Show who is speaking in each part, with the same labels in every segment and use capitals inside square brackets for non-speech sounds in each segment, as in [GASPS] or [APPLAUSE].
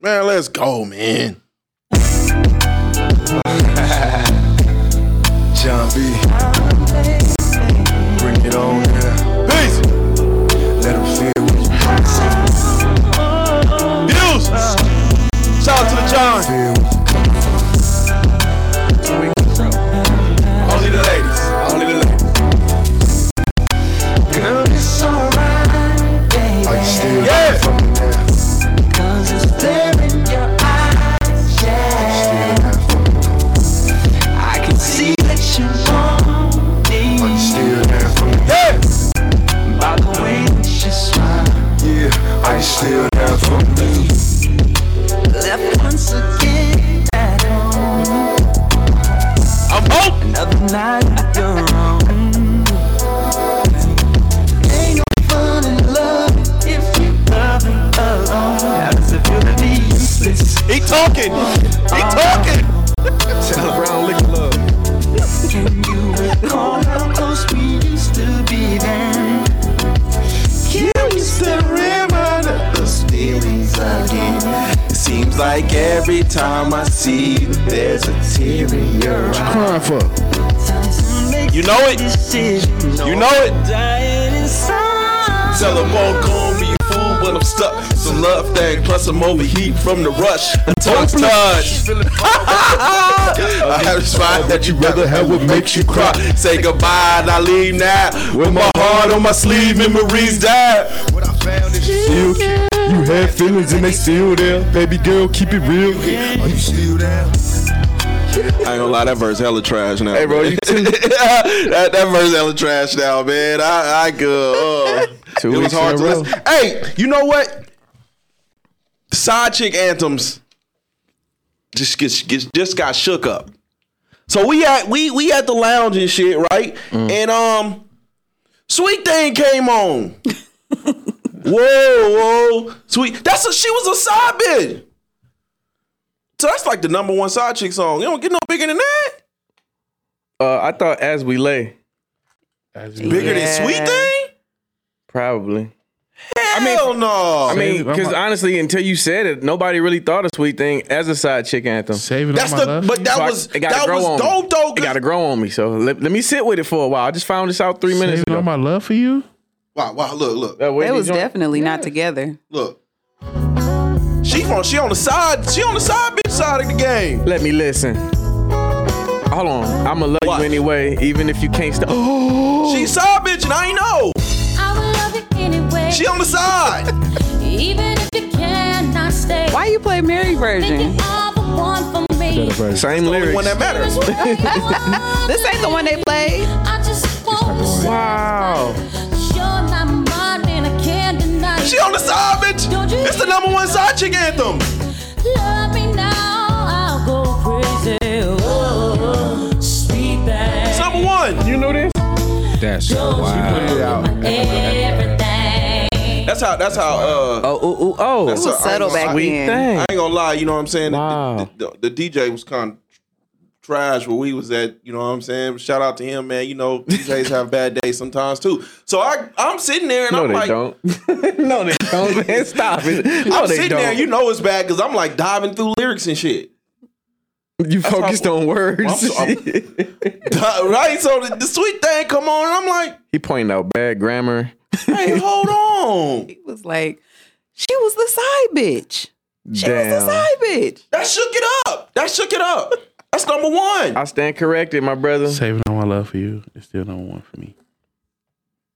Speaker 1: Man, let's go, man.
Speaker 2: [LAUGHS] John B. Bring it on now.
Speaker 1: Peace.
Speaker 2: Let them feel what you
Speaker 1: Views. Shout out to the John.
Speaker 2: feel.
Speaker 1: Only the ladies. Only the ladies.
Speaker 3: Girl, it's alright, baby.
Speaker 2: Are you still
Speaker 1: Yeah.
Speaker 2: fucking now?
Speaker 3: Cause it's there in your eyes, yeah.
Speaker 2: Still not fucking
Speaker 3: I can see that you want me.
Speaker 2: Are you still not fucking
Speaker 1: Yeah.
Speaker 3: By the way that you smile.
Speaker 2: Yeah. Are you still not fucking me?
Speaker 3: Left once again at home.
Speaker 1: I'm open.
Speaker 3: Another night at your own. Ain't no fun in love if you love it alone. How does it feel to be useless?
Speaker 1: He talking. He talking.
Speaker 2: Tell Brown Lick Love.
Speaker 3: Can you recall how close we used to be then? Can we still remember those feelings again?
Speaker 4: It seems like every time I see you, there's a tear in your eye.
Speaker 2: Crying for.
Speaker 1: You know it. You know it.
Speaker 4: Tell them all call me a fool, but I'm stuck. Some love thing, plus I'm overheat from the rush. A
Speaker 2: [LAUGHS]
Speaker 4: touch touch. I have to find that you rather have what makes you cry. Say goodbye and I leave now. With my heart on my sleeve, memories die.
Speaker 2: What I found is you
Speaker 4: You, you had feelings and they still there. Baby girl, keep it real.
Speaker 2: Are you still down?
Speaker 4: I ain't gonna lie, that verse hella trash now.
Speaker 1: Hey, bro, you too.
Speaker 4: [LAUGHS] that, that verse hella trash now, man. I, I could. Uh,
Speaker 2: [LAUGHS]
Speaker 1: Two
Speaker 4: it was
Speaker 1: weeks in
Speaker 4: hard
Speaker 1: a
Speaker 4: to
Speaker 1: row.
Speaker 4: listen. Hey, you know what? Side chick anthems just gets, gets just got shook up. So we at we we at the lounge and shit, right?
Speaker 5: Mm.
Speaker 4: And um, sweet thing came on. [LAUGHS] whoa, whoa, sweet. That's a she was a side bitch. So that's like the number one side chick song. You don't get no bigger than that.
Speaker 5: Uh, I thought as we lay,
Speaker 4: Bigger
Speaker 6: Yeah.
Speaker 4: than Sweet Thing?
Speaker 5: probably.
Speaker 4: Hell no.
Speaker 5: I mean, because honestly, until you said it, nobody really thought of Sweet Thing as a side chick anthem. So
Speaker 6: Save it
Speaker 4: that's
Speaker 6: on my
Speaker 4: the
Speaker 6: love.
Speaker 4: but that
Speaker 5: I-
Speaker 4: was
Speaker 5: it gotta
Speaker 4: that
Speaker 5: grow on
Speaker 4: was
Speaker 5: me.
Speaker 4: dope though.
Speaker 5: It got to grow on me. So let, let me sit with it for a while. I just found this out three minutes
Speaker 6: Save it
Speaker 5: ago.
Speaker 6: on my love for you.
Speaker 4: wow, wow, look, look,
Speaker 5: That
Speaker 6: They
Speaker 5: Whitney
Speaker 6: was
Speaker 5: joint-
Speaker 6: definitely
Speaker 7: not together.
Speaker 4: look. She on she on the side, she on the side bitch side of the game.
Speaker 5: Let me listen. Hold on. I'm going to love
Speaker 4: Watch.
Speaker 5: you anyway, even if you can't [GASPS] stop.
Speaker 4: She side bitch and I ain't know.
Speaker 8: I will love you anyway,
Speaker 4: She on the side.
Speaker 8: even if you cannot stay.
Speaker 7: Why you play Mary version?
Speaker 8: Thinking of the one for me.
Speaker 5: Same [LAUGHS] lyrics.
Speaker 4: One that matters.
Speaker 7: [LAUGHS] This ain't the one they played.
Speaker 8: I just want to say
Speaker 5: Wow.
Speaker 8: you're not mine and I can't deny
Speaker 4: She on the side bitch. It's the number one side chick anthem.
Speaker 8: Love me now, I'll go crazy. Oh, sweet
Speaker 4: It's
Speaker 8: thing.
Speaker 4: number one.
Speaker 5: You know this?
Speaker 6: That's
Speaker 2: Put it out.
Speaker 8: Everything.
Speaker 4: That's how that's how uh
Speaker 5: Oh, ooh, ooh, oh.
Speaker 4: That's a-
Speaker 7: Settle back
Speaker 5: Sweet
Speaker 7: in.
Speaker 5: Thing.
Speaker 4: I ain't gonna lie, you know what I'm saying? The-
Speaker 5: Wow.
Speaker 4: The, the- the DJ was kind of trash where we was at, you know what I'm saying? Shout out to him, man. You know, DJs have bad days sometimes too. So I, I'm sitting there and
Speaker 5: No,
Speaker 4: I'm
Speaker 5: they
Speaker 4: like,
Speaker 5: don't. [LAUGHS] no, they don't.
Speaker 4: [LAUGHS]
Speaker 5: Man, stop it. No,
Speaker 4: I'm
Speaker 5: they
Speaker 4: sitting
Speaker 5: don't.
Speaker 4: there, you
Speaker 5: you,
Speaker 4: know it's bad because I'm like diving through lyrics and shit.
Speaker 5: focused
Speaker 4: how-
Speaker 5: on words.
Speaker 4: I'm- [LAUGHS] right? So the, the sweet thing come on and I'm like,
Speaker 5: [LAUGHS] he pointed out bad grammar.
Speaker 4: hey, hold on.
Speaker 7: He was like, she was the side bitch. She was the
Speaker 5: Damn.
Speaker 7: side bitch.
Speaker 4: That shook it up. That shook it up. That's number one.
Speaker 5: I stand corrected, my brother.
Speaker 6: Save it on my love for you. It's still number one for me.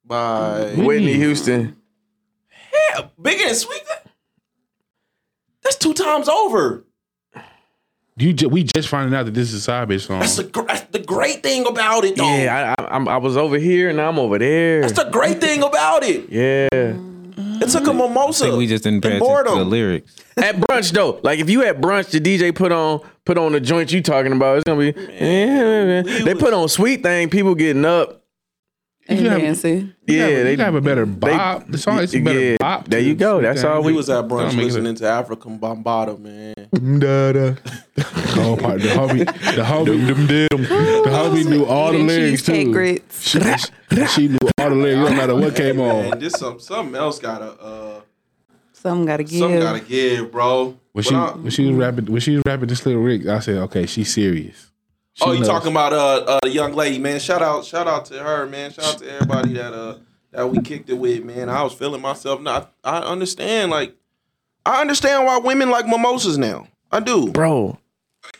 Speaker 4: By
Speaker 5: Whitney Houston.
Speaker 4: yeah, bigger than sweet thing. That's two times over.
Speaker 6: You ju- we just finding out that this is a side bitch song.
Speaker 4: That's the gr- that's the great thing about it, though.
Speaker 5: Yeah, I, I, I'm, I was over here and now I'm over there.
Speaker 4: That's the great thing about it.
Speaker 5: yeah.
Speaker 4: It took a mimosa.
Speaker 9: think we just didn't
Speaker 4: and
Speaker 9: pay attention to the
Speaker 4: boredom.
Speaker 9: lyrics.
Speaker 5: At brunch though, like if you at brunch, the DJ put on put on the joint you talking about. It's gonna be they put on sweet thing. People getting up.
Speaker 7: And
Speaker 6: You have-
Speaker 7: dancing.
Speaker 6: You
Speaker 5: Yeah,
Speaker 6: gotta-
Speaker 5: they
Speaker 6: you gotta have a better bop. the song is a better
Speaker 5: yeah,
Speaker 6: bop.
Speaker 5: there
Speaker 6: to
Speaker 5: you go.
Speaker 6: Sweet
Speaker 5: That's
Speaker 6: Thing.
Speaker 5: all
Speaker 4: We was at brunch
Speaker 6: Don't make it
Speaker 4: listening to African Bombada, man.
Speaker 6: Oh, my, the homie, the homie, them dim. The homie knew all the
Speaker 7: Eating
Speaker 6: lyrics
Speaker 7: cheesecake
Speaker 6: too.
Speaker 7: grits.
Speaker 6: She, she knew all the lyrics, no matter what came on.
Speaker 4: And this some something else gotta uh
Speaker 7: Something gotta give.
Speaker 4: something gotta give, bro.
Speaker 6: When she
Speaker 4: When I-
Speaker 6: when she was rapping when she was rapping this little Rick, I said, okay, she's serious. She
Speaker 4: oh, you
Speaker 6: knows.
Speaker 4: talking about uh, uh the young lady, man. Shout out, shout out to her, man. Shout out to everybody that uh that we kicked it with, man. I was feeling myself. Now I, I understand, like I understand why women like mimosas now. I do.
Speaker 5: bro.
Speaker 4: I-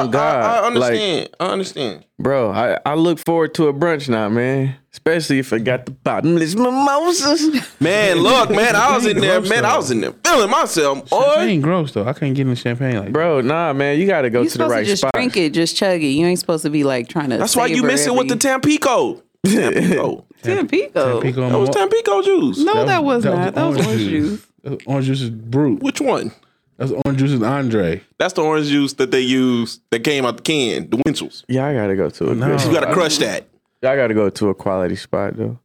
Speaker 5: On God,
Speaker 4: I, I
Speaker 5: like
Speaker 4: understand. I understand.
Speaker 5: bro, I, I look forward to a brunch now, man. Especially if I got the bottomless mimosas. [LAUGHS]
Speaker 4: Man, look, [LAUGHS] man, I was in there,
Speaker 6: gross,
Speaker 4: man. I
Speaker 6: though.
Speaker 4: was in there feeling myself.
Speaker 6: That
Speaker 4: Boy,
Speaker 6: ain't gross though. I can't get in the champagne like that.
Speaker 5: bro, nah, man, you gotta go
Speaker 7: You
Speaker 5: to the
Speaker 7: supposed
Speaker 5: right
Speaker 7: to just
Speaker 5: spot.
Speaker 7: drink it, just chug it. You ain't supposed to be like trying to.
Speaker 4: that's why you
Speaker 7: savor
Speaker 4: miss it with the
Speaker 7: every-
Speaker 4: Tampico.
Speaker 7: [LAUGHS]
Speaker 4: Tampico.
Speaker 7: Tampico.
Speaker 6: Pico and
Speaker 4: That was
Speaker 6: Mo-
Speaker 4: Tampico juice.
Speaker 7: No, that was not. That was orange juice.
Speaker 6: That was Uh, Orange juice is brute.
Speaker 4: Which one?
Speaker 6: That's orange juice and Andre.
Speaker 4: That's the orange juice that they used that came out the can, the Winsels.
Speaker 5: Yeah, I gotta go to a
Speaker 6: No.
Speaker 7: Oh,
Speaker 5: good
Speaker 4: You gotta crush that.
Speaker 5: I gotta go to a quality spot though.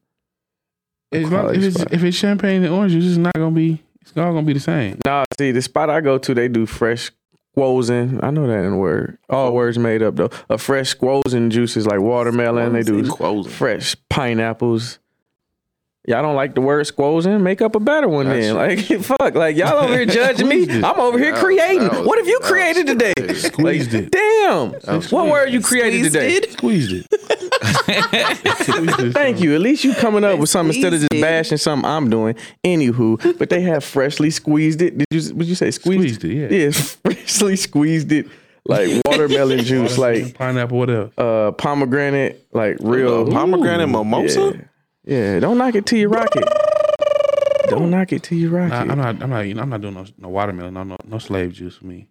Speaker 6: It's not-
Speaker 5: quality
Speaker 6: if, it's,
Speaker 5: spot.
Speaker 6: if it's champagne and orange juice, it's not gonna be. It's all gonna be the same.
Speaker 5: Nah, see the spot I go to, they do fresh squozen. I know that in word. All words made up though. A fresh squozen juice is like watermelon. They do
Speaker 4: Squozen.
Speaker 5: fresh pineapples. Y'all don't like the word squozen? Make up a better one then. Like [LAUGHS] fuck, like y'all over here judging me.
Speaker 6: Squeezed it.
Speaker 5: I'm over here creating.
Speaker 9: that was-
Speaker 5: what have you
Speaker 9: that was
Speaker 5: created today?
Speaker 6: Squeezed it.
Speaker 5: Damn. What
Speaker 6: squeezed.
Speaker 5: word you created today?
Speaker 6: Squeezed it. Squeezed it.
Speaker 5: Thank you. At least you coming up with something instead of just
Speaker 7: Squeezed it.
Speaker 5: bashing something I'm doing. Anywho, but they have freshly squeezed it. Did you? Would you say squeezed?
Speaker 6: Squeezed it,
Speaker 5: [LAUGHS]
Speaker 6: yeah.
Speaker 5: freshly squeezed it like
Speaker 6: [LAUGHS]
Speaker 5: watermelon juice, like
Speaker 6: pineapple. What else?
Speaker 5: uh pomegranate, like
Speaker 6: Uh,
Speaker 5: real
Speaker 4: Pomegranate mimosa?
Speaker 5: Yeah. yeah, don't knock it till you rock it. Don't knock it till you rock
Speaker 6: I,
Speaker 5: it.
Speaker 6: am not. I'm not. eating- I'm not doing no, no watermelon. No, no, no slave juice for me.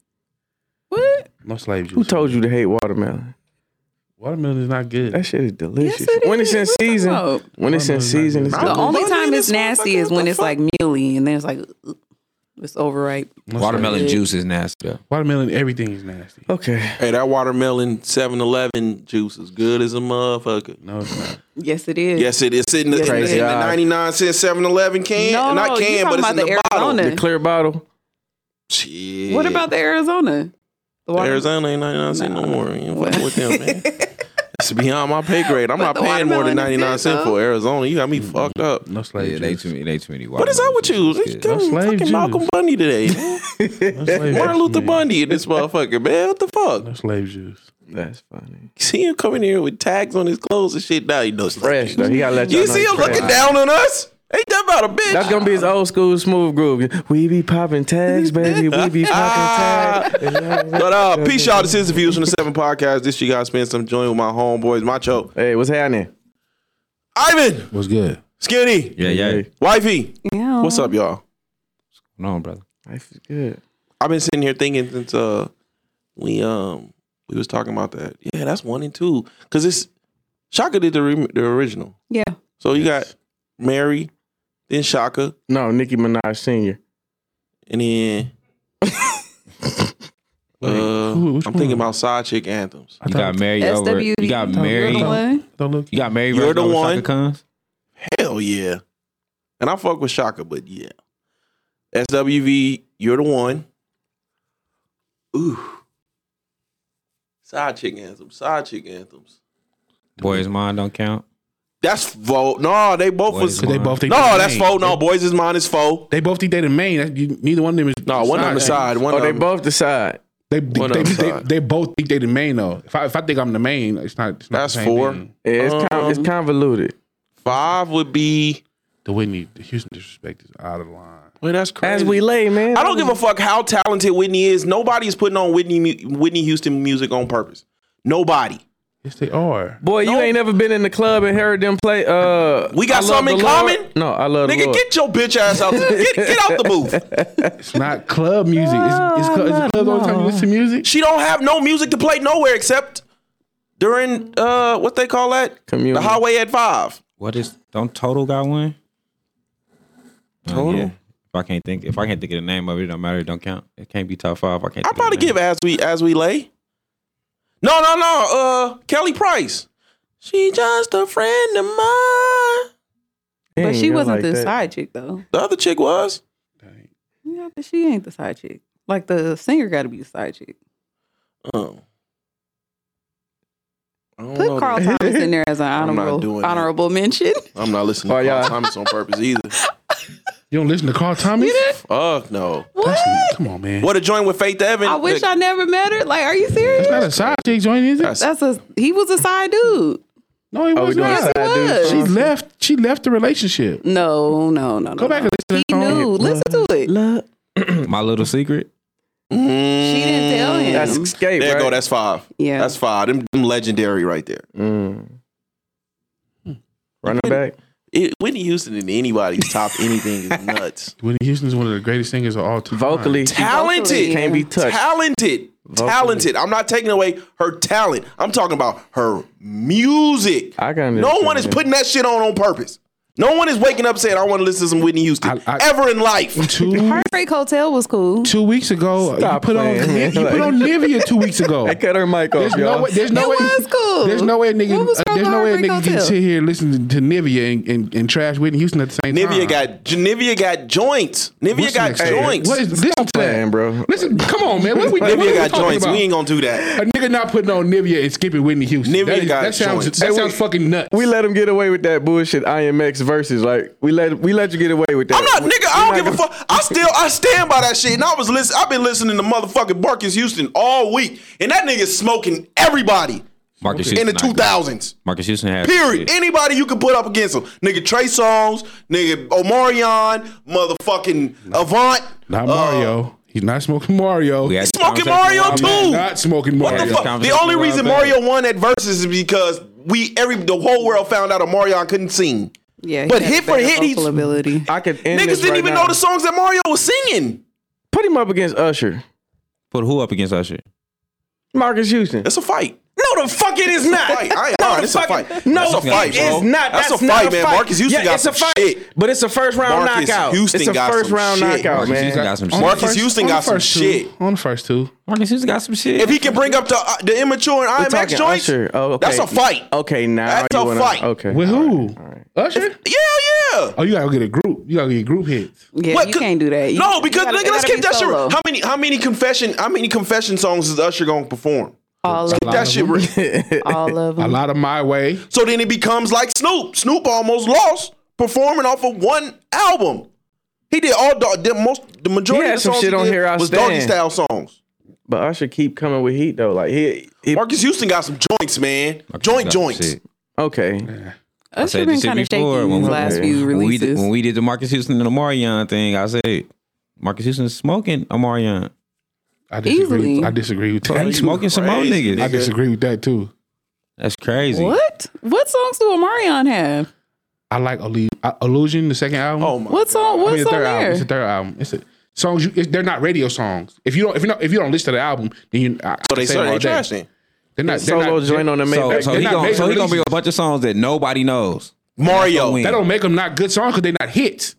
Speaker 7: What?
Speaker 6: No slave juice.
Speaker 5: Who told you to hate watermelon?
Speaker 6: Watermelon is not good.
Speaker 5: That shit is delicious.
Speaker 7: it
Speaker 5: when
Speaker 7: is.
Speaker 5: it's in
Speaker 7: What you
Speaker 5: season,
Speaker 7: talking about?
Speaker 5: when it's in
Speaker 6: Watermelon's not
Speaker 5: season,
Speaker 6: good.
Speaker 5: it's
Speaker 4: I
Speaker 7: The
Speaker 5: good.
Speaker 4: don't-
Speaker 7: only
Speaker 4: Look at
Speaker 7: time
Speaker 4: this
Speaker 7: it's nasty
Speaker 4: motherfucker,
Speaker 7: is when
Speaker 4: what
Speaker 7: it's
Speaker 4: the
Speaker 7: like mealy and then it's like ugh, it's overripe.
Speaker 6: No slave-
Speaker 9: Watermelon juice is nasty. though.
Speaker 6: Watermelon. Everything is nasty.
Speaker 5: Okay.
Speaker 4: Hey, that watermelon 7 Eleven juice is good as a motherfucker.
Speaker 6: No, it's not.
Speaker 7: Yes, it is.
Speaker 4: Yes, it is in the, in the,
Speaker 5: Crazy
Speaker 4: in the
Speaker 5: eyes.
Speaker 4: 99 cent 7 Eleven can.
Speaker 7: No,
Speaker 4: Not
Speaker 7: you
Speaker 4: can,
Speaker 7: talking
Speaker 4: but it's
Speaker 7: about
Speaker 4: in the,
Speaker 7: the
Speaker 4: bottle.
Speaker 7: Arizona.
Speaker 5: The clear bottle.
Speaker 4: Shit.
Speaker 7: What about the Arizona? The water-
Speaker 4: Arizona ain't 99 cent no more. You ain't fucking with them,
Speaker 7: [LAUGHS]
Speaker 4: man. That's beyond my pay grade. I'm not
Speaker 7: the
Speaker 4: paying more than
Speaker 7: watermelon is
Speaker 4: 99
Speaker 7: good,
Speaker 4: cent
Speaker 7: though.
Speaker 4: for Arizona. You got me fucked up.
Speaker 6: No slave
Speaker 9: Yeah, they
Speaker 6: juice.
Speaker 9: too many. They too many.
Speaker 4: What is up with you? It's
Speaker 9: Yeah.
Speaker 4: fucking
Speaker 6: slave juice.
Speaker 4: Malcolm Bundy today. man.
Speaker 6: No slave
Speaker 4: Martin
Speaker 6: juice,
Speaker 4: Luther
Speaker 6: man.
Speaker 4: Bundy in this motherfucker, man. What the fuck?
Speaker 6: No slave juice.
Speaker 5: That's funny.
Speaker 4: See him coming here with tags on his clothes and shit. Now you know it's like-
Speaker 5: Fresh though. He gotta let y'all
Speaker 4: You
Speaker 5: know
Speaker 4: see
Speaker 5: he's
Speaker 4: him
Speaker 5: fresh.
Speaker 4: looking down on us? Ain't that about a bitch?
Speaker 5: That's gonna be his old school smooth groove. We be popping tags, baby.
Speaker 4: [LAUGHS]
Speaker 5: We be popping tags.
Speaker 4: But uh, peace y'all. This is the Views from the Seven podcast. This you guys spend some joint with my homeboys, Macho,
Speaker 5: hey, what's happening?
Speaker 4: Ivan,
Speaker 6: What's good?
Speaker 4: Skinny,
Speaker 9: Yeah, yeah.
Speaker 5: Hey,
Speaker 4: Wifey.
Speaker 7: Yeah.
Speaker 4: What's up, y'all?
Speaker 9: No, brother.
Speaker 5: life is good.
Speaker 4: I've been sitting here thinking since uh we um we was talking about that. Yeah, that's one and two because it's Shaka did the re- the original.
Speaker 7: Yeah.
Speaker 4: So you got Mary, then Shaka,
Speaker 5: No, Nicki Minaj Senior.
Speaker 4: and then. Uh,
Speaker 6: who- which
Speaker 4: I'm
Speaker 6: one?
Speaker 4: thinking about side chick anthems.
Speaker 6: I
Speaker 9: You got married over.
Speaker 7: SWV.
Speaker 9: You got
Speaker 7: You're the
Speaker 9: married.
Speaker 7: one.
Speaker 6: Don't look.
Speaker 9: You got married.
Speaker 4: You're
Speaker 9: versus
Speaker 4: the
Speaker 9: Osaka
Speaker 4: one.
Speaker 9: Cons?
Speaker 4: Hell yeah. And I fuck with Shaka, but yeah. SWV, you're the one. Ooh. Side chick anthems. Side chick anthems.
Speaker 9: Boys, mine don't count.
Speaker 4: That's vote. No, they both
Speaker 9: Boys
Speaker 4: was.
Speaker 9: is
Speaker 6: They both think
Speaker 4: No,
Speaker 6: they the
Speaker 4: that's
Speaker 6: main.
Speaker 4: foe. No, boys is mine is foe.
Speaker 6: They both think they the main. That's, you, neither one of them is.
Speaker 4: No, one on the side. One
Speaker 5: Oh, they
Speaker 4: on-
Speaker 5: both decide.
Speaker 6: They they,
Speaker 4: One
Speaker 6: they,
Speaker 4: on the
Speaker 6: they,
Speaker 4: side.
Speaker 6: they both think they the main though. If I if I think I'm the main, it's not. It's not
Speaker 4: That's
Speaker 6: the same
Speaker 4: four.
Speaker 6: thing.
Speaker 5: Yeah, it's, con- it's
Speaker 4: Um,
Speaker 5: convoluted.
Speaker 4: Five would be.
Speaker 6: The Whitney, the Houston disrespect is out of line.
Speaker 4: Well, that's crazy.
Speaker 5: As we lay, man.
Speaker 4: I don't give a fuck how talented Whitney is. Nobody is putting on Whitney mu- Whitney Houston music on purpose. Nobody.
Speaker 6: Yes, they are.
Speaker 5: Boy, you
Speaker 4: No.
Speaker 5: ain't never been in the club and heard them play. Uh,
Speaker 4: We got
Speaker 5: I Love
Speaker 4: something
Speaker 5: the
Speaker 4: in
Speaker 5: Lord?
Speaker 4: common?
Speaker 5: No, I love the
Speaker 4: Nigga,
Speaker 5: Oh, Lord.
Speaker 4: get your bitch ass out. Get, get out the booth.
Speaker 6: It's not club music. It's, it's, cl- is it club the only time you listen to music.
Speaker 4: She don't have no music to play nowhere except during uh what they call that
Speaker 5: Communion.
Speaker 4: the highway at five.
Speaker 9: What is? Don't total got one? Total. If I can't think, if I can't think of the name of it, it don't matter. It don't count. It can't be top five. I can't.
Speaker 4: I
Speaker 9: think of
Speaker 4: probably
Speaker 9: the name.
Speaker 4: give as we as we lay. No, no, no. Uh, Kelly Price. She just a friend of mine.
Speaker 5: He
Speaker 7: But
Speaker 5: ain't
Speaker 7: she
Speaker 5: go
Speaker 7: wasn't
Speaker 5: like
Speaker 7: the
Speaker 5: that.
Speaker 7: side chick though.
Speaker 4: The other chick was.
Speaker 7: Yeah, but she ain't the side chick. Like the singer got to be the side chick.
Speaker 4: Oh. I don't know.
Speaker 7: Put Carl Thomas in there as
Speaker 4: [LAUGHS]
Speaker 7: an
Speaker 4: I'm not
Speaker 7: honorable
Speaker 4: doing that.
Speaker 7: honorable mention.
Speaker 4: I'm not listening
Speaker 5: Oh,
Speaker 4: to
Speaker 5: yeah. [LAUGHS]
Speaker 4: Carl Thomas on purpose either.
Speaker 6: You don't listen to Carl Tommy?
Speaker 4: Fuck no.
Speaker 7: What?
Speaker 6: Come on, man.
Speaker 4: What a joint with Faith Evans. [LAUGHS]
Speaker 7: I wish I never met her. Like, are you serious?
Speaker 6: It's not a side chick joint, is it?
Speaker 7: That's a he was a side dude.
Speaker 6: No, it
Speaker 5: Oh, we
Speaker 6: was
Speaker 5: doing
Speaker 6: not.
Speaker 5: side dudes.
Speaker 6: She left. She left the relationship.
Speaker 7: No, no, no, no.
Speaker 6: Go back
Speaker 7: no.
Speaker 6: and listen
Speaker 7: He
Speaker 6: to that song.
Speaker 7: knew. Listen to it.
Speaker 9: My little secret.
Speaker 7: She didn't tell him.
Speaker 5: That's
Speaker 4: Mm. There
Speaker 5: escape.
Speaker 4: you
Speaker 5: right?
Speaker 4: go. That's five.
Speaker 7: Yeah.
Speaker 4: That's five. Them, them legendary right there.
Speaker 5: running back.
Speaker 4: It, Whitney Houston in anybody's top anything
Speaker 6: [LAUGHS]
Speaker 4: is nuts.
Speaker 6: Whitney Houston is one of the greatest singers of all time.
Speaker 5: Vocally, she
Speaker 4: Talented.
Speaker 5: can't be touched.
Speaker 4: Talented. Talented. I'm not taking away her talent. I'm talking about her music.
Speaker 5: I can
Speaker 4: No
Speaker 5: understand
Speaker 4: one is
Speaker 5: that.
Speaker 4: putting that shit on on purpose. No one is waking up saying, I want to listen to some Whitney Houston
Speaker 6: I- I-
Speaker 4: ever in
Speaker 6: [LAUGHS]
Speaker 4: life.
Speaker 7: [LAUGHS]
Speaker 6: Two
Speaker 7: Heartbreak Hotel was cool.
Speaker 6: two weeks ago,
Speaker 5: Stop
Speaker 6: you put on
Speaker 5: playing, man.
Speaker 4: [LAUGHS]
Speaker 6: you put on Nivea two weeks ago.
Speaker 5: I cut her mic off,
Speaker 6: There's
Speaker 5: y'all.
Speaker 6: no way. There's
Speaker 7: It
Speaker 6: no way.
Speaker 7: was cool.
Speaker 6: There's no way a nigga.
Speaker 7: What was
Speaker 6: uh,
Speaker 7: wrong
Speaker 6: there's
Speaker 7: with
Speaker 6: no way a
Speaker 7: Heartbreak
Speaker 6: nigga can
Speaker 7: Hotel?
Speaker 6: sit here and listen to Nivea and, and, and trash Whitney Houston at the same
Speaker 4: Nivea
Speaker 6: time.
Speaker 4: got Nivea got joints. Nivea
Speaker 6: What's
Speaker 4: got
Speaker 6: next to that?
Speaker 4: joints.
Speaker 6: What is, listen to
Speaker 5: playing,
Speaker 6: that,
Speaker 5: bro.
Speaker 6: Listen, come on, man. What are we, what are we
Speaker 4: [LAUGHS] Nivea got
Speaker 6: talking
Speaker 4: joints.
Speaker 6: about?
Speaker 4: We ain't gonna do that.
Speaker 6: A nigga not putting on Nivea and skipping Whitney Houston.
Speaker 4: Nivea
Speaker 6: that, is,
Speaker 4: got
Speaker 6: that sounds
Speaker 4: joints.
Speaker 6: that
Speaker 4: Hey,
Speaker 6: sounds
Speaker 4: we-
Speaker 6: fucking nuts.
Speaker 5: We let him get away with that bullshit IMX versus like we let we let you get away with that.
Speaker 4: I'm not
Speaker 5: We-
Speaker 4: nigga.
Speaker 5: we
Speaker 4: I
Speaker 5: not
Speaker 4: don't give a
Speaker 5: gonna-
Speaker 4: fuck. I still I stand by that shit. And I was listen. I've been listening to motherfucking Marcus Houston all week, and that nigga's smoking everybody
Speaker 9: Marcus
Speaker 4: in
Speaker 9: Houston.
Speaker 4: the
Speaker 9: not good.
Speaker 4: 2000s.
Speaker 9: Marcus Houston had
Speaker 4: Period. Anybody you can put up against him, nigga. Trey Songz, nigga. Omarion, motherfucking Avant.
Speaker 6: Not
Speaker 4: uh,
Speaker 6: Mario. He's not smoking Mario.
Speaker 9: We had
Speaker 6: He's
Speaker 9: this
Speaker 4: Smoking
Speaker 9: conversation
Speaker 4: Mario
Speaker 9: a while
Speaker 4: too.
Speaker 9: back.
Speaker 6: not smoking
Speaker 4: What
Speaker 6: Mario.
Speaker 4: the
Speaker 9: Yeah,
Speaker 4: fuck?
Speaker 9: conversation
Speaker 4: The only
Speaker 9: a while
Speaker 4: reason
Speaker 9: back.
Speaker 4: Mario won at versus is because we every the whole world found out Omarion couldn't sing.
Speaker 7: Yeah, he
Speaker 4: But
Speaker 7: had
Speaker 4: hit for
Speaker 7: better
Speaker 4: hit, he's-
Speaker 7: vocal ability.
Speaker 5: I could end
Speaker 4: Niggas
Speaker 5: this
Speaker 4: didn't
Speaker 5: right
Speaker 4: even
Speaker 5: now.
Speaker 4: know the songs that Mario was singing.
Speaker 5: Put him up against Usher,
Speaker 9: Put who up against that shit?
Speaker 5: Marcus Houston.
Speaker 4: That's a fight.
Speaker 5: No, the fuck it is not.
Speaker 4: It's a fight. I ain't lying. It's a fight.
Speaker 5: No,
Speaker 4: That's a fight,
Speaker 5: it
Speaker 4: bro.
Speaker 5: is not.
Speaker 4: That's
Speaker 5: That's,
Speaker 4: a
Speaker 5: not
Speaker 4: fight, man. Marcus Houston
Speaker 5: yeah,
Speaker 4: got
Speaker 5: it's a
Speaker 4: some
Speaker 5: fight,
Speaker 4: shit.
Speaker 5: but it's a first round
Speaker 4: Marcus
Speaker 5: knockout.
Speaker 4: Houston
Speaker 5: it's a
Speaker 4: got
Speaker 5: first
Speaker 4: some
Speaker 5: round
Speaker 4: shit.
Speaker 5: knockout,
Speaker 9: Marcus Houston
Speaker 5: man.
Speaker 9: got some
Speaker 6: On the
Speaker 9: shit.
Speaker 4: Marcus Houston
Speaker 6: on the
Speaker 4: got some
Speaker 6: first two-
Speaker 4: shit.
Speaker 6: on the first two.
Speaker 9: Marcus Houston got some shit.
Speaker 4: If he can bring up the uh, the immature and IMX
Speaker 5: Talking
Speaker 4: joints,
Speaker 5: Usher. Oh, okay.
Speaker 4: that's a fight.
Speaker 5: Okay, now
Speaker 4: That's
Speaker 5: you
Speaker 4: a
Speaker 5: wanna-
Speaker 4: fight.
Speaker 5: Okay,
Speaker 6: With
Speaker 5: all
Speaker 6: who?
Speaker 5: right, all right.
Speaker 6: Usher.
Speaker 4: Yeah, yeah.
Speaker 6: Oh, you gotta get a group. You gotta get group hits.
Speaker 7: Yeah, you
Speaker 4: could-
Speaker 7: can't do that. You-
Speaker 4: no,
Speaker 7: you
Speaker 4: because
Speaker 7: gotta-
Speaker 4: nigga,
Speaker 7: it
Speaker 4: let's
Speaker 7: gotta
Speaker 4: keep
Speaker 7: be
Speaker 4: that shit.
Speaker 7: solo.
Speaker 4: real. How many how many confession how many confession songs is Usher gonna perform?
Speaker 7: all of,
Speaker 4: That shit. real.
Speaker 7: all of
Speaker 6: A
Speaker 7: them.
Speaker 6: lot of my way.
Speaker 4: So then it becomes like Snoop. Snoop almost lost performing off of one album. He did all the, the most the majority
Speaker 5: He
Speaker 4: of
Speaker 5: had
Speaker 4: the
Speaker 5: some
Speaker 4: songs
Speaker 5: shit
Speaker 4: he
Speaker 5: on
Speaker 4: did
Speaker 5: here I
Speaker 4: was doggy
Speaker 5: Stand.
Speaker 4: style songs.
Speaker 5: [LAUGHS] But Usher keep coming with heat though. Like he, he
Speaker 4: Marcus Houston got some joints, man.
Speaker 9: Marcus Houston
Speaker 4: Joint
Speaker 9: got some
Speaker 4: joints.
Speaker 9: shit.
Speaker 5: okay.
Speaker 9: I
Speaker 7: Usher
Speaker 9: said
Speaker 7: been
Speaker 9: this shit
Speaker 7: kind of shaky
Speaker 9: before
Speaker 7: these last few
Speaker 9: when we,
Speaker 7: releases.
Speaker 9: did, when we did the Marcus Houston and Omarion thing, I said Marcus Houston's smoking Omarion.
Speaker 6: I disagree.
Speaker 7: Easily.
Speaker 6: I disagree with
Speaker 9: And he's
Speaker 6: that.
Speaker 9: smoking some more
Speaker 4: crazy,
Speaker 9: niggas.
Speaker 6: I
Speaker 4: nigga.
Speaker 6: disagree with that too.
Speaker 9: That's crazy.
Speaker 7: what? What songs do Omarion have?
Speaker 6: I like Illu- uh, Illusion, the second album.
Speaker 4: Oh my
Speaker 7: What song?
Speaker 6: I mean,
Speaker 7: What's
Speaker 6: the
Speaker 7: on
Speaker 6: third album.
Speaker 7: there?
Speaker 6: It's the third album. It's a, songs. You, it, they're not radio songs. If you don't, if you don't, if you don't listen to the album, then you. I,
Speaker 4: So they
Speaker 6: I say them
Speaker 4: started
Speaker 6: all
Speaker 4: they
Speaker 6: day.
Speaker 4: trash then.
Speaker 6: They're not. They're
Speaker 5: Solo
Speaker 6: not
Speaker 5: joint on the main.
Speaker 9: So,
Speaker 6: They're-
Speaker 9: so
Speaker 6: they're
Speaker 9: he
Speaker 6: not
Speaker 9: gonna
Speaker 6: major
Speaker 9: so he gonna
Speaker 6: releases.
Speaker 9: bring a bunch of songs that nobody knows.
Speaker 4: Mario.
Speaker 9: Win.
Speaker 6: That don't make them not good songs because they're not hits.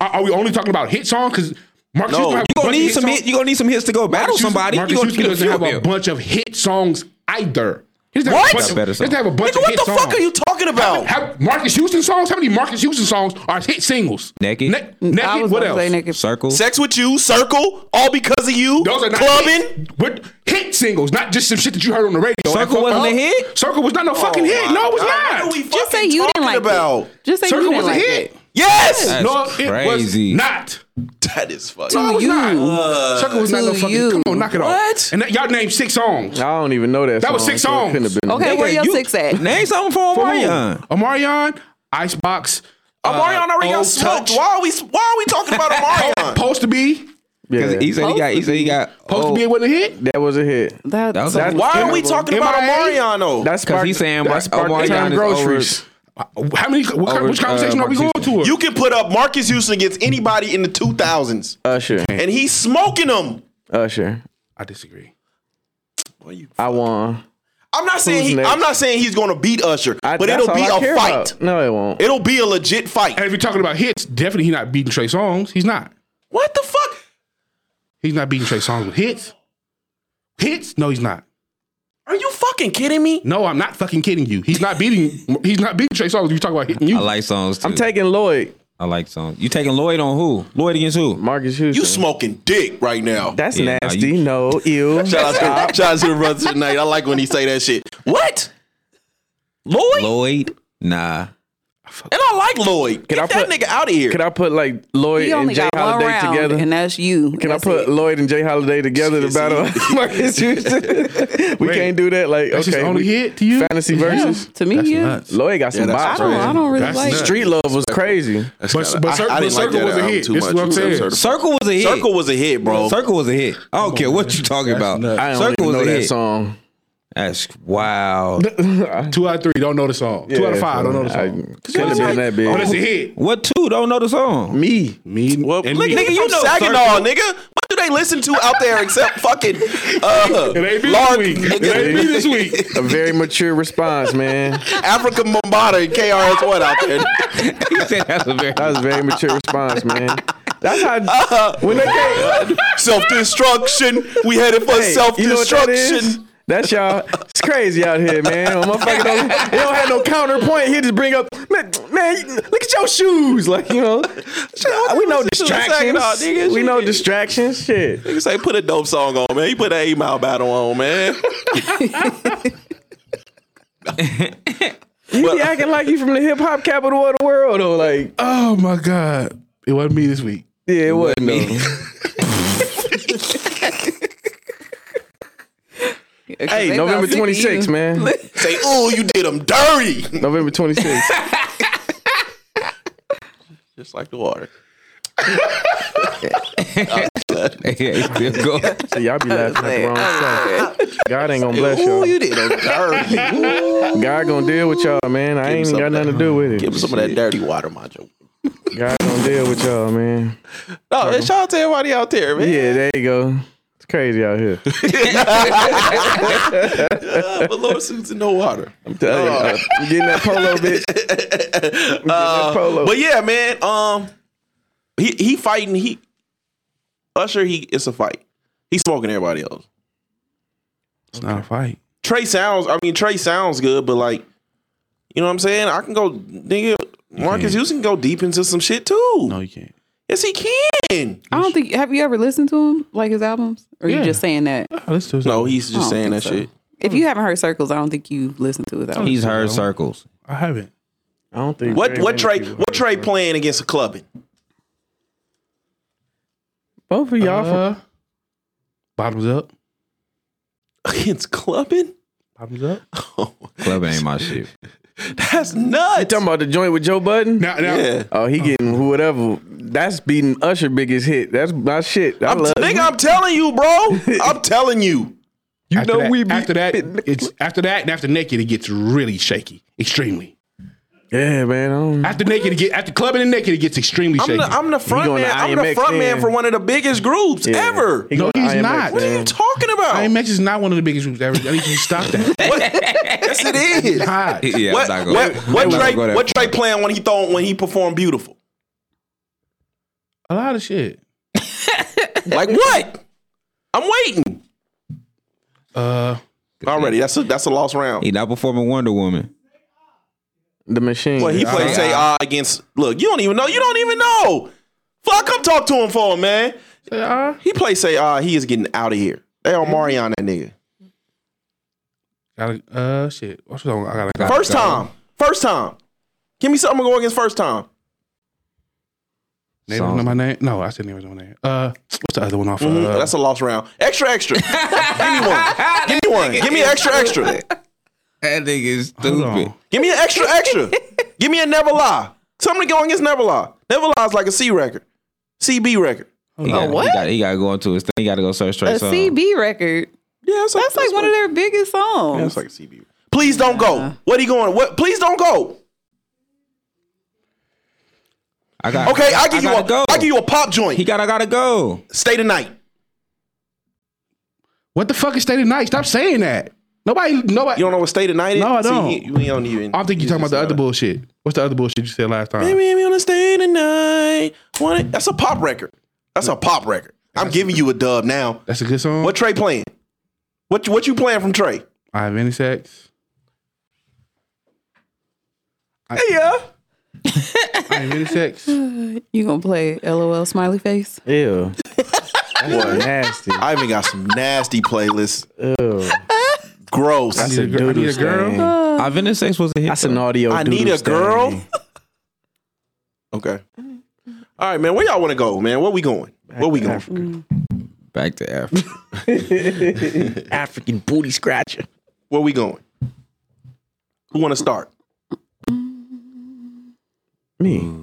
Speaker 6: Are, are we only talking about hit songs? Because Mark
Speaker 4: No,
Speaker 6: Houston have
Speaker 9: You
Speaker 6: a
Speaker 9: gonna
Speaker 6: bunch of
Speaker 9: need some.
Speaker 6: songs.
Speaker 9: Hit, you gonna need some hits to go battle
Speaker 6: Marcus Houston-
Speaker 9: somebody.
Speaker 6: Marcus
Speaker 9: you gonna
Speaker 6: Houston
Speaker 9: get a
Speaker 6: doesn't
Speaker 9: few
Speaker 6: have
Speaker 9: of
Speaker 6: a
Speaker 9: them.
Speaker 6: bunch of hit songs either. He doesn't
Speaker 4: What?
Speaker 6: Have a bunch
Speaker 9: Got
Speaker 6: of,
Speaker 9: better
Speaker 6: he doesn't
Speaker 9: songs.
Speaker 6: have a bunch
Speaker 4: Nigga,
Speaker 6: of
Speaker 4: what
Speaker 6: hit
Speaker 4: the
Speaker 6: songs.
Speaker 4: fuck are you talking about?
Speaker 6: How, Marcus Houston songs? How many Marcus Houston songs are hit singles?
Speaker 9: Naked.
Speaker 6: Ne- naked.
Speaker 7: I was
Speaker 6: what
Speaker 7: gonna
Speaker 6: else?
Speaker 7: say Naked.
Speaker 9: Circle.
Speaker 4: Sex with you, circle, all because of you,
Speaker 6: Those are not
Speaker 4: clubbing.
Speaker 6: Hit, what hit singles? Not just some shit that you heard on the radio.
Speaker 9: Circle
Speaker 6: Fuck
Speaker 9: wasn't
Speaker 6: up.
Speaker 9: a hit?
Speaker 6: Circle was not no fucking
Speaker 4: Oh,
Speaker 6: hit. No, it was not.
Speaker 7: Just say you didn't like
Speaker 4: about.
Speaker 7: it. Just say you
Speaker 6: Circle
Speaker 7: didn't
Speaker 6: was a
Speaker 7: like
Speaker 6: hit.
Speaker 7: it.
Speaker 4: Yes,
Speaker 9: That's
Speaker 6: no,
Speaker 9: crazy.
Speaker 6: it was not.
Speaker 4: that is fucking.
Speaker 6: No, it was
Speaker 7: you.
Speaker 6: not. Circle was not no
Speaker 7: To
Speaker 6: fucking.
Speaker 7: you.
Speaker 6: Come on, knock it off.
Speaker 9: What?
Speaker 6: And that, y'all named six songs.
Speaker 5: I don't even know that.
Speaker 6: That was
Speaker 5: song,
Speaker 6: six
Speaker 5: so it
Speaker 6: songs.
Speaker 5: Couldn't have been.
Speaker 7: Okay, where your six at?
Speaker 9: Name something for
Speaker 6: For who?
Speaker 9: Omarion.
Speaker 6: Omarion, Icebox.
Speaker 4: Omarion already got
Speaker 6: Old
Speaker 4: smoked.
Speaker 6: Touch.
Speaker 4: Why are we? Why are we talking about Omarion?
Speaker 6: Supposed to be.
Speaker 5: Yeah,
Speaker 9: Because he said he got. He said he got.
Speaker 6: Supposed to
Speaker 9: oh,
Speaker 6: be with a hit.
Speaker 5: that was a hit.
Speaker 7: That,
Speaker 9: That was a-
Speaker 7: that was
Speaker 4: Why are we
Speaker 7: terrible.
Speaker 4: talking about
Speaker 6: MIA?
Speaker 4: Omarion though?
Speaker 5: That's
Speaker 9: because he's saying
Speaker 5: that sparked the
Speaker 9: Omarion
Speaker 5: term
Speaker 9: is
Speaker 5: groceries.
Speaker 9: groceries.
Speaker 6: Uh, How many? What, kind-
Speaker 9: Over,
Speaker 6: which conversation
Speaker 9: uh,
Speaker 6: are we going
Speaker 9: Marcus
Speaker 6: to?
Speaker 4: You can put up Marcus Houston against anybody in the 2000s,
Speaker 5: Usher,
Speaker 4: and he's smoking them.
Speaker 5: Usher,
Speaker 6: I disagree.
Speaker 5: I won.
Speaker 4: I'm not saying
Speaker 5: Who's
Speaker 4: he,
Speaker 5: next?
Speaker 4: I'm not saying he's going to beat Usher,
Speaker 5: I,
Speaker 4: but
Speaker 5: that's
Speaker 4: it'll
Speaker 5: all
Speaker 4: be
Speaker 5: I care
Speaker 4: a fight.
Speaker 5: about. No, it won't.
Speaker 4: It'll be a legit fight.
Speaker 6: And if you're talking about hits, definitely he's not beating Trey Songz. He's not.
Speaker 4: What the fuck?
Speaker 6: He's not beating Trey Songz with hits. Hits? No, he's not.
Speaker 4: Are you fucking kidding me?
Speaker 6: No, I'm not fucking kidding you. He's not beating. he's not beating Trey Songz. if You talking about hitting you?
Speaker 9: I like songs. Too.
Speaker 5: I'm taking Lloyd,
Speaker 9: I like songs. You taking Lloyd on who? Lloyd against who?
Speaker 5: Marcus Houston.
Speaker 4: You smoking dick right now.
Speaker 5: That's
Speaker 9: Yeah, nah,
Speaker 5: nasty.
Speaker 9: you-
Speaker 5: no, ew.
Speaker 4: Shout out to shout out to the brothers tonight. I like when he say that shit. What? Lloyd?
Speaker 9: Lloyd? Nah.
Speaker 4: And I like Lloyd. Get
Speaker 5: I
Speaker 4: that
Speaker 5: put-
Speaker 4: nigga out of here.
Speaker 5: Could I put like Lloyd
Speaker 7: He
Speaker 5: and
Speaker 7: only
Speaker 5: Jay
Speaker 7: got one
Speaker 5: Holiday
Speaker 7: round,
Speaker 5: together?
Speaker 7: and that's you.
Speaker 5: Can I put Lloyd and Jay Holiday together to
Speaker 4: Yes,
Speaker 5: battle
Speaker 4: he-
Speaker 5: [LAUGHS] Marcus Houston? we can't do that. Like
Speaker 6: That's
Speaker 5: okay,
Speaker 6: his only
Speaker 5: we-
Speaker 6: hit to you?
Speaker 5: fantasy versus.
Speaker 7: to me?
Speaker 6: That's
Speaker 7: Yeah,
Speaker 6: nuts.
Speaker 5: Lloyd got some
Speaker 4: that's
Speaker 7: I
Speaker 5: bops.
Speaker 7: don't. I don't really
Speaker 6: That's
Speaker 7: like.
Speaker 6: nuts.
Speaker 5: Street love was crazy.
Speaker 4: That's
Speaker 6: But-
Speaker 4: kinda-
Speaker 6: but Circle- but Circle was a
Speaker 4: album
Speaker 6: hit. This is what I'm saying.
Speaker 4: Circle,
Speaker 9: Circle was a hit.
Speaker 4: Circle was a hit, bro.
Speaker 9: Circle was a hit. I don't care what you talking about.
Speaker 6: nuts.
Speaker 5: I don't
Speaker 9: Circle
Speaker 5: even
Speaker 9: was
Speaker 5: know
Speaker 9: a
Speaker 5: that
Speaker 9: hit.
Speaker 5: song.
Speaker 9: That's wow.
Speaker 6: Two out of three don't know the song. Two out of five don't know the
Speaker 5: I
Speaker 6: song.
Speaker 5: couldn't have been that
Speaker 6: But it's Oh, a
Speaker 5: big.
Speaker 6: hit.
Speaker 9: What two don't know the song?
Speaker 5: Me,
Speaker 6: Me
Speaker 4: Well,
Speaker 6: and
Speaker 4: nigga,
Speaker 6: me.
Speaker 4: nigga,
Speaker 6: [LAUGHS]
Speaker 4: you
Speaker 9: You
Speaker 4: know
Speaker 9: know
Speaker 4: Saginaw, nigga. What do they listen to out there except fucking uh,
Speaker 6: It ain't me
Speaker 4: Lark,
Speaker 6: this week. It
Speaker 4: nigga,
Speaker 6: ain't me this week.
Speaker 5: a very mature response, man.
Speaker 4: Africa Bombata and KRS One out there?
Speaker 9: [LAUGHS] He said that's a
Speaker 4: [LAUGHS]
Speaker 9: very.
Speaker 5: That was a very mature response, man. That's how when they came,
Speaker 4: self destruction. We headed for
Speaker 5: Hey,
Speaker 4: self
Speaker 5: you know what that is?
Speaker 4: destruction.
Speaker 5: That's y'all. It's crazy out here, man. A Motherfucker don't, they don't have no counterpoint. He just bring up, man, man, look at your shoes. Like, you know, we know distractions.
Speaker 4: Saginaw, nigga.
Speaker 5: we know distractions. Shit.
Speaker 4: Nigga say put a dope song on, man. You put an eight mile battle on, man.
Speaker 5: You [LAUGHS] be acting like you from the hip hop capital of the world, though. Like,
Speaker 6: Oh my God. It wasn't me this week.
Speaker 5: yeah, it wasn't. though. Hey, November 26th,
Speaker 9: [LAUGHS]
Speaker 5: man.
Speaker 4: [LAUGHS] Say, oh, you did them dirty.
Speaker 5: November [LAUGHS] 26th.
Speaker 4: Just like the water.
Speaker 9: yeah, he still go.
Speaker 5: So y'all be laughing at the wrong stuff. God ain't gonna bless
Speaker 4: Ooh,
Speaker 5: y'all.
Speaker 4: you did them dirty. Ooh.
Speaker 5: God gonna deal with y'all, man. I ain't
Speaker 4: some
Speaker 5: got
Speaker 4: of
Speaker 5: nothing to do with
Speaker 4: Give him
Speaker 5: it.
Speaker 4: some of that dirty water, my Joe.
Speaker 5: God gonna deal with y'all, man.
Speaker 4: No, and shout out to everybody out there, man.
Speaker 5: Yeah, there you go. It's crazy out here.
Speaker 4: Uh, but Lord suits in no water. I'm
Speaker 5: Hey,
Speaker 4: telling you.
Speaker 5: uh, I'm getting that
Speaker 4: [LAUGHS]
Speaker 5: polo, bitch. I'm getting
Speaker 4: Uh,
Speaker 5: that polo.
Speaker 4: But yeah, man. Um, he he fighting. He Usher. He it's a fight. He's smoking everybody else.
Speaker 6: It's not a fight.
Speaker 4: Trey sounds. I mean, Trey sounds good, but like, you know what I'm saying? I can go, nigga. Marcus Houston can go deep into some shit too.
Speaker 6: No, you can't.
Speaker 4: Yes, he can.
Speaker 7: I don't think. Have you ever listened to him, like his albums, or
Speaker 6: Yeah.
Speaker 7: you just saying that?
Speaker 6: Oh, let's do
Speaker 4: No, he's
Speaker 7: I
Speaker 4: just
Speaker 7: don't
Speaker 4: saying that
Speaker 7: think so.
Speaker 4: shit.
Speaker 7: If you haven't heard Circles, I don't think you listened to his album.
Speaker 9: He's heard circles.
Speaker 6: I haven't.
Speaker 5: I don't think
Speaker 4: What
Speaker 5: very
Speaker 4: what
Speaker 5: many
Speaker 4: Trey
Speaker 5: people-
Speaker 4: what Trey playing against a clubbing? [LAUGHS]
Speaker 5: Both of y'all from
Speaker 6: Uh,
Speaker 4: Uh-huh.
Speaker 6: bottoms up.
Speaker 4: Against clubbing? Oh,
Speaker 6: Bottoms up.
Speaker 9: Club ain't my shit.
Speaker 4: That's nuts.
Speaker 5: talking about the joint with Joe Budden.
Speaker 6: Now, now
Speaker 4: Yeah.
Speaker 5: Oh, he getting whatever. That's beating Usher biggest hit. That's my shit. I
Speaker 4: I'm
Speaker 5: love
Speaker 4: nigga, I'm telling you, bro. I'm telling you.
Speaker 5: you
Speaker 6: after
Speaker 5: know
Speaker 6: that,
Speaker 5: we be
Speaker 6: after that, it's after that and after naked, it gets really shaky, extremely.
Speaker 5: yeah, man. I don't-
Speaker 6: After naked, it get after clubbing and naked, it gets extremely
Speaker 4: I'm
Speaker 6: shaky.
Speaker 4: the, I'm the front
Speaker 5: going
Speaker 4: man.
Speaker 5: to
Speaker 4: I'm the
Speaker 5: IMX
Speaker 4: front man
Speaker 5: then.
Speaker 4: for one of the biggest groups
Speaker 5: yeah.
Speaker 4: ever.
Speaker 5: He
Speaker 6: No,
Speaker 5: going to
Speaker 6: he's
Speaker 5: IMX,
Speaker 6: not.
Speaker 4: What are you
Speaker 5: man.
Speaker 4: talking about?
Speaker 6: IMX is not one of the biggest groups ever. I need you to stop [LAUGHS] that.
Speaker 4: What? yes, it is.
Speaker 6: God.
Speaker 9: [LAUGHS] Yeah,
Speaker 4: what,
Speaker 9: I'm not
Speaker 4: what,
Speaker 9: gonna-
Speaker 4: what
Speaker 9: I'm not
Speaker 4: Drake?
Speaker 9: gonna go there.
Speaker 4: What Drake playing when he throw when he performed beautiful?
Speaker 6: A lot of shit.
Speaker 4: Like what? I'm waiting
Speaker 6: Uh,
Speaker 4: already. That's a that's a lost round.
Speaker 9: He not performing Wonder Woman.
Speaker 5: The machine.
Speaker 4: Well, he played say ah against. Look, you don't even know. You don't even know. Fuck, come talk to him for him, man.
Speaker 6: uh,
Speaker 4: He played say ah. He is getting out of here. They on Marion that nigga.
Speaker 6: gotta, uh, shit. What's the song? I gotta, gotta
Speaker 4: First time. First time. Give me something to go against first time.
Speaker 6: Name don't know my name. No, I said name don't know my name. Uh, what's the other one off?
Speaker 4: Mhm,
Speaker 6: Uh,
Speaker 4: That's a lost round. Extra, extra. Give me one. Give me one. Give me an extra, extra.
Speaker 9: That nigga is
Speaker 6: uh, hold on.
Speaker 9: stupid.
Speaker 4: Give me an extra, extra. Give me a never lie. Something to go against never lie. Never lie is like a C record, CB record.
Speaker 9: He got,
Speaker 7: what?
Speaker 9: He got, he got to go into his thing. He got to go search
Speaker 7: a
Speaker 9: Trey song.
Speaker 7: CB record.
Speaker 4: Yeah, it's
Speaker 7: That's like one of their biggest songs.
Speaker 4: That's like a CB. Please don't go. What he going? What? Please don't go.
Speaker 9: I got
Speaker 4: Okay, I give you
Speaker 9: gotta
Speaker 4: a.
Speaker 9: go.
Speaker 4: I give you a pop joint.
Speaker 9: He got. I gotta go.
Speaker 4: Stay tonight.
Speaker 6: What the fuck is State of Night? Stop saying that. Nobody, nobody.
Speaker 4: You don't know what stay tonight is?
Speaker 6: No, I don't.
Speaker 4: See, he- we don't even.
Speaker 6: I think you're talking about the other bullshit. What's the other bullshit you said last time?
Speaker 4: Baby, we gonna stay tonight. Wanna- That's a pop record. That's a pop record. I'm giving you a dub now.
Speaker 6: That's a good song.
Speaker 4: What Trey playing? What what you playing from Trey?
Speaker 6: I have any sex. I,
Speaker 4: Yeah.
Speaker 6: [LAUGHS] I have any sex.
Speaker 7: You gonna play LOL smiley face?
Speaker 5: Ew. That's nasty.
Speaker 4: I even got some nasty playlists. Gross.
Speaker 6: I need a girl. I need a
Speaker 5: Doodle
Speaker 6: girl.
Speaker 5: stain.
Speaker 9: I've been in sex was a hit.
Speaker 5: That's an audio.
Speaker 4: I need
Speaker 5: doodle
Speaker 4: a girl.
Speaker 5: stain.
Speaker 4: Okay. All right, man. Where y'all want to go, man? Where we going? Where we going?
Speaker 9: Back to Africa.
Speaker 5: African booty scratcher.
Speaker 4: Where we going? Who want to start? Mm.
Speaker 5: Me.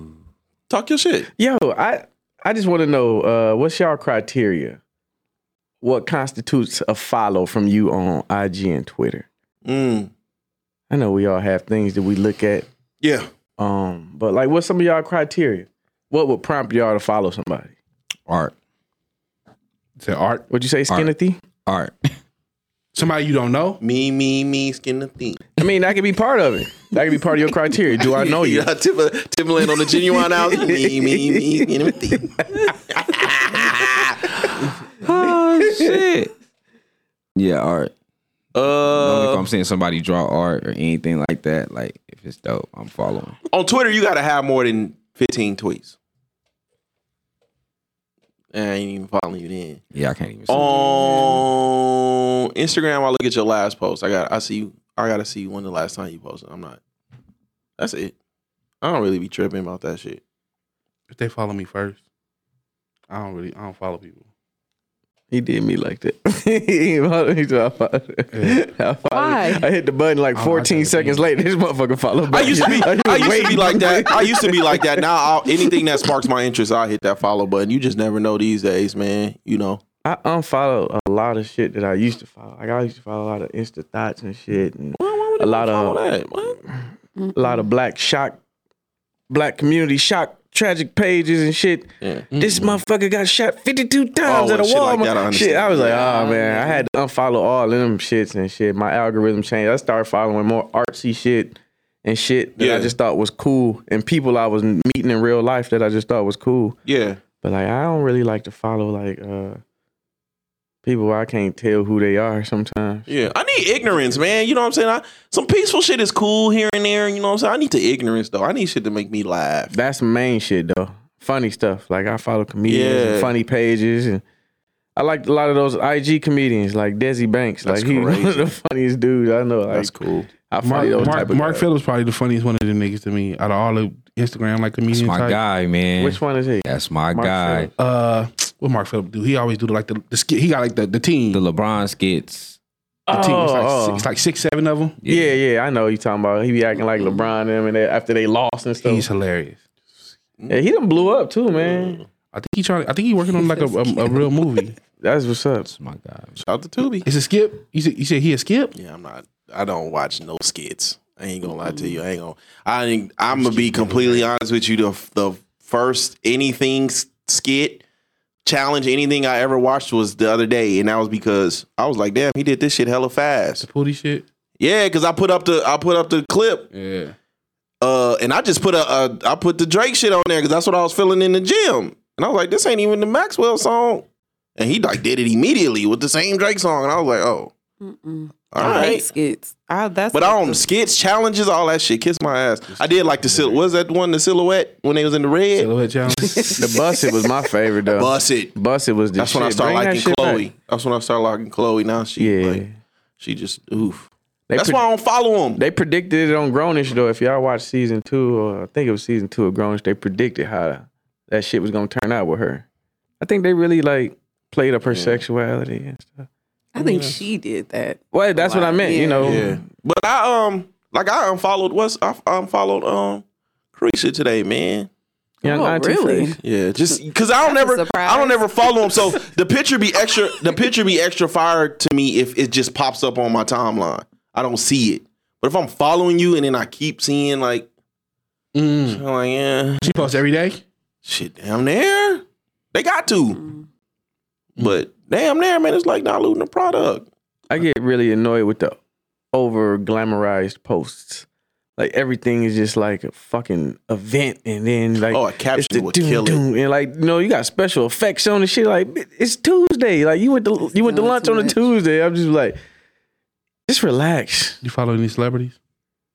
Speaker 4: Talk your shit.
Speaker 5: Yo, I I just want to know uh, what's y'all criteria? What constitutes a follow from you on IG and Twitter?
Speaker 4: Mm.
Speaker 5: I know we all have things that we look at,
Speaker 4: Yeah.
Speaker 5: um, but like, what's some of y'all criteria? What would prompt y'all to follow somebody?
Speaker 9: Art.
Speaker 6: To art.
Speaker 5: Would you say Skinnethy?
Speaker 9: Art.
Speaker 6: Somebody you don't know.
Speaker 4: Me, me, me, skin the thing.
Speaker 5: I mean, that could be part of it. That could be part of your criteria. Do
Speaker 4: [LAUGHS]
Speaker 5: I know you?
Speaker 4: Yeah, Tim, Timberland on the genuine
Speaker 5: [LAUGHS]
Speaker 4: house. Me, me, me, skin the thing.
Speaker 9: Oh shit. Yeah, art. Only if
Speaker 4: Uh,
Speaker 9: I'm seeing somebody draw art or anything like that, like if it's dope, I'm following.
Speaker 4: on Twitter, you got to have more than 15 tweets. I ain't even following you then.
Speaker 9: Yeah, I can't even. see
Speaker 4: On Instagram, I look at your last post. I got, I see you. I gotta see when the last time you posted. I'm not. That's it. I don't really be tripping about that shit.
Speaker 6: If they follow me first, I don't really. I don't follow people.
Speaker 5: He did me like that. [LAUGHS] He followed me, so I followed him. [LAUGHS] I followed him.
Speaker 7: Why?
Speaker 5: I hit the button like
Speaker 6: Oh, I
Speaker 5: 14
Speaker 6: gotta
Speaker 5: seconds later. This motherfucker followed
Speaker 4: I
Speaker 5: back.
Speaker 4: used to be,
Speaker 5: was
Speaker 4: [LAUGHS] I used to be
Speaker 5: waiting.
Speaker 4: like that. I used to be like that. Now, I'll, anything that sparks my interest, I will hit that follow button. You just never know these days, man. You know.
Speaker 5: I unfollow a lot of shit that I used to follow. Like I used to follow a lot of Insta thoughts and shit, and a lot
Speaker 4: Follow
Speaker 5: of
Speaker 4: that. What?
Speaker 5: a lot of black shock, black community shock, tragic pages and shit.
Speaker 4: Yeah. Mm-hmm.
Speaker 5: This motherfucker got shot fifty two times
Speaker 4: Oh,
Speaker 5: at a
Speaker 4: and shit like
Speaker 5: Walmart.
Speaker 4: that, I understand.
Speaker 5: shit, I was like, oh man, I had to unfollow all of them shits and shit. My algorithm changed. I started following more artsy shit and shit that
Speaker 4: Yeah.
Speaker 5: I just thought was cool, and people I was meeting in real life that I just thought was cool.
Speaker 4: Yeah.
Speaker 5: But like I don't really like to follow like uh people I can't tell who they are sometimes.
Speaker 4: Yeah. I need ignorance, man. You know what I'm saying? I, some peaceful shit is cool here and there. You know what I'm saying? I need the ignorance though. I need shit to make me laugh.
Speaker 5: That's the main shit though. Funny stuff. Like I follow comedians
Speaker 4: Yeah.
Speaker 5: and funny pages and I liked a lot of those IG comedians like Desi Banks.
Speaker 4: That's
Speaker 5: like he's [LAUGHS] one of the funniest dudes I know. Like
Speaker 4: That's cool.
Speaker 5: I follow
Speaker 6: Mark,
Speaker 5: those
Speaker 6: Mark,
Speaker 5: type of
Speaker 6: Mark
Speaker 5: guys.
Speaker 6: Phillips probably the funniest one of them niggas to me out of all the Instagram like
Speaker 9: That's
Speaker 6: comedians.
Speaker 9: my
Speaker 6: type.
Speaker 9: guy, man.
Speaker 5: Which one is he?
Speaker 9: That's my
Speaker 5: Mark
Speaker 9: guy.
Speaker 5: Phillips.
Speaker 6: Uh, what Mark Phillips do? He always do the, like the, the skit. He got like the the team.
Speaker 9: The
Speaker 6: The,
Speaker 9: LeBron skits.
Speaker 6: team. It's like,
Speaker 5: Oh,
Speaker 6: six, it's like six, seven of them.
Speaker 5: Yeah. yeah, I know who you talking about. He be acting like LeBron and them and they, after they lost and stuff.
Speaker 6: Mm-hmm. He's Mm. hilarious.
Speaker 5: yeah, he done blew up too, man.
Speaker 6: I think he trying. I think he working on like a, a, a real movie.
Speaker 5: That's what's up.
Speaker 9: That's my guy. man.
Speaker 4: Shout out to Tubi.
Speaker 6: It's a skip. You said, you said he a skip.
Speaker 4: Yeah, I'm not. I don't watch no skits. I ain't gonna lie to you. I ain't gonna. I ain't, I'm gonna be completely honest with you. The the first anything s- skit challenge, anything I ever watched was the other day, and that was because I was like, damn, he did this shit hella fast.
Speaker 6: Pooty shit.
Speaker 4: Yeah, because I put up the I put up the clip,
Speaker 6: Yeah.
Speaker 4: uh, and I just put a, a I put the Drake shit on there because that's what I was feeling in the gym, and I was like, this ain't even the Maxwell song, and he like did it immediately with the same Drake song, and I was like, oh, all
Speaker 7: I hate
Speaker 4: right.
Speaker 7: skits. I, that's
Speaker 4: But I don't skits, challenges, all that shit. Kiss my ass. I did like the sil- what was that one the silhouette when they was in the red.
Speaker 6: Silhouette challenge.
Speaker 5: The bus it was my favorite though.
Speaker 4: Bust it.
Speaker 5: Busted was the
Speaker 4: That's
Speaker 5: shit.
Speaker 4: when I started
Speaker 5: Bring that
Speaker 4: liking
Speaker 5: shit back.
Speaker 4: Chloe. That's when I started liking Chloe. Now she
Speaker 5: Yeah.
Speaker 4: like she just oof.
Speaker 5: They
Speaker 4: That's
Speaker 5: pre-
Speaker 4: why I don't follow him.
Speaker 5: They predicted it on Grownish though. If y'all watched season two, or I think it was season two of Grownish, they predicted how that shit was gonna turn out with her. I think they really like played up her sexuality and stuff.
Speaker 7: I think she did that.
Speaker 5: Well, that's what I meant. You
Speaker 7: Yeah.
Speaker 5: know,
Speaker 4: Yeah. But I um like I unfollowed what's I unfollowed um Carisha today, man.
Speaker 5: young
Speaker 7: Oh,
Speaker 5: auntie
Speaker 7: really?
Speaker 5: face.
Speaker 4: Yeah, just because I don't
Speaker 7: That's a
Speaker 4: never, I
Speaker 7: surprise.
Speaker 4: don't ever follow him. So the picture be extra, the picture be extra fire to me if it just pops up on my timeline. I don't see it, but if I'm following you and then I keep seeing like,
Speaker 6: Mm.
Speaker 4: I'm like yeah,
Speaker 6: She posts every day.
Speaker 4: shit, damn there, they got to, but damn there, man, it's like not looting the product.
Speaker 5: I get really annoyed with the over glamorized posts. Like everything is just like a fucking event, and then like
Speaker 4: Oh, a caption
Speaker 5: it's the
Speaker 4: would kill it.
Speaker 5: and like no, you got special effects on the shit. Like it's Tuesday, like you went to you went to
Speaker 7: Not
Speaker 5: lunch
Speaker 7: too
Speaker 5: on a
Speaker 7: much.
Speaker 5: Tuesday. I'm just like, just relax.
Speaker 6: You follow any celebrities?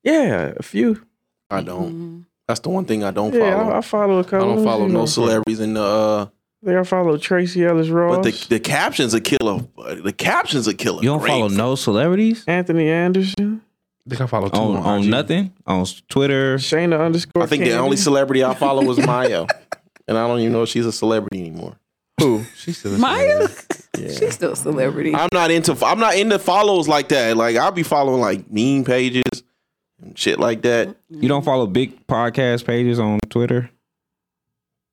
Speaker 5: Yeah, a few.
Speaker 4: I don't.
Speaker 7: Mm-hmm.
Speaker 4: That's the one thing I don't
Speaker 5: Yeah,
Speaker 4: follow.
Speaker 5: I, I follow a
Speaker 4: I,
Speaker 5: couple.
Speaker 4: don't follow
Speaker 5: you
Speaker 4: no
Speaker 5: know.
Speaker 4: celebrities in the. Uh,
Speaker 5: I think I follow Tracy Ellis Ross,
Speaker 4: but the, the captions a killer. The captions a killer.
Speaker 9: You don't
Speaker 4: Great.
Speaker 9: follow no celebrities?
Speaker 5: Anthony Anderson.
Speaker 6: think I follow two
Speaker 9: on,
Speaker 6: on,
Speaker 9: on
Speaker 6: IG.
Speaker 9: Oh, nothing on s- Twitter.
Speaker 5: Shayna underscore.
Speaker 4: I think the
Speaker 5: Cannon.
Speaker 4: only celebrity I follow
Speaker 5: [LAUGHS]
Speaker 4: was Mayo, and I don't even know if she's a celebrity anymore.
Speaker 5: Who?
Speaker 6: She's still
Speaker 7: Maya, [LAUGHS] she's still a celebrity.
Speaker 4: I'm not into I'm not into follows like that. Like I'll be following like meme pages and shit like that.
Speaker 9: You don't follow big podcast pages on Twitter.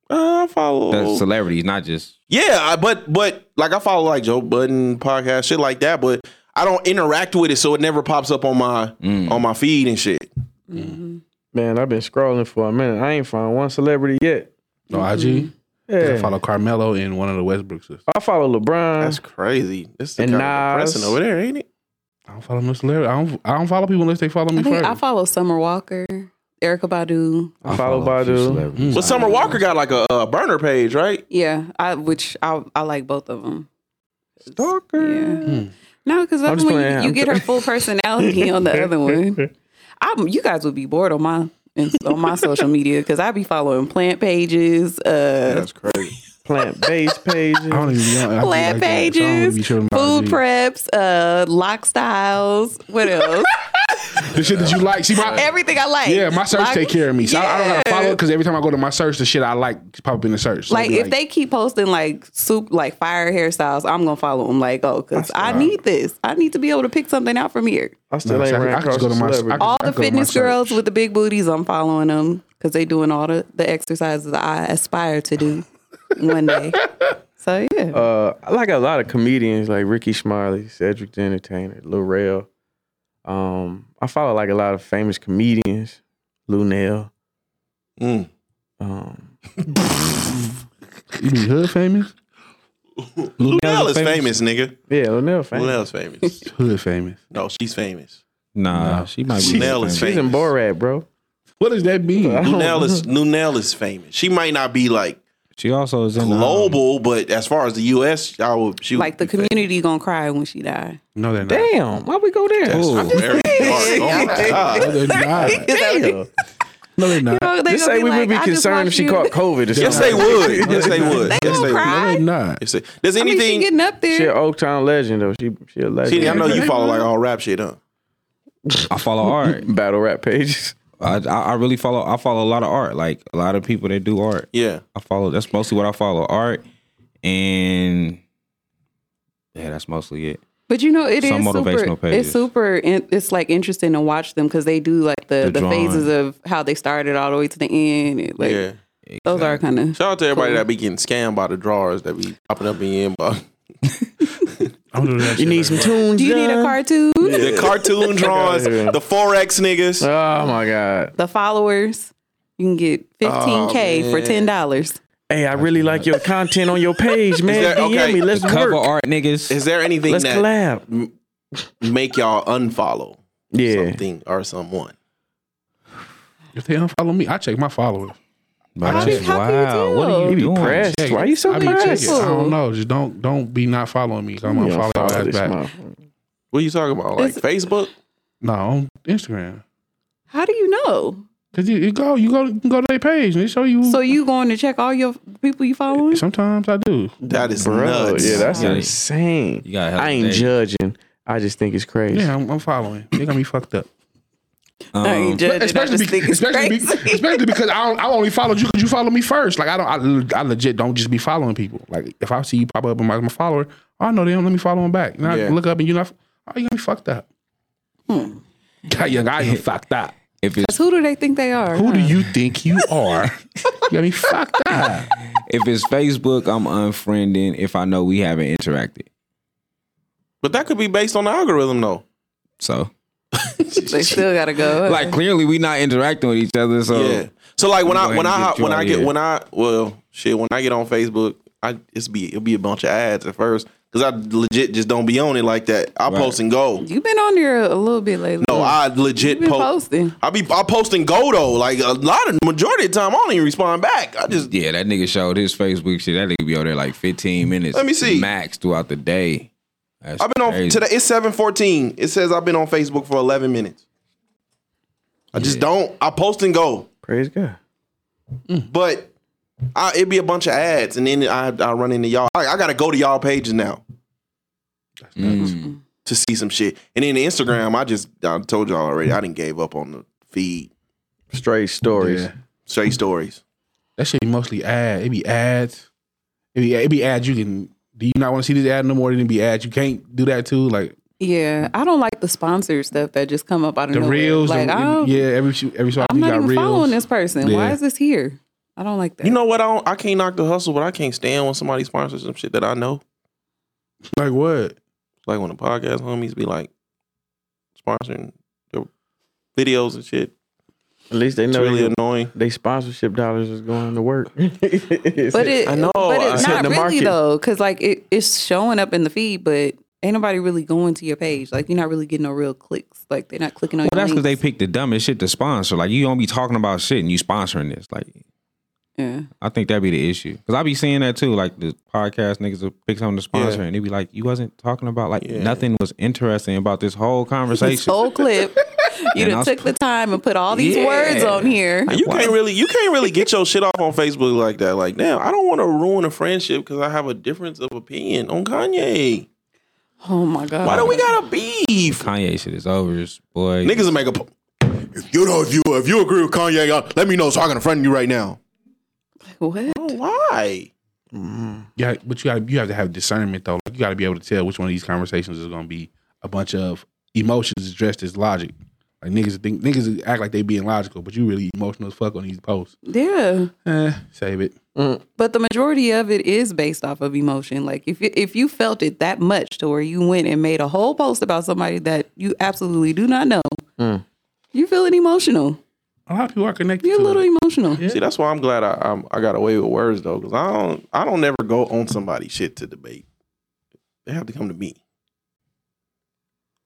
Speaker 4: Uh, I follow.
Speaker 9: That's celebrities, not just
Speaker 4: yeah, I, but but like I follow like Joe Budden podcast shit like that, but I don't interact with it, so it never pops up on my on my feed and shit.
Speaker 7: Mm-hmm.
Speaker 5: Man, I've been scrolling for a minute. I ain't found one celebrity yet.
Speaker 6: on IG. I
Speaker 5: Yeah.
Speaker 6: follow Carmelo and one of the Westbrook sisters.
Speaker 5: I follow LeBron.
Speaker 4: That's crazy. This is
Speaker 5: And
Speaker 4: kind of
Speaker 5: Nas.
Speaker 4: depressing over there, ain't it?
Speaker 6: I don't follow no celebrity. I don't. I don't follow people unless they follow me
Speaker 7: I think
Speaker 6: first.
Speaker 7: I follow Summer Walker, Erica Badu.
Speaker 5: I follow Badu.
Speaker 6: Mm.
Speaker 4: But Summer Walker got like a, uh burner page, right?
Speaker 7: Yeah, I which I I like both of them.
Speaker 5: Stalker.
Speaker 7: Yeah. No, because that's
Speaker 5: just playing.
Speaker 7: when you, you
Speaker 5: Hmm. I'm
Speaker 7: get her full personality on the
Speaker 5: [LAUGHS]
Speaker 7: other one. I'm, you guys would be bored on my on my social media because I'd be following plant pages, uh,
Speaker 5: Plant based pages.
Speaker 6: [LAUGHS] I don't even know. I be
Speaker 7: plant
Speaker 6: like that, so I don't
Speaker 7: pages,
Speaker 6: be sure
Speaker 7: food
Speaker 6: about IG.
Speaker 7: preps, uh, lock styles.
Speaker 5: [LAUGHS]
Speaker 7: What else?
Speaker 6: The shit that you like. See my
Speaker 7: Everything I like.
Speaker 6: Yeah, my search
Speaker 7: Like-
Speaker 6: take care of me. So I, I don't gotta
Speaker 7: Yeah.
Speaker 6: follow it because every time I go to my search, the shit I like pop up in the search. So
Speaker 7: Like,
Speaker 6: it'd be
Speaker 7: if they keep posting like soup, like fire hairstyles, I'm gonna follow them. Like, oh, because I need this. I need to be able to pick something out from here.
Speaker 5: I still
Speaker 6: No,
Speaker 5: ain't
Speaker 6: exactly.
Speaker 5: ran
Speaker 6: I could just
Speaker 5: across
Speaker 6: go to
Speaker 5: a
Speaker 6: my- I
Speaker 5: celebrity.
Speaker 6: could-
Speaker 7: all
Speaker 6: I
Speaker 7: the
Speaker 6: go to my
Speaker 7: fitness girls
Speaker 6: search.
Speaker 7: with the big booties, I'm following them because they doing all the, the exercises I aspire to do one [LAUGHS] day. So yeah,
Speaker 5: uh, I like a lot of comedians like Ricky Smiley, Cedric the Entertainer, Lil Rel. Um, I follow like a lot of famous comedians, Lou Nell.
Speaker 4: Mm.
Speaker 5: Um,
Speaker 6: you mean hood famous?
Speaker 4: Lil Nell is famous, nigga.
Speaker 5: yeah, Lil Nell famous.
Speaker 4: Lil Nell's
Speaker 6: [LAUGHS]
Speaker 4: famous.
Speaker 6: Hood famous.
Speaker 4: no, she's famous.
Speaker 9: nah. She might be
Speaker 4: Lil Nell is
Speaker 5: She's in
Speaker 4: famous.
Speaker 5: Borat, bro.
Speaker 6: What does that mean?
Speaker 4: Lil Nell is Lil Nell is famous. She might not be like
Speaker 9: She also is in um,
Speaker 4: global, but as far as the U.S., I would she would
Speaker 7: like the
Speaker 4: be famous.
Speaker 7: community gonna cry when she die.
Speaker 6: No, they're not.
Speaker 5: Damn, why we go there?
Speaker 9: Ooh.
Speaker 4: Very dark. Oh my
Speaker 6: No,
Speaker 4: God.
Speaker 6: they're
Speaker 7: [LAUGHS]
Speaker 6: not.
Speaker 5: Damn.
Speaker 6: No, they're not.
Speaker 7: Oh, they
Speaker 5: Just
Speaker 7: gonna
Speaker 5: say
Speaker 7: be
Speaker 5: we
Speaker 7: like,
Speaker 5: would be
Speaker 7: "I just
Speaker 5: concerned
Speaker 7: watched
Speaker 5: if she
Speaker 7: you."
Speaker 5: caught COVID or
Speaker 4: [LAUGHS]
Speaker 5: something.
Speaker 4: Yes, they would. Yes, they would.
Speaker 7: They
Speaker 4: Yes,
Speaker 7: gonna
Speaker 4: they would.
Speaker 6: No,
Speaker 7: cry.
Speaker 6: they're not.
Speaker 4: Yes, they- Does
Speaker 7: I mean, she
Speaker 4: anything?
Speaker 7: getting up there.
Speaker 5: She an Oak Town legend though. She she a legend.
Speaker 4: CD, I know you
Speaker 7: [LAUGHS]
Speaker 4: follow like all rap shit, huh?
Speaker 9: I follow art.
Speaker 5: [LAUGHS] battle rap pages.
Speaker 9: I, I I really follow. I follow a lot of art. Like a lot of people that do art.
Speaker 4: Yeah.
Speaker 9: I follow. That's mostly what I follow. Art and yeah, that's mostly it.
Speaker 7: But you know, it is
Speaker 9: Some motivational
Speaker 7: super.
Speaker 9: pages.
Speaker 7: It's super. in- It's like interesting to watch them because they do like the,
Speaker 9: The
Speaker 7: the,
Speaker 9: drawing.
Speaker 7: phases of how they started all the way to the end. and, like
Speaker 4: Yeah.
Speaker 7: those are kind of.
Speaker 4: Shout out to everybody that be getting scammed by the drawers that be popping up in your inbox.
Speaker 6: I'm doing that
Speaker 5: You
Speaker 6: shit
Speaker 5: need
Speaker 6: like
Speaker 5: some tunes.
Speaker 7: Do you need a cartoon?
Speaker 4: The cartoon drawers,
Speaker 5: here.
Speaker 4: the Forex niggas.
Speaker 5: Oh my god.
Speaker 7: The followers, you can get 15k for ten dollars.
Speaker 5: Hey, I really like your content on your [LAUGHS] page, man.
Speaker 4: that-
Speaker 5: DM
Speaker 4: okay.
Speaker 5: me. Let's
Speaker 9: Cover
Speaker 5: work.
Speaker 9: art, niggas.
Speaker 4: Is there anything
Speaker 5: Let's
Speaker 4: that
Speaker 5: collab.
Speaker 4: make y'all unfollow
Speaker 5: Yeah.
Speaker 4: something or someone?
Speaker 6: If they unfollow me, I check my followers.
Speaker 9: But
Speaker 7: How do-
Speaker 9: just-
Speaker 7: how can you tell?
Speaker 9: what are
Speaker 5: You
Speaker 9: you
Speaker 5: be
Speaker 9: doing?
Speaker 5: pressed.
Speaker 6: Check
Speaker 5: Why
Speaker 6: it.
Speaker 5: you so
Speaker 6: I be
Speaker 5: pressed?
Speaker 6: checking. I
Speaker 7: Cool.
Speaker 6: don't know. Just don't don't be not following me. 'cause I'm
Speaker 5: You
Speaker 6: gonna
Speaker 5: don't
Speaker 6: follow your
Speaker 5: follow
Speaker 6: ass
Speaker 5: this
Speaker 6: back.
Speaker 5: motherfucker.
Speaker 4: What are you talking about? Like
Speaker 7: It's-
Speaker 4: Facebook?
Speaker 6: No, on Instagram.
Speaker 7: How do you know?
Speaker 6: Cause you, you go, you go, you can go to their page and they show you.
Speaker 7: So you going to check all your people you following?
Speaker 6: sometimes I do.
Speaker 4: That is
Speaker 5: Bro,
Speaker 4: nuts.
Speaker 5: yeah, that's
Speaker 9: Yeah.
Speaker 5: insane.
Speaker 9: You gotta help
Speaker 5: I ain't
Speaker 9: Dave.
Speaker 5: judging. I just think it's crazy.
Speaker 6: Yeah, I'm, I'm following. They got me fucked up.
Speaker 9: Um,
Speaker 7: I ain't judging. I
Speaker 6: especially,
Speaker 7: just
Speaker 6: be,
Speaker 7: think it's
Speaker 6: especially, be,
Speaker 7: crazy.
Speaker 6: especially because I, don't, I only followed you because you followed me first. Like I don't, I, I legit don't just be following people. Like if I see you pop up as my, my follower, oh no, they don't let me follow them back. And I
Speaker 4: Yeah.
Speaker 6: look up and you're not. Oh, you got me fucked up.
Speaker 7: Hmm.
Speaker 6: Got you, got
Speaker 7: [LAUGHS]
Speaker 6: you fucked up.
Speaker 9: if it's
Speaker 7: Who do they think they are?
Speaker 6: Who do you think you are? you got me fucked
Speaker 7: [LAUGHS]
Speaker 6: up.
Speaker 9: if it's Facebook, I'm unfriending. If I know we haven't interacted,
Speaker 4: But that could be based on the algorithm, though.
Speaker 9: so
Speaker 7: They still gotta go.
Speaker 9: like clearly we not interacting with each other. So
Speaker 4: Yeah. So like when
Speaker 9: Go
Speaker 4: I
Speaker 9: ahead
Speaker 4: when
Speaker 9: and
Speaker 4: I
Speaker 9: get you
Speaker 4: when
Speaker 9: out
Speaker 4: I
Speaker 9: of
Speaker 4: get
Speaker 9: here.
Speaker 4: when I well shit when I get on Facebook I it's be it'll be a bunch of ads at first because I legit just don't be on it like that. I
Speaker 9: Right.
Speaker 4: post and go.
Speaker 7: You've been on there a little bit lately.
Speaker 4: No, I legit
Speaker 7: You've been
Speaker 4: post.
Speaker 7: posting.
Speaker 4: I be I post and go though. Like a lot of majority of the time I don't even respond back. I just
Speaker 9: yeah, that nigga showed his Facebook shit. That nigga be over there like 15 minutes.
Speaker 4: Let me see.
Speaker 9: max throughout the day. That's
Speaker 4: I've been on
Speaker 9: crazy.
Speaker 4: today. It's seven fourteen. It says I've been on Facebook for eleven minutes. I just don't. I post and go,
Speaker 5: Praise God.
Speaker 4: but I, it'd be a bunch of ads, and then I I run into y'all. I, I gotta go to y'all pages now.
Speaker 9: Mm.
Speaker 4: to see some shit. And then Instagram, I just I told y'all already, I didn't gave up on the feed.
Speaker 5: Straight stories.
Speaker 6: Yeah.
Speaker 4: Straight stories.
Speaker 6: That shit be mostly ad. It be ads. It be it be ads. You can. Do you not want to see this ad no more? Then it be ads. You can't do that too. Like
Speaker 7: Yeah, I don't like the sponsored stuff that just come up out of
Speaker 6: the
Speaker 7: nowhere.
Speaker 6: reels.
Speaker 7: like
Speaker 6: the,
Speaker 7: I'm,
Speaker 6: yeah, every sh- every so often
Speaker 7: I'm
Speaker 6: you
Speaker 7: not
Speaker 6: got
Speaker 7: even
Speaker 6: reels.
Speaker 7: following this person. Why
Speaker 6: Yeah.
Speaker 7: is this here? I don't like that.
Speaker 4: You know what? I don't, I can't knock the hustle, but I can't stand when somebody sponsors some shit that I know.
Speaker 6: Like what?
Speaker 4: Like when the podcast homies be like sponsoring the videos and shit.
Speaker 5: At least they
Speaker 4: It's
Speaker 5: know
Speaker 4: really
Speaker 5: they,
Speaker 4: annoying.
Speaker 5: they sponsorship dollars is going to [LAUGHS] work.
Speaker 7: but it,
Speaker 4: I know,
Speaker 7: but
Speaker 4: I
Speaker 7: it's
Speaker 4: said
Speaker 7: not
Speaker 5: the
Speaker 7: really
Speaker 5: market.
Speaker 7: though, because like it, it's showing up in the feed, but ain't nobody really going to your page. Like you're not really getting no real clicks. Like they're not clicking on.
Speaker 9: Well,
Speaker 7: your
Speaker 9: that's because they
Speaker 7: links.
Speaker 9: picked the dumbest shit to sponsor. Like you don't be talking about shit and you sponsoring this. Like
Speaker 4: [LAUGHS]
Speaker 7: Yeah.
Speaker 9: I think that'd be the issue. Cause I be seeing that too. Like the podcast niggas will pick something to sponsor and they be like, you wasn't talking about like nothing was interesting about this whole
Speaker 7: [LAUGHS] This
Speaker 9: conversation.
Speaker 7: whole clip,
Speaker 9: And
Speaker 7: you
Speaker 9: I
Speaker 7: done
Speaker 9: was-
Speaker 7: took the time and put all these words on here.
Speaker 4: You can't really you can't really get your shit off on Facebook like that. Like, damn, I don't want to ruin a friendship because I have a difference of opinion on Kanye.
Speaker 7: Oh my god.
Speaker 4: Why do we got a beef?
Speaker 9: Kanye shit is over. It's- Boy,
Speaker 4: Niggas will make a po-
Speaker 2: If you know if you if you agree with Kanye, uh, let me know so I can friend you right now.
Speaker 7: What?
Speaker 4: why?
Speaker 6: Yeah, but you got you have to have discernment though. Like you got to be able to tell which one of these conversations is going to be a bunch of emotions dressed as logic. Like niggas think niggas act like they being logical, but you really emotional as fuck on these posts.
Speaker 7: Yeah.
Speaker 6: Eh, save it.
Speaker 7: But the majority of it is based off of emotion. Like if you, if you felt it that much to where you went and made a whole post about somebody that you absolutely do not know, you feeling emotional.
Speaker 6: A lot of people are connected.
Speaker 7: You're
Speaker 6: to
Speaker 7: a little
Speaker 6: it.
Speaker 7: emotional.
Speaker 4: See, that's why I'm glad I I'm, I got away with words though, because I don't I don't ever go on somebody's shit to debate. They have to come to me.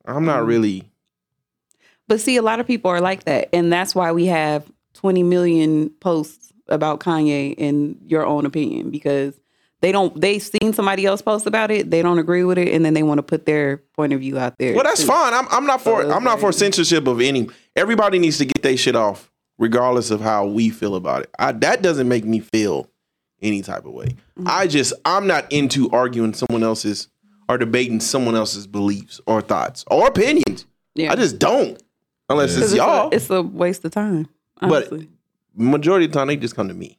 Speaker 4: I'm not really.
Speaker 7: But see, a lot of people are like that, and that's why we have 20 million posts about Kanye in your own opinion because they don't they seen somebody else post about it, they don't agree with it, and then they want to put their point of view out there.
Speaker 4: Well, that's
Speaker 7: too. Uh,
Speaker 4: fine. I'm I'm not for I'm not for censorship of any. Everybody needs to get their shit off, regardless of how we feel about it. I, that doesn't make me feel any type of way.
Speaker 7: Mm-hmm.
Speaker 4: I just I'm not into arguing someone else's or debating someone else's beliefs or thoughts or opinions.
Speaker 7: Yeah.
Speaker 4: I just don't. Unless it's
Speaker 7: 'Cause it's,
Speaker 4: y'all.
Speaker 7: a, it's a waste of time. Honestly.
Speaker 4: majority of the time they just come to me.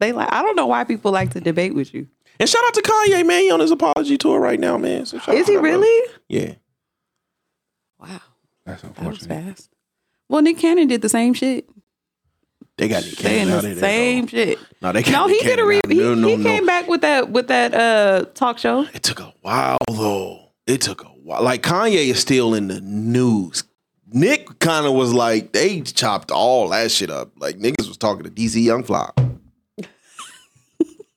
Speaker 7: they like I don't know why people like to debate with you.
Speaker 4: And shout out to Kanye, man. He on his apology tour right now, man. So shout out
Speaker 7: Is
Speaker 4: to
Speaker 7: he
Speaker 4: that brother.
Speaker 7: really?
Speaker 4: Yeah.
Speaker 7: Wow,
Speaker 6: That's
Speaker 7: that was
Speaker 6: unfortunate.
Speaker 7: fast. Well, Nick Cannon did the same shit.
Speaker 4: They got Nick
Speaker 7: They in
Speaker 4: Cannon out
Speaker 7: the
Speaker 4: of there.
Speaker 7: same
Speaker 4: though.
Speaker 7: shit.
Speaker 4: No, they got
Speaker 7: No,
Speaker 4: Nick
Speaker 7: he did a
Speaker 4: Cannon
Speaker 7: re-
Speaker 4: out.
Speaker 7: he,
Speaker 4: No, no,
Speaker 7: he
Speaker 4: no.
Speaker 7: came back with that with that uh talk show.
Speaker 4: It took a while though. It took a while. Like Kanye is still in the news. Nick kind of was like they chopped all that shit up. Like niggas was talking to DC Young Fly.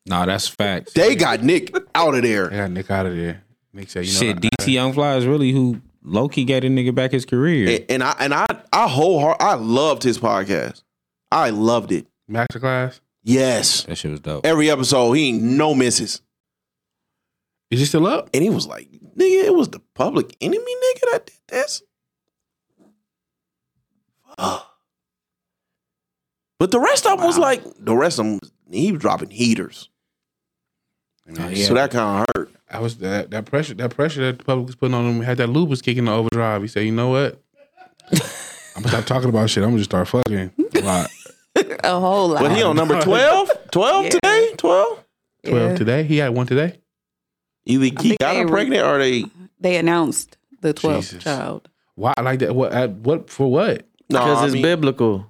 Speaker 9: nah,
Speaker 4: [LAUGHS]
Speaker 9: that's facts.
Speaker 4: They got Nick out of there.
Speaker 6: I got Nick out of there. Nick said, "You know,
Speaker 9: Shit,
Speaker 6: I-
Speaker 9: DT Young Fly is really who low key gave a nigga back his career.
Speaker 4: And, and I and I I wholeheart I loved his podcast. I loved it.
Speaker 6: masterclass.
Speaker 4: Yes.
Speaker 9: that shit was dope.
Speaker 4: Every episode he ain't no misses.
Speaker 6: Is it still up?
Speaker 4: And he was like, nigga, it was the public enemy nigga that did this. Fuck. But the rest of them was like, the rest of them, he was dropping heaters.
Speaker 7: Oh,
Speaker 4: So that kind of hurt.
Speaker 6: I was that that pressure that pressure that the public was putting on him had that loop was kicking the overdrive. He said, "You know what? I'm gonna stop talking about shit. I'm gonna just start fucking a lot."
Speaker 7: A whole lot.
Speaker 4: But he on number 12? 12
Speaker 7: Yeah.
Speaker 4: today? 12?
Speaker 6: Twelve
Speaker 7: [LAUGHS] Yeah.
Speaker 6: today. He had one today.
Speaker 4: Either he
Speaker 7: think
Speaker 4: got
Speaker 7: they
Speaker 4: her
Speaker 7: re-
Speaker 4: pregnant or they.
Speaker 7: They announced the 12th
Speaker 6: Jesus.
Speaker 7: child.
Speaker 6: Why like that? What? At, what for? What?
Speaker 4: No,
Speaker 5: Because
Speaker 4: I
Speaker 5: it's
Speaker 4: mean,
Speaker 5: biblical.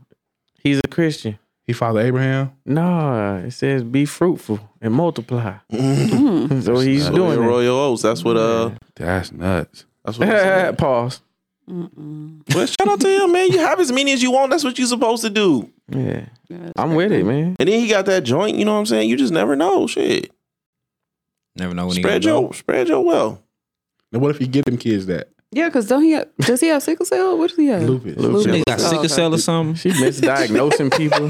Speaker 5: He's a Christian.
Speaker 6: He fathered Abraham.
Speaker 5: No, it says be fruitful and [LAUGHS] multiply. so he's
Speaker 4: Royal,
Speaker 5: doing it.
Speaker 4: Royal Oats. That's what. Uh,
Speaker 6: That's nuts.
Speaker 4: that's what. it said.
Speaker 5: [LAUGHS] Pause.
Speaker 4: But shout out to him, man. You have as many as you want. That's what you're supposed to do.
Speaker 5: Yeah, I'm with it, man.
Speaker 4: And then he got that joint. You know what I'm saying? You just never know. Shit.
Speaker 9: Never know when he
Speaker 4: Spread
Speaker 9: gonna go.
Speaker 4: your, spread your well.
Speaker 6: Now what if he get them kids that
Speaker 7: Yeah, because don't he have, does he have sickle cell? What does he have?
Speaker 6: lupus?
Speaker 5: Lupus.
Speaker 9: Nigga got
Speaker 7: Oh,
Speaker 9: sickle
Speaker 7: okay.
Speaker 9: cell or something.
Speaker 5: She
Speaker 4: [LAUGHS]
Speaker 5: misdiagnosing people.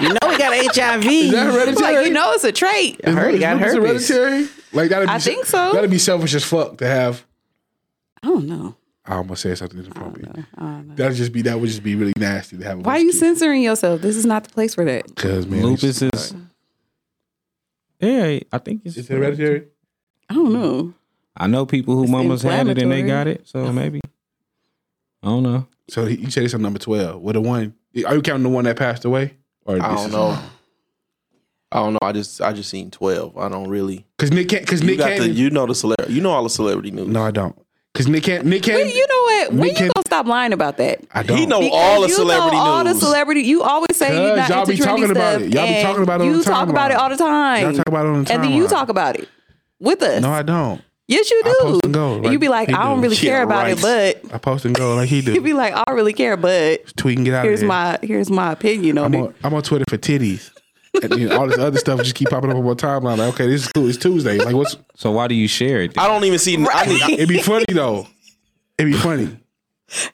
Speaker 7: You know he got HIV.
Speaker 6: Is that hereditary?
Speaker 7: Like you know it's a trait.
Speaker 6: Is
Speaker 5: heard he
Speaker 6: lupus-
Speaker 5: got herpes.
Speaker 6: lupus Hereditary? Like that'd be.
Speaker 7: I think so.
Speaker 6: That'd be selfish as fuck to have.
Speaker 7: I don't know.
Speaker 6: I almost said something inappropriate.
Speaker 7: I don't know.
Speaker 6: That'd just be that would just be really nasty to have.
Speaker 7: Oh, Why are you censoring yourself? This is not the place for that.
Speaker 6: Because man,
Speaker 9: Lupus is. Yeah, I think it's.
Speaker 6: Is it hereditary?
Speaker 7: I don't know.
Speaker 9: I know people who
Speaker 7: It's
Speaker 9: mamas had it and they
Speaker 7: inflammatory.
Speaker 9: got it, so maybe. I don't know.
Speaker 6: So he- you said it's on number twelve. With the one, are you counting the one that passed away? Or
Speaker 4: I
Speaker 6: this
Speaker 4: don't
Speaker 6: is-
Speaker 4: know. I don't know. I just I just seen twelve. I don't really.
Speaker 6: Cause Nick, because
Speaker 4: You
Speaker 6: Nick
Speaker 4: got the
Speaker 6: Cannon.
Speaker 4: you know the celebrity. You know all the celebrity news.
Speaker 6: no, I don't. Cause Nick Cannon. Nick Cannon.
Speaker 7: Well, you know what? When
Speaker 6: We
Speaker 7: you
Speaker 6: can-
Speaker 7: gonna stop lying about that?
Speaker 6: I don't.
Speaker 4: he know
Speaker 7: Because
Speaker 4: all the
Speaker 7: you
Speaker 4: celebrity
Speaker 7: know all
Speaker 4: news.
Speaker 7: the celebrity. You always say you're
Speaker 6: Cuz
Speaker 7: not
Speaker 6: y'all be
Speaker 7: into trendy
Speaker 6: talking about
Speaker 7: stuff,
Speaker 6: it. Y'all be
Speaker 7: and
Speaker 6: talking about it on
Speaker 7: You
Speaker 6: the
Speaker 7: talk about
Speaker 6: timeline.
Speaker 7: it all the time.
Speaker 6: Y'all talk about it on the
Speaker 7: and then you
Speaker 6: timeline.
Speaker 7: talk about it with us.
Speaker 6: No, I don't.
Speaker 7: yes, you
Speaker 6: I
Speaker 7: do.
Speaker 6: post and go,
Speaker 7: and you
Speaker 6: like
Speaker 7: be like,
Speaker 6: he
Speaker 7: I don't
Speaker 6: do.
Speaker 7: really
Speaker 4: Yeah,
Speaker 7: care about it,
Speaker 4: right.
Speaker 7: but [LAUGHS]
Speaker 6: I post and go like he do.
Speaker 7: you be like, I don't really care, but
Speaker 6: Tweet and get out
Speaker 7: here's
Speaker 6: of here.
Speaker 7: my here's my opinion on
Speaker 6: I'm
Speaker 7: it.
Speaker 6: on, I'm on Twitter for titties. and you know, all this other stuff just keep popping up on my timeline. Like, okay, this is cool. It's Tuesday. Like, what's?
Speaker 9: So why do you share it? then?
Speaker 4: I don't even see. I need, I-
Speaker 6: It'd be funny though. It'd be funny.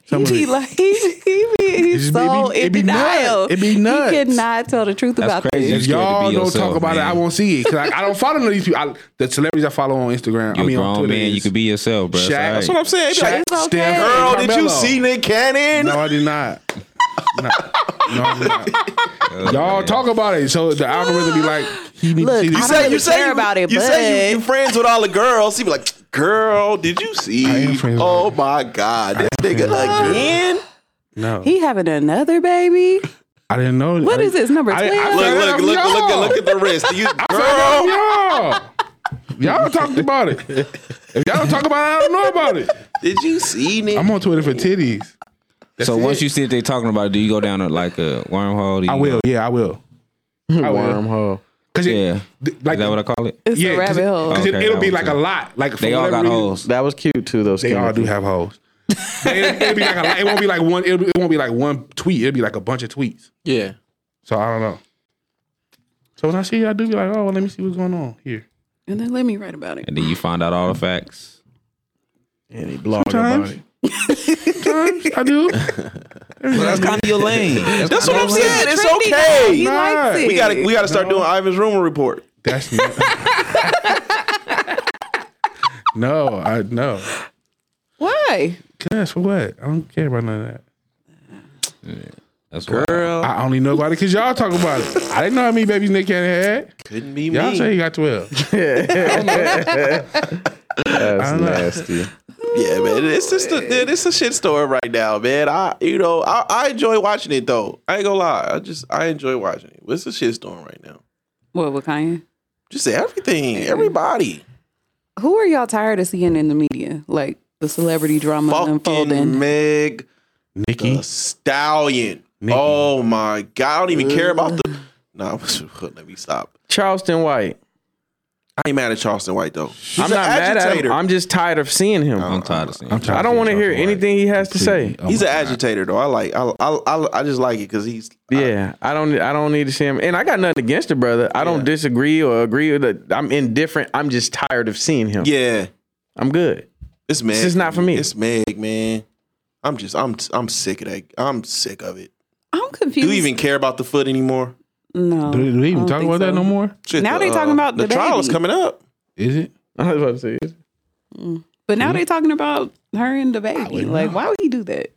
Speaker 6: Some
Speaker 7: He
Speaker 6: of
Speaker 7: be
Speaker 6: it.
Speaker 7: like, [LAUGHS] he, he
Speaker 6: [LAUGHS]
Speaker 7: be,
Speaker 6: It's-
Speaker 7: he's
Speaker 6: it
Speaker 7: so
Speaker 6: be- it
Speaker 7: in
Speaker 6: be nuts.
Speaker 7: denial.
Speaker 6: It be nuts.
Speaker 7: He cannot tell the truth
Speaker 9: That's
Speaker 7: about
Speaker 9: crazy.
Speaker 7: this.
Speaker 9: You
Speaker 6: If
Speaker 9: scared to
Speaker 6: y'all
Speaker 9: be
Speaker 6: don't
Speaker 9: yourself,
Speaker 6: talk about it,
Speaker 9: man.
Speaker 6: I won't see it because I, I don't follow none of these people. I, the celebrities I follow on Instagram,
Speaker 9: You're
Speaker 6: I mean
Speaker 9: a
Speaker 6: on
Speaker 9: grown
Speaker 6: Twitter,
Speaker 9: man.
Speaker 6: is
Speaker 9: You could be yourself, bro.
Speaker 6: Shaq. That's
Speaker 9: It's all right.
Speaker 6: what I'm saying.
Speaker 4: Shaq,
Speaker 6: Shaq,
Speaker 7: it's okay.
Speaker 6: Steph,
Speaker 4: girl, did you
Speaker 6: Carmelo.
Speaker 4: see Nick Cannon?
Speaker 6: No, I did not. No, no, I did not. [LAUGHS]
Speaker 9: Oh,
Speaker 6: Y'all
Speaker 9: man.
Speaker 6: talk about it, so the algorithm be like, "You need
Speaker 7: Look,
Speaker 6: to see
Speaker 7: I
Speaker 6: this."
Speaker 7: don't really care about it,
Speaker 4: You
Speaker 7: but
Speaker 4: say you, you friends with all the girls. He be like, girl, did you
Speaker 6: I
Speaker 4: see?
Speaker 6: am friends with
Speaker 4: Oh
Speaker 6: her.
Speaker 4: my god, this nigga again.
Speaker 6: no,
Speaker 7: he having another baby.
Speaker 6: I didn't know.
Speaker 7: What
Speaker 6: I
Speaker 7: is this number
Speaker 6: I didn't- I
Speaker 7: twelve?
Speaker 4: Look,
Speaker 6: found
Speaker 4: look, look,
Speaker 6: out from
Speaker 4: look,
Speaker 6: y'all.
Speaker 4: look at the wrist. You, girl,
Speaker 6: Y'all, y'all talked about it. If y'all don't talk about it, I don't know about it.
Speaker 4: did you see Nick?
Speaker 6: I'm on Twitter for titties.
Speaker 9: So once you see that they talking about, it, do you go down a, like a wormhole? Do
Speaker 6: I
Speaker 9: you-
Speaker 6: will. Yeah, I will. I will.
Speaker 5: Wormhole.
Speaker 6: Cause it,
Speaker 9: Yeah.
Speaker 6: th- like
Speaker 9: Is that what I call it?
Speaker 7: It's a
Speaker 6: yeah, cause,
Speaker 7: rabbit
Speaker 6: it,
Speaker 7: hole.
Speaker 6: 'cause it,
Speaker 9: Okay,
Speaker 6: will
Speaker 9: that
Speaker 6: be
Speaker 9: was
Speaker 6: like
Speaker 9: it.
Speaker 6: a lot. Like for
Speaker 9: They all
Speaker 6: whatever
Speaker 9: got
Speaker 6: reason,
Speaker 9: holes.
Speaker 5: That was cute too, though.
Speaker 6: They all do
Speaker 5: Timothy.
Speaker 6: have [LAUGHS] holes. it, will be like a lot. It won't be like one. It'll be, it won't be like one tweet. It'll be like a bunch of tweets.
Speaker 4: yeah.
Speaker 6: So I don't know. So when I see y'all do be like, oh, well, let me see what's going on here.
Speaker 7: And then let me write about it.
Speaker 9: And then you find out all the facts.
Speaker 5: And he blogged about
Speaker 6: Sometimes.
Speaker 5: it.
Speaker 6: Sometimes I do.
Speaker 9: That's kind of your lane. That's,
Speaker 4: That's what I'm saying. It's
Speaker 7: Trendy guy, He
Speaker 4: okay.
Speaker 7: likes it.
Speaker 4: We gotta we gotta start doing Ivan's rumor report.
Speaker 6: That's not. [LAUGHS] no, I no.
Speaker 7: Why?
Speaker 6: Yes, for what? I don't care about none of that.
Speaker 9: [LAUGHS] That's why.
Speaker 6: I only know about it because y'all talk about it. I didn't know how many babies Nick Cannon had.
Speaker 4: Couldn't be
Speaker 6: Y'all
Speaker 4: me.
Speaker 6: say he got twelve.
Speaker 5: That's
Speaker 6: know.
Speaker 5: nasty.
Speaker 4: Yeah, man. It's just a, dude, it's a shit story right now, man. I you know I, I enjoy watching it though. I ain't gonna lie. I just I enjoy watching it. It's a shit storm right now.
Speaker 7: What with Kanye?
Speaker 4: Just everything, everybody.
Speaker 7: Who are y'all tired of seeing in the media? Like the celebrity drama
Speaker 4: Fucking
Speaker 7: unfolding.
Speaker 4: Meg
Speaker 6: Nikki,
Speaker 4: the Stallion. Oh my god! I don't even care about
Speaker 5: Uh.
Speaker 4: the. Nah, [LAUGHS] let me stop.
Speaker 5: Charleston White.
Speaker 4: I ain't mad at Charleston White though. He's an
Speaker 5: I'm not mad at him.
Speaker 4: agitator.
Speaker 5: I'm just tired of seeing him.
Speaker 9: I'm tired of seeing.
Speaker 6: I'm tired
Speaker 5: I don't want to hear anything he has to say.
Speaker 6: Oh
Speaker 4: He's
Speaker 6: my
Speaker 4: an
Speaker 6: God.
Speaker 4: agitator though. I like. I I I, I just like it because he's.
Speaker 5: Yeah, I don't. I don't need to see him. And I got nothing against the brother. I don't disagree or agree with it. I'm indifferent. I'm just tired of seeing him.
Speaker 4: Yeah,
Speaker 5: I'm good. [LAUGHS]
Speaker 4: it's Meg.
Speaker 5: just not for me.
Speaker 4: It's Meg, man. I'm just. I'm. I'm sick of that. I'm sick of it.
Speaker 7: I'm confused.
Speaker 4: Do you even care about the foot anymore?
Speaker 7: no?
Speaker 6: Do, do
Speaker 7: I
Speaker 6: we even
Speaker 7: don't
Speaker 6: talk
Speaker 7: think
Speaker 6: about that
Speaker 7: so.
Speaker 6: no more?
Speaker 4: Shit,
Speaker 7: Now they talking about
Speaker 4: the,
Speaker 7: the
Speaker 4: trial is
Speaker 7: baby.
Speaker 4: coming up.
Speaker 6: Is it?
Speaker 5: I was about to say. it's-
Speaker 7: But
Speaker 6: Mm-hmm.
Speaker 7: now they're talking about her and the baby.
Speaker 6: wouldn't
Speaker 7: Like,
Speaker 6: know.
Speaker 7: why would he do that?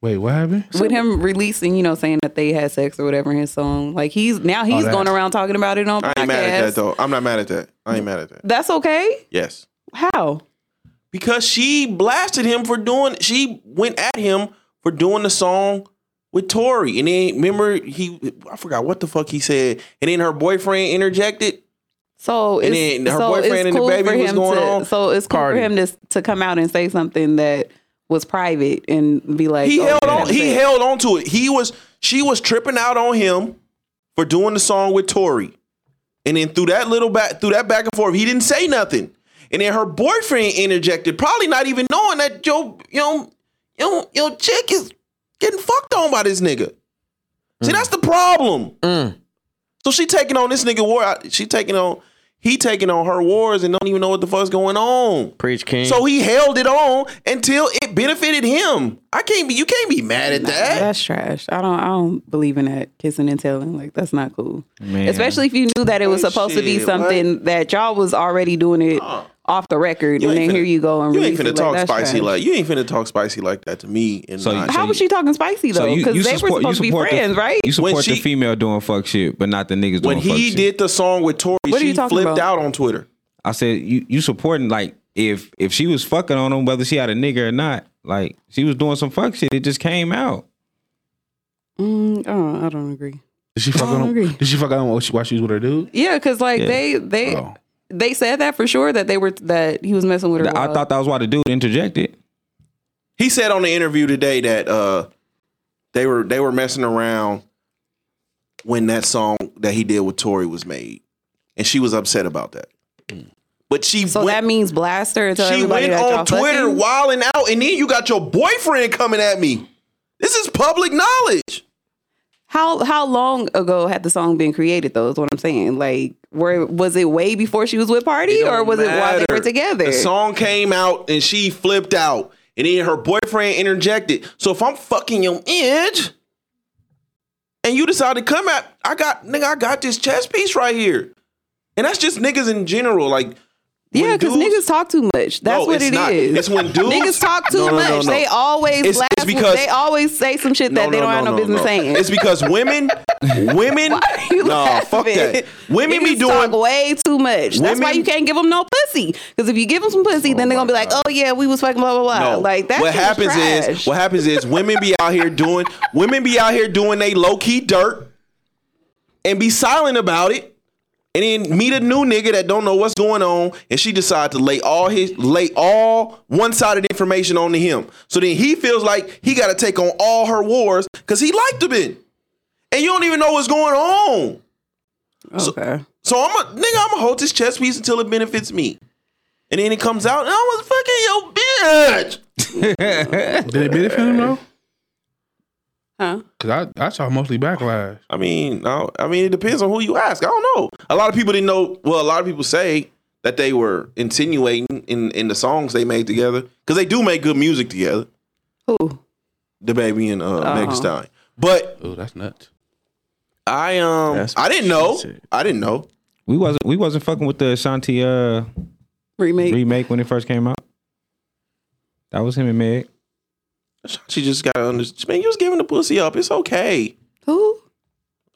Speaker 6: Wait, what happened?
Speaker 7: With him releasing, you know, saying that they had sex or whatever in his song. Like he's now he's
Speaker 6: that.
Speaker 7: going around talking about it on
Speaker 4: I
Speaker 7: podcast.
Speaker 4: ain't mad at that though. I'm not mad at that. I ain't mad at that.
Speaker 7: That's okay.
Speaker 4: Yes.
Speaker 7: How?
Speaker 4: because she blasted him for doing she went at him for doing the song with Tori. And then remember he I forgot what the fuck he said. And then her boyfriend interjected.
Speaker 7: So
Speaker 4: And
Speaker 7: it's,
Speaker 4: then her
Speaker 7: so
Speaker 4: boyfriend
Speaker 7: it's
Speaker 4: and the
Speaker 7: cool
Speaker 4: baby
Speaker 7: for
Speaker 4: was
Speaker 7: him
Speaker 4: going
Speaker 7: to,
Speaker 4: on.
Speaker 7: So it's cool
Speaker 5: Party.
Speaker 7: for him to to come out and say something that was private and be like
Speaker 4: He
Speaker 7: oh,
Speaker 4: held
Speaker 7: yeah,
Speaker 4: on he
Speaker 7: that's it.
Speaker 4: held on to it. He was she was tripping out on him for doing the song with Tori. And then through that little back through that back and forth, he didn't say nothing. And then her boyfriend interjected, probably not even knowing that your your your, your chick is getting fucked on by this nigga. See, that's the problem.
Speaker 5: Mm.
Speaker 4: So she taking on this nigga war. She taking on he taking on her wars and don't even know what the fuck's going on.
Speaker 5: Preach King.
Speaker 4: So he held it on until it benefited him. I can't be. You can't be mad at that.
Speaker 7: That's trash. I don't I don't believe in that kissing and telling. Like that's not cool.
Speaker 9: Man.
Speaker 7: Especially if you knew that it was
Speaker 4: Like,
Speaker 7: supposed to be
Speaker 4: shit, Uh-uh.
Speaker 7: something that y'all was already doing it off the record
Speaker 4: You
Speaker 7: and then
Speaker 4: ain't finna-
Speaker 7: here you go and
Speaker 4: You ain't
Speaker 7: release it.
Speaker 4: finna
Speaker 7: Like,
Speaker 4: talk
Speaker 7: that's
Speaker 4: spicy
Speaker 7: trash.
Speaker 4: like you ain't finna talk spicy like that to me. And
Speaker 9: So-
Speaker 4: not-
Speaker 7: How
Speaker 9: so
Speaker 7: was she talking spicy though? Because they were supposed to be
Speaker 9: support the-
Speaker 7: friends, right?
Speaker 9: You support
Speaker 4: she-
Speaker 9: the female doing fuck shit, but not the niggas doing
Speaker 4: when
Speaker 9: fuck
Speaker 4: he
Speaker 9: shit.
Speaker 4: did the song with Tori,
Speaker 7: What are
Speaker 4: she
Speaker 7: you talking
Speaker 4: flipped out
Speaker 7: about?
Speaker 4: on Twitter.
Speaker 9: I said you you supporting like if if she was fucking on him, whether she had a nigga or not, like she was doing some fuck shit. It just came out.
Speaker 7: Mm, oh, I don't agree.
Speaker 6: Did she fuck
Speaker 7: don't
Speaker 6: on
Speaker 7: agree.
Speaker 6: him? Did she fuck on him while she, while she was with her dude?
Speaker 7: Yeah, because like
Speaker 9: Yeah.
Speaker 7: they they
Speaker 6: Oh.
Speaker 7: they said that for sure that they were that he was messing with her.
Speaker 9: I
Speaker 7: while-
Speaker 9: thought that was why the dude interjected.
Speaker 4: He said on the interview today that uh, they were they were messing around when that song that he did with Tori was made, and she was upset about that.
Speaker 9: Mm.
Speaker 4: But she
Speaker 7: so.
Speaker 4: went,
Speaker 7: that means blaster. And tell
Speaker 4: she
Speaker 7: everybody
Speaker 4: went
Speaker 7: that y'all
Speaker 4: on Twitter
Speaker 7: fucking?
Speaker 4: wilding out, and then you got your boyfriend coming at me. This is public knowledge.
Speaker 7: How how long ago had the song been created though? Is what I'm saying. Like, where was it way before she was with Party,
Speaker 4: It
Speaker 7: or
Speaker 4: don't
Speaker 7: was it while they
Speaker 4: matter.
Speaker 7: were together?
Speaker 4: The song came out and she flipped out, and then her boyfriend interjected. So if I'm fucking your edge, and you decide to come at, I got nigga, I got this chess piece right here, and that's just niggas in general. Like,
Speaker 7: yeah,
Speaker 4: when
Speaker 7: because
Speaker 4: dudes-
Speaker 7: niggas talk too much. That's
Speaker 4: No,
Speaker 7: what
Speaker 4: it's
Speaker 7: it
Speaker 4: not.
Speaker 7: is.
Speaker 4: It's when dudes-
Speaker 7: niggas talk too
Speaker 4: No, no,
Speaker 7: much.
Speaker 4: no, no.
Speaker 7: They always
Speaker 4: It's-
Speaker 7: laugh.
Speaker 4: it's because-
Speaker 7: they always say some shit that they don't have no, business saying.
Speaker 4: It's because women, women,
Speaker 7: [LAUGHS] Why are you
Speaker 4: nah,
Speaker 7: laughing?
Speaker 4: fuck that. Women be
Speaker 7: Niggas talk
Speaker 4: doing.
Speaker 7: way too much. That's why
Speaker 4: Women-
Speaker 7: you can't give them no pussy. Because if you give them some pussy, then they're gonna be like, "Oh yeah, we was fucking blah blah blah."
Speaker 4: No.
Speaker 7: Like that.
Speaker 4: what
Speaker 7: shit is
Speaker 4: happens is
Speaker 7: trash.
Speaker 4: what happens is women be out here
Speaker 7: [LAUGHS]
Speaker 4: doing women be out here doing they low key dirt and be silent about it and then meet a new nigga that don't know what's going on and she decide to lay all his lay all one-sided information onto him. So then he feels like he got to take on all her wars cuz he liked a bit. And you don't even know what's going on.
Speaker 7: okay.
Speaker 4: So I'm a nigga. I'm gonna hold this chess piece until it benefits me, and then it comes out, and I was fucking your bitch.
Speaker 6: [LAUGHS] Did it benefit him [LAUGHS] though?
Speaker 7: Huh?
Speaker 6: Because I, I saw mostly backlash.
Speaker 4: I mean, I, I mean, it depends on who you ask. I don't know. A lot of people didn't know. Well, a lot of people say that they were insinuating in in the songs they made together because they do make good music together.
Speaker 7: Who?
Speaker 4: The baby and uh,
Speaker 7: Uh-huh.
Speaker 4: Megan Stein. But
Speaker 6: Oh, that's nuts.
Speaker 4: I um
Speaker 5: That's
Speaker 4: I didn't
Speaker 5: what
Speaker 4: know.
Speaker 5: she said.
Speaker 4: I didn't know.
Speaker 9: We wasn't we wasn't fucking with the Ashanti uh,
Speaker 7: Remake.
Speaker 9: remake when it first came out. That was him and Meg.
Speaker 4: She just gotta understand. Man, you was giving the pussy up. It's okay.
Speaker 7: Who?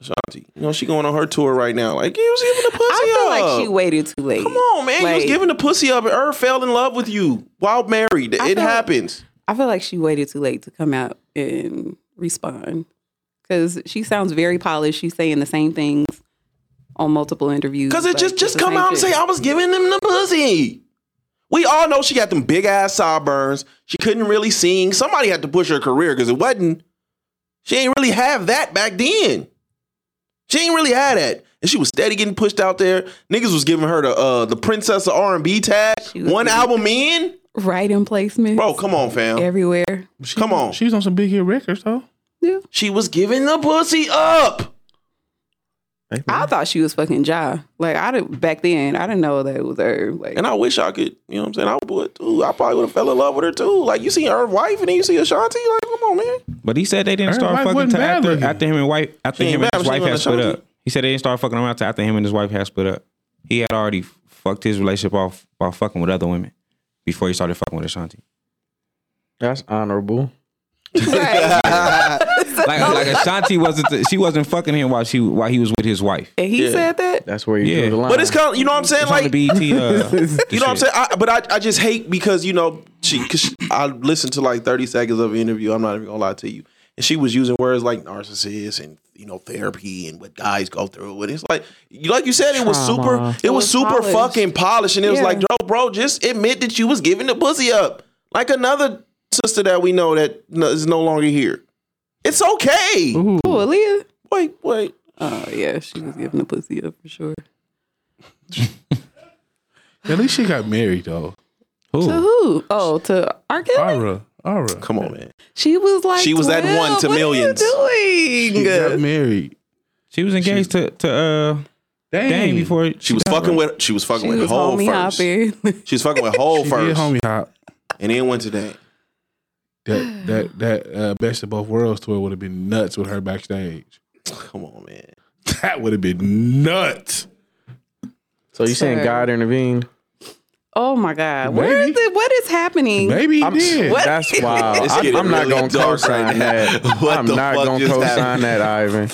Speaker 4: Shanti. You know, she going on her tour right now. Like, you was giving the pussy
Speaker 7: I feel
Speaker 4: up.
Speaker 7: like she waited too late.
Speaker 4: Come on, man. you was
Speaker 7: Like-
Speaker 4: giving the pussy up and her fell in love with you while married.
Speaker 7: I
Speaker 4: it
Speaker 7: felt-
Speaker 4: happens.
Speaker 7: I feel like she waited too late to come out and respond because she sounds very polished. She's saying the same things on multiple interviews.
Speaker 4: Cause it
Speaker 7: Like,
Speaker 4: just
Speaker 7: it's
Speaker 4: just
Speaker 7: the
Speaker 4: come
Speaker 7: same
Speaker 4: out and
Speaker 7: shit.
Speaker 4: say I was giving them the pussy. We all know she got them big ass sideburns. She couldn't really sing. Somebody had to push her career because it wasn't. She ain't really have that back then. She ain't really had that, and she was steady getting pushed out there. Niggas was giving her the uh, the princess of R and B tag.
Speaker 7: She was
Speaker 4: One
Speaker 7: getting-
Speaker 4: album in,
Speaker 7: right in placement,
Speaker 4: bro. Come on, fam.
Speaker 7: everywhere.
Speaker 6: She,
Speaker 4: Come on.
Speaker 6: She was on some big hit records though.
Speaker 7: Yeah.
Speaker 4: She was giving the pussy up. Mm-hmm.
Speaker 7: I thought she was fucking Ja. Like I didn't back then. I didn't know that it was her.
Speaker 4: [LAUGHS]
Speaker 7: Like
Speaker 4: And I wish I could, you know what I'm saying? I would too. I probably would have fell in love with her too. Like you see her wife and then you see Ashanti, like, come on, man.
Speaker 9: But he said they didn't
Speaker 6: Her
Speaker 9: start
Speaker 6: wife
Speaker 9: fucking
Speaker 6: wasn't
Speaker 9: till
Speaker 6: bad
Speaker 9: after,
Speaker 6: looking.
Speaker 9: after him and wife after
Speaker 4: She ain't
Speaker 9: him and
Speaker 4: bad,
Speaker 9: his
Speaker 4: she
Speaker 9: wife
Speaker 4: wasn't
Speaker 9: had split
Speaker 4: Ashanti.
Speaker 9: up. He said they didn't start fucking around till after him and his wife had split up. He had already fucked his relationship off by fucking with other women before he started fucking with Ashanti.
Speaker 5: That's honorable.
Speaker 7: Right.
Speaker 9: Like, like Ashanti wasn't the, she wasn't fucking him while she while he was with his wife.
Speaker 7: and he
Speaker 4: Yeah.
Speaker 7: said that.
Speaker 5: That's where you
Speaker 9: Yeah.
Speaker 5: drew the line.
Speaker 4: But it's kind of, you know what I'm saying?
Speaker 9: It's on
Speaker 4: Like,
Speaker 9: the
Speaker 4: you
Speaker 9: BET, uh,
Speaker 4: know what I'm saying? I, but I, I just hate because, you know, she, cause she- I listened to like 30 seconds of an interview. I'm not even gonna lie to you. And she was using words like narcissist and, you know, therapy and what guys go through. And it's like, you, like you said, it was
Speaker 5: Trauma.
Speaker 4: super, it was
Speaker 7: was
Speaker 4: super
Speaker 7: polished.
Speaker 4: fucking polished. And it was
Speaker 7: Yeah.
Speaker 4: like, bro, bro, just admit that you was giving the pussy up. Like another sister that we know that no- is no longer here. It's okay.
Speaker 7: Oh, Aaliyah.
Speaker 4: Wait, wait.
Speaker 7: Oh yeah, she was giving the pussy up for sure.
Speaker 6: At least she got married though.
Speaker 7: To who? Oh, to R.
Speaker 6: [LAUGHS]
Speaker 7: Kelly.
Speaker 6: Aura, Aura.
Speaker 4: Come on, man.
Speaker 7: She was like
Speaker 4: She was that
Speaker 7: 12.
Speaker 4: one to
Speaker 7: what
Speaker 4: millions.
Speaker 7: Are
Speaker 6: She
Speaker 7: you
Speaker 6: got
Speaker 7: doing?
Speaker 6: married.
Speaker 9: she was engaged to to uh
Speaker 6: Dang.
Speaker 9: Dame before
Speaker 4: She was fucking with she was fucking
Speaker 7: She
Speaker 4: with
Speaker 7: was
Speaker 4: Hole
Speaker 7: homie
Speaker 4: first.
Speaker 7: hopping. [LAUGHS]
Speaker 4: She was fucking with Hole
Speaker 6: She did
Speaker 4: first,
Speaker 6: homie hop.
Speaker 4: and then went to Dame.
Speaker 6: That that that uh, best of both worlds tour would have been nuts with her backstage. [LAUGHS]
Speaker 4: Come on, man.
Speaker 6: That would have been nuts.
Speaker 5: so you saying
Speaker 7: Sorry.
Speaker 5: God intervened?
Speaker 7: Oh my God. Where is
Speaker 6: Maybe.
Speaker 7: it? What is happening?
Speaker 6: Maybe he did.
Speaker 7: What?
Speaker 4: [LAUGHS]
Speaker 5: That's wild.
Speaker 4: It's
Speaker 5: I,
Speaker 4: getting
Speaker 5: am not
Speaker 4: really
Speaker 5: gonna
Speaker 4: dark right
Speaker 5: co-sign
Speaker 4: now. [LAUGHS]
Speaker 5: that.
Speaker 4: What
Speaker 5: I'm
Speaker 4: the
Speaker 5: not
Speaker 4: fuck
Speaker 5: gonna
Speaker 4: just
Speaker 5: co-sign
Speaker 4: happened?
Speaker 5: that, Ivan.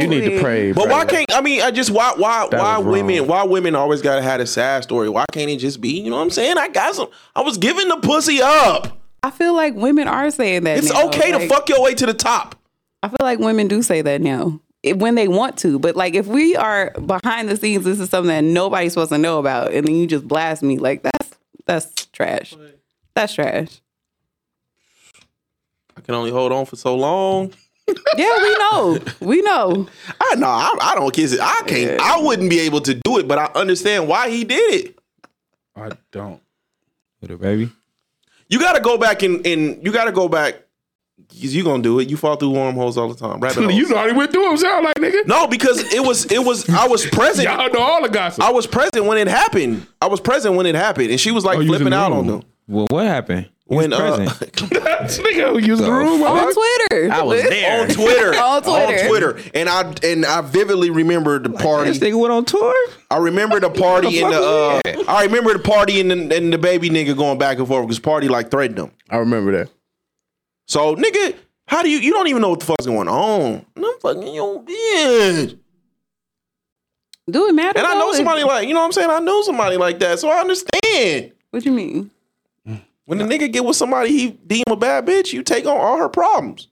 Speaker 5: You need to pray.
Speaker 4: But
Speaker 5: bro.
Speaker 4: why can't I mean I just why why
Speaker 5: That
Speaker 4: why
Speaker 5: was wrong.
Speaker 4: women why women always gotta have a sad story? Why can't it just be, you know what I'm saying? I got some I was giving the pussy up.
Speaker 7: I feel like women are saying that.
Speaker 4: It's
Speaker 7: now.
Speaker 4: okay to
Speaker 7: Like,
Speaker 4: fuck your way to the top.
Speaker 7: I feel like women do say that now it, when they want to. But like if we are behind the scenes, this is something that nobody's supposed to know about, and then you just blast me like that's that's trash. That's trash.
Speaker 4: I can only hold on for so long.
Speaker 7: Yeah, we know. We know.
Speaker 4: [LAUGHS] I know I, I don't kiss it. I can't I wouldn't be able to do it, but I understand why he did it.
Speaker 6: I don't.
Speaker 9: With a baby.
Speaker 4: You gotta go back and, and you gotta go back. 'Cause You gonna do it. You fall through wormholes all the time.
Speaker 5: [LAUGHS]
Speaker 4: Rabbit holes.
Speaker 6: [LAUGHS] You know how he went through himself, like nigga.
Speaker 4: no, because it was it was I was present.
Speaker 6: Y'all know all the gossip.
Speaker 4: I was present when it happened. I was present when it happened, and she was like
Speaker 6: Oh, you was in
Speaker 4: flipping
Speaker 6: the
Speaker 4: out on
Speaker 6: room.
Speaker 4: them.
Speaker 9: Well, what happened? You was
Speaker 4: When uh, [LAUGHS]
Speaker 9: present.
Speaker 6: this nigga who used the room.
Speaker 7: On Twitter.
Speaker 5: I was there.
Speaker 4: on Twitter,
Speaker 7: On Twitter.
Speaker 4: Twitter. and I and I vividly remember the
Speaker 9: this
Speaker 4: party.
Speaker 9: nigga went on tour.
Speaker 4: I remember the party and the. Uh, I remember the party and the, and the baby nigga going back and forth because party like threatened them.
Speaker 5: I remember that.
Speaker 4: So nigga, how do you? You don't even know what the fuck's going on. And I'm fucking your bitch.
Speaker 7: Do it matter?
Speaker 4: And I
Speaker 7: though?
Speaker 4: know
Speaker 7: If-
Speaker 4: somebody like you know what I'm saying. I know somebody like that, so I understand.
Speaker 7: What you mean?
Speaker 4: When the nigga get with somebody he deem a bad bitch, you take on all her problems.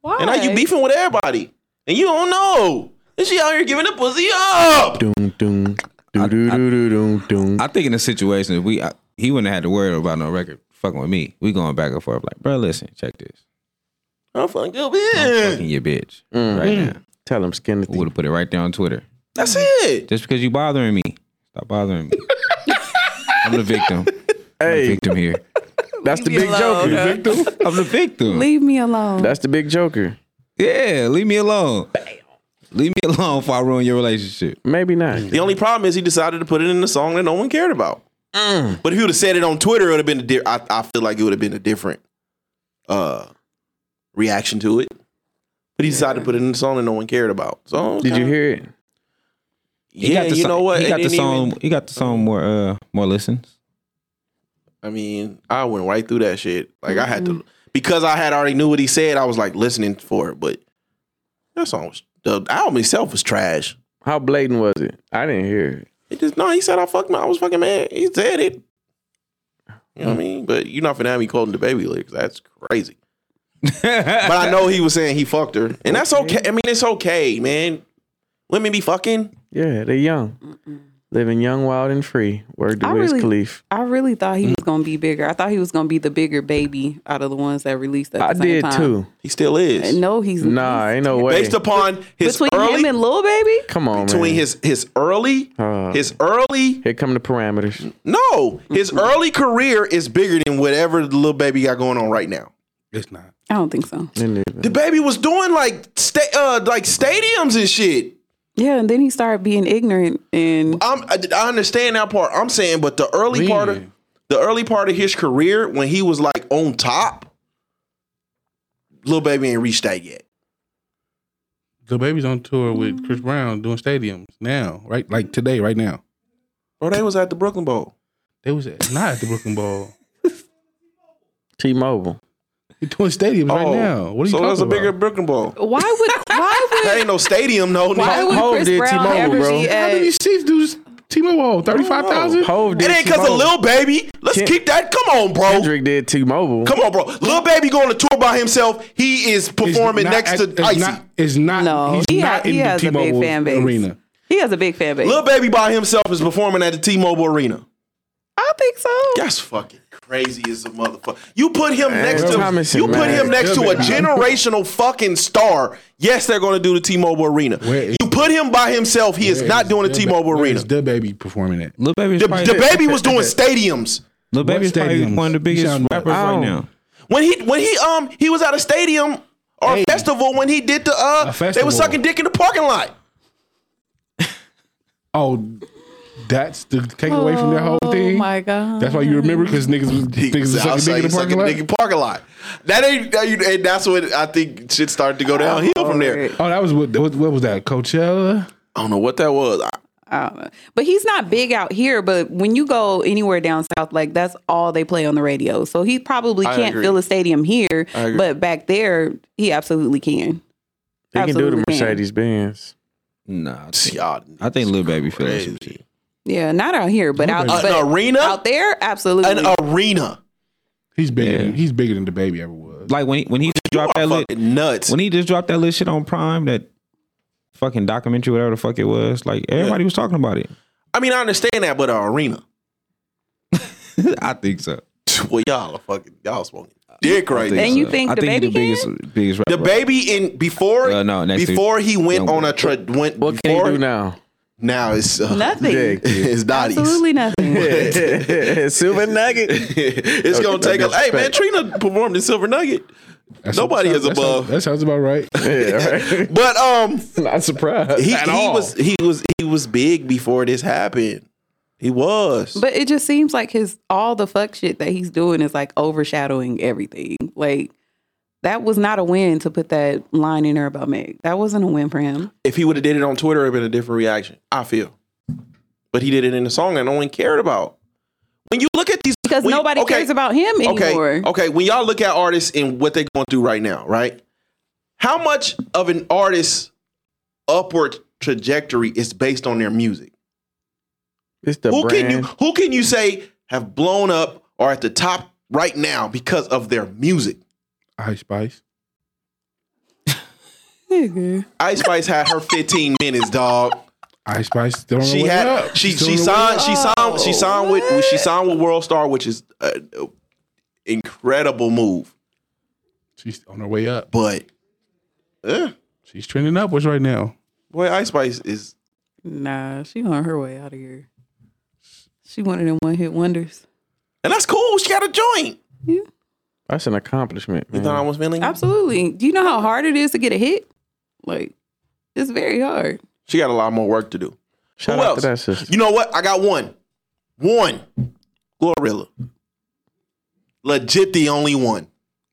Speaker 7: Why?
Speaker 4: And now you beefing with everybody. And you don't know. And she out here giving the pussy up.
Speaker 5: Doom doom doo doo doo doo doom doom.
Speaker 9: I think in a situation if we I, he wouldn't have had to worry about no record fucking with me. We going back and forth like, bro, listen, check this.
Speaker 4: I'm fucking your
Speaker 9: I'm
Speaker 4: bitch.
Speaker 9: fucking your bitch
Speaker 4: Mm.
Speaker 9: right now.
Speaker 5: Tell him skin the
Speaker 9: We would have put it right there on Twitter.
Speaker 4: That's it.
Speaker 9: Just because you bothering me, stop bothering
Speaker 4: [LAUGHS]
Speaker 9: me. I'm the victim.
Speaker 5: Hey,
Speaker 9: Victim here.
Speaker 5: that's the
Speaker 7: Leave me
Speaker 5: big
Speaker 7: alone,
Speaker 5: joker.
Speaker 4: [LAUGHS]
Speaker 7: huh?
Speaker 9: I'm the victim.
Speaker 7: Leave me alone.
Speaker 5: That's the big joker.
Speaker 9: Yeah, leave me alone. Leave me alone before I ruin your relationship.
Speaker 5: Maybe not.
Speaker 4: The only problem is he decided to put it in a song that no one cared about.
Speaker 9: Mm.
Speaker 4: But if he would have said it on Twitter, it would have been a di- I, I feel like it would have been a different uh reaction to it. But he decided to put it in a song that no one cared about. So
Speaker 5: Did you hear it?
Speaker 9: He
Speaker 4: Yeah,
Speaker 9: got the
Speaker 4: you
Speaker 9: song-
Speaker 4: know what?
Speaker 9: He
Speaker 4: It
Speaker 9: got the
Speaker 4: didn't
Speaker 9: song.
Speaker 4: even-
Speaker 9: he got the song more uh more listens.
Speaker 4: I mean, I went right through that shit. Like I had to
Speaker 7: Mm-hmm.
Speaker 4: because I had already knew what he said. I was like listening for it, but that song was the album itself was trash.
Speaker 5: How blatant was it? I didn't hear it.
Speaker 4: It just no. He said I fucked. My, I was fucking mad. He said it. You know what I mean? But you're not finna have me quoting the baby lyrics. That's
Speaker 7: [LAUGHS]
Speaker 4: crazy. but I know he was saying he fucked her, and that's okay. I mean, it's okay, man. Women be fucking.
Speaker 5: Yeah, they young. Living young, wild, and free. Word to
Speaker 7: I
Speaker 5: Wiz
Speaker 7: really-
Speaker 5: Khalif.
Speaker 7: I really thought
Speaker 5: Mm.
Speaker 7: he was gonna be bigger. I thought he was gonna be the bigger baby out of the ones that released at the
Speaker 5: I
Speaker 7: same
Speaker 5: did
Speaker 7: time.
Speaker 5: too.
Speaker 4: He still is.
Speaker 7: And No, he's
Speaker 5: Nah,
Speaker 7: he's-
Speaker 5: ain't no way.
Speaker 4: Mm-hmm. Based upon his
Speaker 7: between
Speaker 4: early,
Speaker 7: him and Lil Baby.
Speaker 5: Come on,
Speaker 4: between
Speaker 5: man.
Speaker 4: his his early,
Speaker 5: Uh.
Speaker 4: his early
Speaker 5: Here come the parameters.
Speaker 4: No, his early career is bigger than whatever the little baby got going on right now.
Speaker 6: It's not.
Speaker 7: I don't think so.
Speaker 4: The baby was doing like sta- uh, like stadiums and shit.
Speaker 7: Yeah, and then he started being ignorant and
Speaker 4: I'm, I, I understand that part. I'm saying, but the early part of
Speaker 6: Man.
Speaker 4: the early part of his career when he was like on top, little baby ain't reached that yet.
Speaker 6: The baby's on tour
Speaker 4: Mm.
Speaker 6: with Chris Brown doing stadiums now, right? Like today, right now.
Speaker 4: Bro, Oh, they was at the Brooklyn Bowl.
Speaker 6: They was at, not at the Brooklyn Bowl.
Speaker 5: T Mobile.
Speaker 6: He doing stadiums right now. What are you
Speaker 4: Oh, so
Speaker 6: talking
Speaker 4: that's a
Speaker 6: about?
Speaker 4: bigger Brooklyn Bowl.
Speaker 7: why would
Speaker 4: That
Speaker 7: [LAUGHS] why
Speaker 4: ain't no stadium, no.
Speaker 7: why
Speaker 4: no.
Speaker 7: would
Speaker 5: Hov
Speaker 7: Chris
Speaker 5: did
Speaker 7: Brown
Speaker 5: T-Mobile,
Speaker 7: ever
Speaker 5: bro.
Speaker 7: be
Speaker 6: How
Speaker 7: at,
Speaker 6: many seats do T-Mobile? Thirty-five thousand.
Speaker 5: Hove
Speaker 4: It
Speaker 5: did
Speaker 4: ain't
Speaker 5: T
Speaker 4: because of
Speaker 5: Mobile.
Speaker 4: little baby. Let's
Speaker 5: Ken-
Speaker 4: keep that. Come on, bro.
Speaker 5: Kendrick did T Mobile.
Speaker 4: Come on, bro. Lil Baby going to tour by himself. He is performing next to Icy.
Speaker 6: Not, it's not.
Speaker 7: No,
Speaker 6: he's
Speaker 7: he
Speaker 6: not
Speaker 7: ha- he
Speaker 6: in the
Speaker 7: has a big
Speaker 6: T-Mobile
Speaker 7: fan base.
Speaker 6: arena.
Speaker 7: he has a big fan base.
Speaker 4: Lil Baby by himself is performing at the T-Mobile Arena.
Speaker 7: I think so.
Speaker 4: That's fucking crazy as a motherfucker. You put him next to
Speaker 5: Thomason,
Speaker 4: you put
Speaker 5: man.
Speaker 4: him next to a
Speaker 6: Good man.
Speaker 4: generational fucking star. Yes, they're going to do the T-Mobile Arena.
Speaker 6: Where is-
Speaker 4: you put him by himself. He is not doing the
Speaker 6: Where is
Speaker 4: T-Mobile
Speaker 6: where
Speaker 4: Arena.
Speaker 6: is The baby performing at.
Speaker 9: Lil baby's
Speaker 4: The,
Speaker 9: probably,
Speaker 4: the baby was doing stadiums.
Speaker 9: Lil baby's
Speaker 6: What
Speaker 9: probably
Speaker 6: stadiums?
Speaker 9: one of the
Speaker 6: You
Speaker 9: biggest
Speaker 6: sound-
Speaker 9: rappers
Speaker 5: I
Speaker 9: right
Speaker 5: don't-
Speaker 9: now.
Speaker 4: When he when he um he was at a stadium or a festival when he did the uh
Speaker 6: A
Speaker 4: they
Speaker 6: festival.
Speaker 4: were sucking dick in the parking lot.
Speaker 6: Oh, that's the takeaway from that whole
Speaker 7: Oh
Speaker 6: thing.
Speaker 7: my god.
Speaker 6: That's why you remember because niggas was niggas was
Speaker 4: I'll
Speaker 6: sucking
Speaker 4: say
Speaker 6: dick in the
Speaker 4: you suck
Speaker 6: parking
Speaker 4: dick in
Speaker 6: lot.
Speaker 4: the parking lot. That ain't that you, and that's what I think shit started to go downhill from there.
Speaker 7: Oh, Alright.
Speaker 6: Oh, that was what, what? What was that? Coachella.
Speaker 4: I don't know what that was. I,
Speaker 7: I don't know. But he's not big out here. But when you go anywhere down south, like that's all they play on the radio. So he probably
Speaker 4: I
Speaker 7: can't
Speaker 4: agree.
Speaker 7: fill a stadium here.
Speaker 4: I agree.
Speaker 7: But back there, he absolutely can.
Speaker 5: They can do the
Speaker 7: Absolutely can.
Speaker 5: Mercedes Benz.
Speaker 9: Nah, I think,
Speaker 4: Y'all
Speaker 9: I think Lil Baby feel that
Speaker 4: crazy.
Speaker 9: some shit.
Speaker 7: Yeah, not out here, but out
Speaker 4: An
Speaker 7: but
Speaker 4: arena?
Speaker 7: out there, absolutely.
Speaker 4: An arena.
Speaker 6: He's bigger.
Speaker 9: Yeah.
Speaker 6: Than, he's bigger than the baby ever was.
Speaker 9: Like when he, when he just
Speaker 4: You are
Speaker 9: dropped that lit,
Speaker 4: fucking nuts.
Speaker 9: when he just dropped that little shit on Prime, that fucking documentary, whatever the fuck it was. Like everybody was talking about it.
Speaker 4: I mean, I understand that, but an arena. [LAUGHS]
Speaker 9: I think so.
Speaker 4: Well, y'all are fucking y'all smoking.
Speaker 2: Dick right there.
Speaker 7: And you think
Speaker 9: I
Speaker 7: the
Speaker 9: think he
Speaker 7: baby
Speaker 9: the
Speaker 7: can?
Speaker 9: biggest, biggest
Speaker 4: The
Speaker 9: rapper.
Speaker 4: baby in before
Speaker 9: Uh, no, next to-
Speaker 4: before he went
Speaker 9: no.
Speaker 4: on a tra- went
Speaker 5: What can
Speaker 4: before,
Speaker 5: he do now?
Speaker 4: now it's uh, [LAUGHS]
Speaker 7: nothing.
Speaker 4: it's Dottie's.
Speaker 7: Absolutely nothing.
Speaker 5: Super
Speaker 4: [LAUGHS]
Speaker 5: Nugget.
Speaker 4: it's gonna
Speaker 5: Okay,
Speaker 4: take
Speaker 5: no
Speaker 4: a hey man,
Speaker 5: disrespect.
Speaker 4: Trina performed in Silver Nugget.
Speaker 6: That's
Speaker 4: Nobody
Speaker 6: that
Speaker 4: is
Speaker 6: sounds-
Speaker 4: above.
Speaker 6: That sounds about right.
Speaker 5: [LAUGHS] Yeah,
Speaker 4: But um
Speaker 5: right. [LAUGHS] Not surprised.
Speaker 4: he, he
Speaker 5: At all.
Speaker 4: was he was he was big before this happened. He was.
Speaker 7: But it just seems like his all the fuck shit that he's doing is like overshadowing everything. Like that was not a win to put that line in there about Meg. That wasn't a win for him.
Speaker 4: if he would have did it on Twitter, it'd been a different reaction. I feel. But he did it in the song that no one cared about. When you look at these
Speaker 7: Because
Speaker 4: when you-
Speaker 7: nobody
Speaker 4: okay,
Speaker 7: cares about him
Speaker 4: okay, oh.
Speaker 7: anymore.
Speaker 4: Okay, when y'all look at artists and what they're going through right now, right? How much of an artist's upward trajectory is based on their music?
Speaker 5: It's the
Speaker 4: who
Speaker 5: brand.
Speaker 4: can you who can you say have blown up or at the top right now because of their music?
Speaker 6: Ice Spice.
Speaker 4: Ice Spice had her 15 minutes, dog.
Speaker 6: Ice Spice still on
Speaker 4: She
Speaker 6: the way
Speaker 4: had
Speaker 6: up.
Speaker 4: she
Speaker 6: She's still
Speaker 4: she
Speaker 6: on the way
Speaker 4: signed
Speaker 6: up.
Speaker 4: she signed she signed with she signed with World Star, which is an incredible move.
Speaker 6: She's on her way up.
Speaker 4: But eh,
Speaker 6: She's trending upwards right now.
Speaker 4: boy, Ice Spice is
Speaker 7: Nah, she on her way out of here. She one of them one hit wonders.
Speaker 4: and that's cool. She got a joint.
Speaker 5: That's an accomplishment,
Speaker 4: You thought I
Speaker 5: man.
Speaker 4: was feeling?
Speaker 7: Absolutely. Do you know how hard it is to get a hit? Like, it's very hard.
Speaker 4: She got a lot more work to do.
Speaker 5: Shout
Speaker 4: Who
Speaker 5: out
Speaker 4: else?
Speaker 5: to that sister.
Speaker 4: You know what? I got one. One. Glorilla. Legit the only one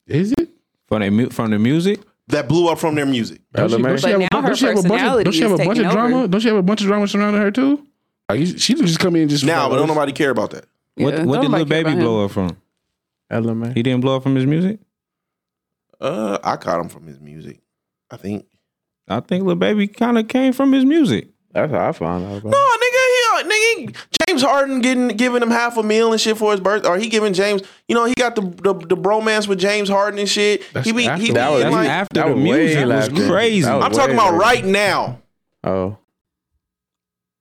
Speaker 6: Is it?
Speaker 9: from the, mu- from the music.
Speaker 4: that blew up from their music.
Speaker 6: Don't she,
Speaker 5: LMA.
Speaker 6: don't she
Speaker 7: But
Speaker 6: have, a-
Speaker 7: now her
Speaker 6: don't she have a bunch of,
Speaker 7: personality
Speaker 6: don't she have a
Speaker 7: is
Speaker 6: bunch of
Speaker 7: taking
Speaker 6: drama?
Speaker 7: over.
Speaker 6: Don't she have a bunch of drama surrounding her too? Like you- she didn't just come in and just
Speaker 4: Now, but don't nobody care about that.
Speaker 9: What
Speaker 7: Yeah,
Speaker 9: what did
Speaker 7: nobody
Speaker 9: Lil
Speaker 7: care
Speaker 9: Baby
Speaker 7: about him.
Speaker 9: blow up from?
Speaker 5: LMA.
Speaker 9: He didn't blow up from his music.
Speaker 4: Uh, I caught him from his music. I think.
Speaker 9: I think Lil Baby kind of came from his music.
Speaker 5: That's how I found out about
Speaker 4: No,
Speaker 5: it.
Speaker 4: nigga, he nigga James Harden getting giving him half a meal and shit for his birthday. Or he giving James, you know, he got the the, the bromance with James Harden and shit.
Speaker 6: That's
Speaker 4: he be
Speaker 6: after-
Speaker 4: he be
Speaker 5: that was-
Speaker 4: in,
Speaker 9: That's
Speaker 4: like,
Speaker 9: after
Speaker 5: that
Speaker 9: the
Speaker 5: was way
Speaker 9: music. That was
Speaker 5: after. That
Speaker 9: crazy.
Speaker 5: was-
Speaker 4: I'm talking about
Speaker 5: Wait.
Speaker 4: right now.
Speaker 5: Oh.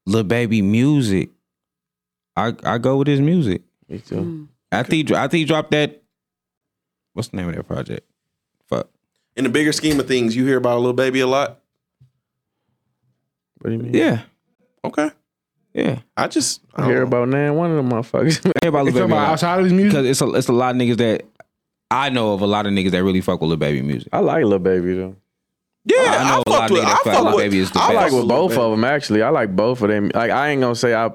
Speaker 9: Lil Baby music. I I go with his music.
Speaker 5: Me
Speaker 4: Hmm.
Speaker 5: too.
Speaker 9: I think I think he dropped that. What's the name of that project? Fuck.
Speaker 4: In the bigger scheme of things, you hear about a little baby a lot.
Speaker 5: What do you mean?
Speaker 9: Yeah,
Speaker 4: Okay,
Speaker 9: yeah.
Speaker 4: I just I
Speaker 5: I
Speaker 4: don't
Speaker 5: hear
Speaker 4: know.
Speaker 5: about nine one of them motherfuckers. [LAUGHS]
Speaker 9: I hear about
Speaker 6: Talking
Speaker 9: Lil Baby a
Speaker 6: about
Speaker 9: lot.
Speaker 6: outside of his music.
Speaker 9: because it's a it's a lot of niggas that I know of a lot of niggas that really fuck with Lil Baby music.
Speaker 5: I like Lil Baby though.
Speaker 4: Yeah,
Speaker 9: I know
Speaker 4: I,
Speaker 9: a lot
Speaker 4: fucked
Speaker 9: of
Speaker 4: with.
Speaker 9: niggas
Speaker 4: I
Speaker 9: that fuck
Speaker 4: fucked
Speaker 9: with
Speaker 4: with.
Speaker 9: Baby is the
Speaker 4: I
Speaker 9: best.
Speaker 5: I like
Speaker 4: fuck with
Speaker 5: with both
Speaker 4: Lil
Speaker 5: of them actually. I like both of them. Like I ain't gonna say I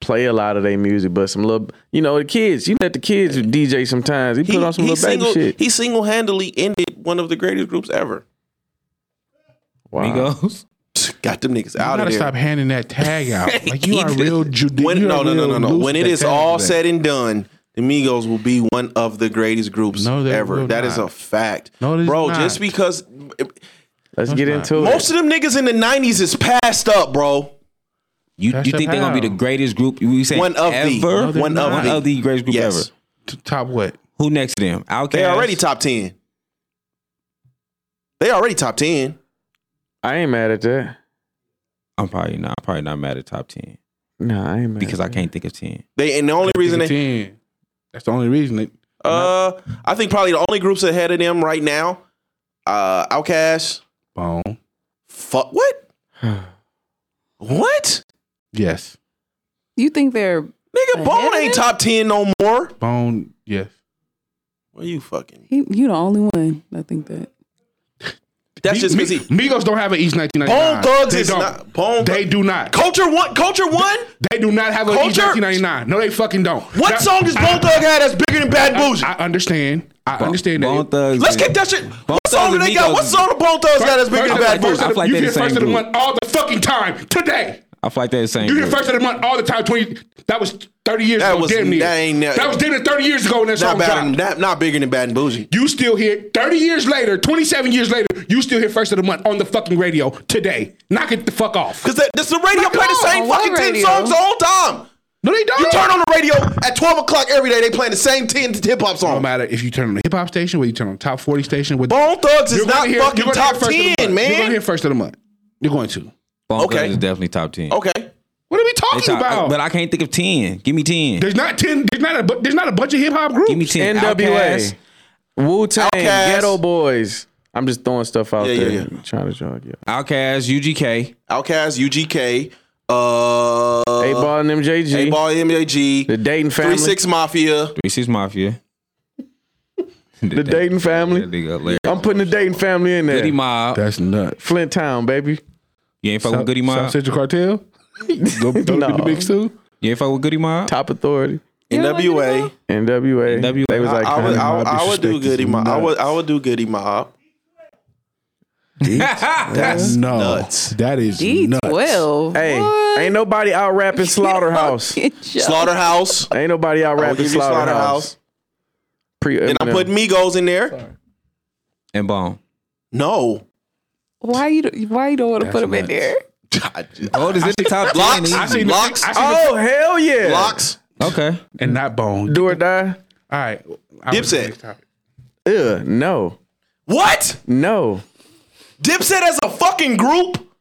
Speaker 5: play a lot of their music, but some little, you know, the kids. You let the kids DJ sometimes. He,
Speaker 4: Baby.
Speaker 5: put on some
Speaker 4: he, he
Speaker 5: little baby
Speaker 4: single
Speaker 5: shit.
Speaker 4: he single handedly ended one of the greatest groups ever.
Speaker 5: wow.
Speaker 9: Migos.
Speaker 4: Got them niggas
Speaker 6: You
Speaker 4: out of
Speaker 6: gotta
Speaker 4: there.
Speaker 6: stop handing that
Speaker 4: [LAUGHS]
Speaker 6: tag out. Like you are real judicious.
Speaker 4: When, no, no, no, no, no. When it is all said and done, the Migos will be one of the greatest groups
Speaker 6: No, they
Speaker 4: ever.
Speaker 6: will
Speaker 4: That is
Speaker 6: not.
Speaker 4: a fact.
Speaker 6: No, they
Speaker 4: bro,
Speaker 6: not.
Speaker 4: just because
Speaker 5: Let's get
Speaker 6: That's
Speaker 5: into it.
Speaker 4: most of them niggas in the 90s is passed up, bro.
Speaker 9: You
Speaker 6: That's
Speaker 9: you
Speaker 6: the
Speaker 9: think they're gonna be the
Speaker 6: pound.
Speaker 9: greatest group? We say
Speaker 4: One of the-
Speaker 9: ever?
Speaker 6: No, they're
Speaker 9: one of
Speaker 6: not.
Speaker 9: one of the greatest group
Speaker 4: Yes.
Speaker 9: ever.
Speaker 6: top what?
Speaker 9: Who next to them? Outkast.
Speaker 4: They already top 10. They already top 10.
Speaker 5: I ain't mad at that.
Speaker 9: I'm probably not. I'm probably not mad at top ten
Speaker 5: No, I ain't mad
Speaker 9: because
Speaker 5: at
Speaker 9: I can't think of ten.
Speaker 4: They and the only reason they
Speaker 6: ten. That's the only reason. That,
Speaker 4: uh I think probably the only groups ahead of them right now, uh Outkast,
Speaker 6: bone.
Speaker 4: fuck
Speaker 6: [SIGHS]
Speaker 4: what? what?
Speaker 6: Yes.
Speaker 7: You think they're
Speaker 4: Nigga,
Speaker 7: Ahead
Speaker 4: Bone
Speaker 7: of
Speaker 4: ain't
Speaker 7: them?
Speaker 4: top 10 no more.
Speaker 6: Bone. Yes.
Speaker 4: Well, you fucking.
Speaker 7: he, you the only one. I think that.
Speaker 4: That's just
Speaker 6: Mi-
Speaker 4: because he.
Speaker 6: Mi- Migos don't have an East nineteen ninety
Speaker 4: Bone
Speaker 6: nine.
Speaker 4: Thugs
Speaker 6: they
Speaker 4: is
Speaker 6: don't.
Speaker 4: not. Bone
Speaker 6: They do not.
Speaker 4: Culture one. Culture one.
Speaker 6: They do not have an East
Speaker 4: Culture-
Speaker 6: nineteen ninety nine. No, they fucking don't.
Speaker 4: What
Speaker 6: That-
Speaker 4: song does Bone Thug had that's bigger than Bad Bougie?
Speaker 6: I understand. I understand
Speaker 9: Bone
Speaker 6: that.
Speaker 9: Thugs.
Speaker 4: Let's
Speaker 9: and-
Speaker 4: kick that shit.
Speaker 9: Bone
Speaker 4: What song do
Speaker 9: Thugs
Speaker 4: they
Speaker 9: and
Speaker 4: got?
Speaker 9: Migos
Speaker 4: What
Speaker 9: is-
Speaker 4: song of Bone Thugs got that's bigger
Speaker 6: First
Speaker 4: than
Speaker 6: of the-
Speaker 4: Bad
Speaker 9: Thugs
Speaker 4: Bougie?
Speaker 9: and- I feel like
Speaker 6: you
Speaker 9: they're
Speaker 6: hear
Speaker 9: the
Speaker 6: first
Speaker 9: same
Speaker 6: of the
Speaker 9: group.
Speaker 6: one all the fucking time today.
Speaker 9: I feel like that's the same.
Speaker 6: You get
Speaker 9: group.
Speaker 6: first of the month all the time. Twenty. That was thirty years
Speaker 4: That
Speaker 6: ago.
Speaker 4: was-
Speaker 6: damn near.
Speaker 4: that ain't ne-
Speaker 6: that was damn near thirty years ago when that
Speaker 4: Not
Speaker 6: song
Speaker 4: bad.
Speaker 6: dropped.
Speaker 4: Not, not bigger than Bad and Bougie.
Speaker 6: You still here 30 years later, 27 years later, you still here first of the month on the fucking radio today. Knock it the fuck off.
Speaker 4: Because this the radio play the
Speaker 7: on,
Speaker 4: same
Speaker 7: why
Speaker 4: fucking ten
Speaker 7: radio?
Speaker 4: songs the whole time.
Speaker 6: No, they don't.
Speaker 4: You turn on the radio at twelve o'clock every day. They playing the same ten hip hop
Speaker 6: No
Speaker 4: songs.
Speaker 6: matter if you turn on the hip hop station, whether you turn on top 40 station, with
Speaker 4: Bone Thugs is
Speaker 6: You're gonna
Speaker 4: not
Speaker 6: hear- you're
Speaker 4: fucking
Speaker 6: gonna hear
Speaker 4: top
Speaker 6: first of the month.
Speaker 4: ten,
Speaker 6: You're going to
Speaker 4: man.
Speaker 6: hear first of the month. You're going to.
Speaker 9: Bone
Speaker 4: Okay.
Speaker 9: Thugs is definitely top ten.
Speaker 4: Okay.
Speaker 6: What are we
Speaker 9: They
Speaker 6: talking
Speaker 9: top-
Speaker 6: about?
Speaker 9: but I can't think of ten. Give me ten.
Speaker 6: there's not 10, there's not a, bu- there's not a bunch of hip hop groups.
Speaker 9: Give me ten.
Speaker 5: NWA,
Speaker 9: Outkast.
Speaker 5: Wu Tang,
Speaker 4: Outkast.
Speaker 5: Ghetto Boys. I'm just throwing stuff out
Speaker 4: Yeah, yeah,
Speaker 5: there,
Speaker 4: yeah.
Speaker 5: trying to jog you.
Speaker 9: Outkast, UGK,
Speaker 4: Outkast, UGK, uh,
Speaker 5: Eight Ball and MJG,
Speaker 4: A Ball, MAG,
Speaker 5: the Dayton family,
Speaker 4: Three Six Mafia.
Speaker 9: Three
Speaker 6: [LAUGHS]
Speaker 9: Six Mafia.
Speaker 5: the Dayton
Speaker 9: That
Speaker 5: family.
Speaker 9: nigga hilarious.
Speaker 5: I'm putting the Dayton family in
Speaker 9: Goody
Speaker 5: there.
Speaker 9: Mob.
Speaker 6: That's nuts.
Speaker 5: Flint Town, baby.
Speaker 9: You ain't fuck with Goody
Speaker 6: South
Speaker 9: Mob.
Speaker 4: [LAUGHS]
Speaker 6: Central Cartel? Go throw
Speaker 5: No.
Speaker 6: no. the mix too?
Speaker 9: You ain't fuck with Goody Mob.
Speaker 5: Top Authority,
Speaker 4: NWA.
Speaker 5: NWA.
Speaker 9: NWA.
Speaker 5: They was like,
Speaker 4: I would, I would, I would do
Speaker 6: disrespect is
Speaker 4: Goody Mob. I
Speaker 6: nuts.
Speaker 4: would, I would do Goody Mob.
Speaker 9: [LAUGHS] That's
Speaker 6: no.
Speaker 4: nuts.
Speaker 6: That is nuts.
Speaker 7: D12.
Speaker 5: hey, ain't nobody out
Speaker 4: [LAUGHS]
Speaker 5: rapping Slaughterhouse. ain't
Speaker 4: Slaughterhouse.
Speaker 5: nobody out
Speaker 4: I will
Speaker 5: rapping
Speaker 4: give you Slaughterhouse.
Speaker 5: Slaughterhouse. Pre-
Speaker 4: And I'm putting Migos in there.
Speaker 9: and Bone.
Speaker 4: No.
Speaker 7: Why you do- why you don't want to put them in
Speaker 6: nuts.
Speaker 7: there?
Speaker 9: Oh, is it
Speaker 6: [LAUGHS]
Speaker 9: the top ten?
Speaker 4: Locks.
Speaker 6: I seen the-
Speaker 4: Locks.
Speaker 6: I seen the-
Speaker 5: Oh hell yeah!
Speaker 4: Locks.
Speaker 9: Okay.
Speaker 6: And not bone.
Speaker 5: Do or die.
Speaker 6: All right.
Speaker 4: Dipset.
Speaker 5: Ugh, no,
Speaker 4: What?
Speaker 5: no.
Speaker 4: Dipset as a fucking group?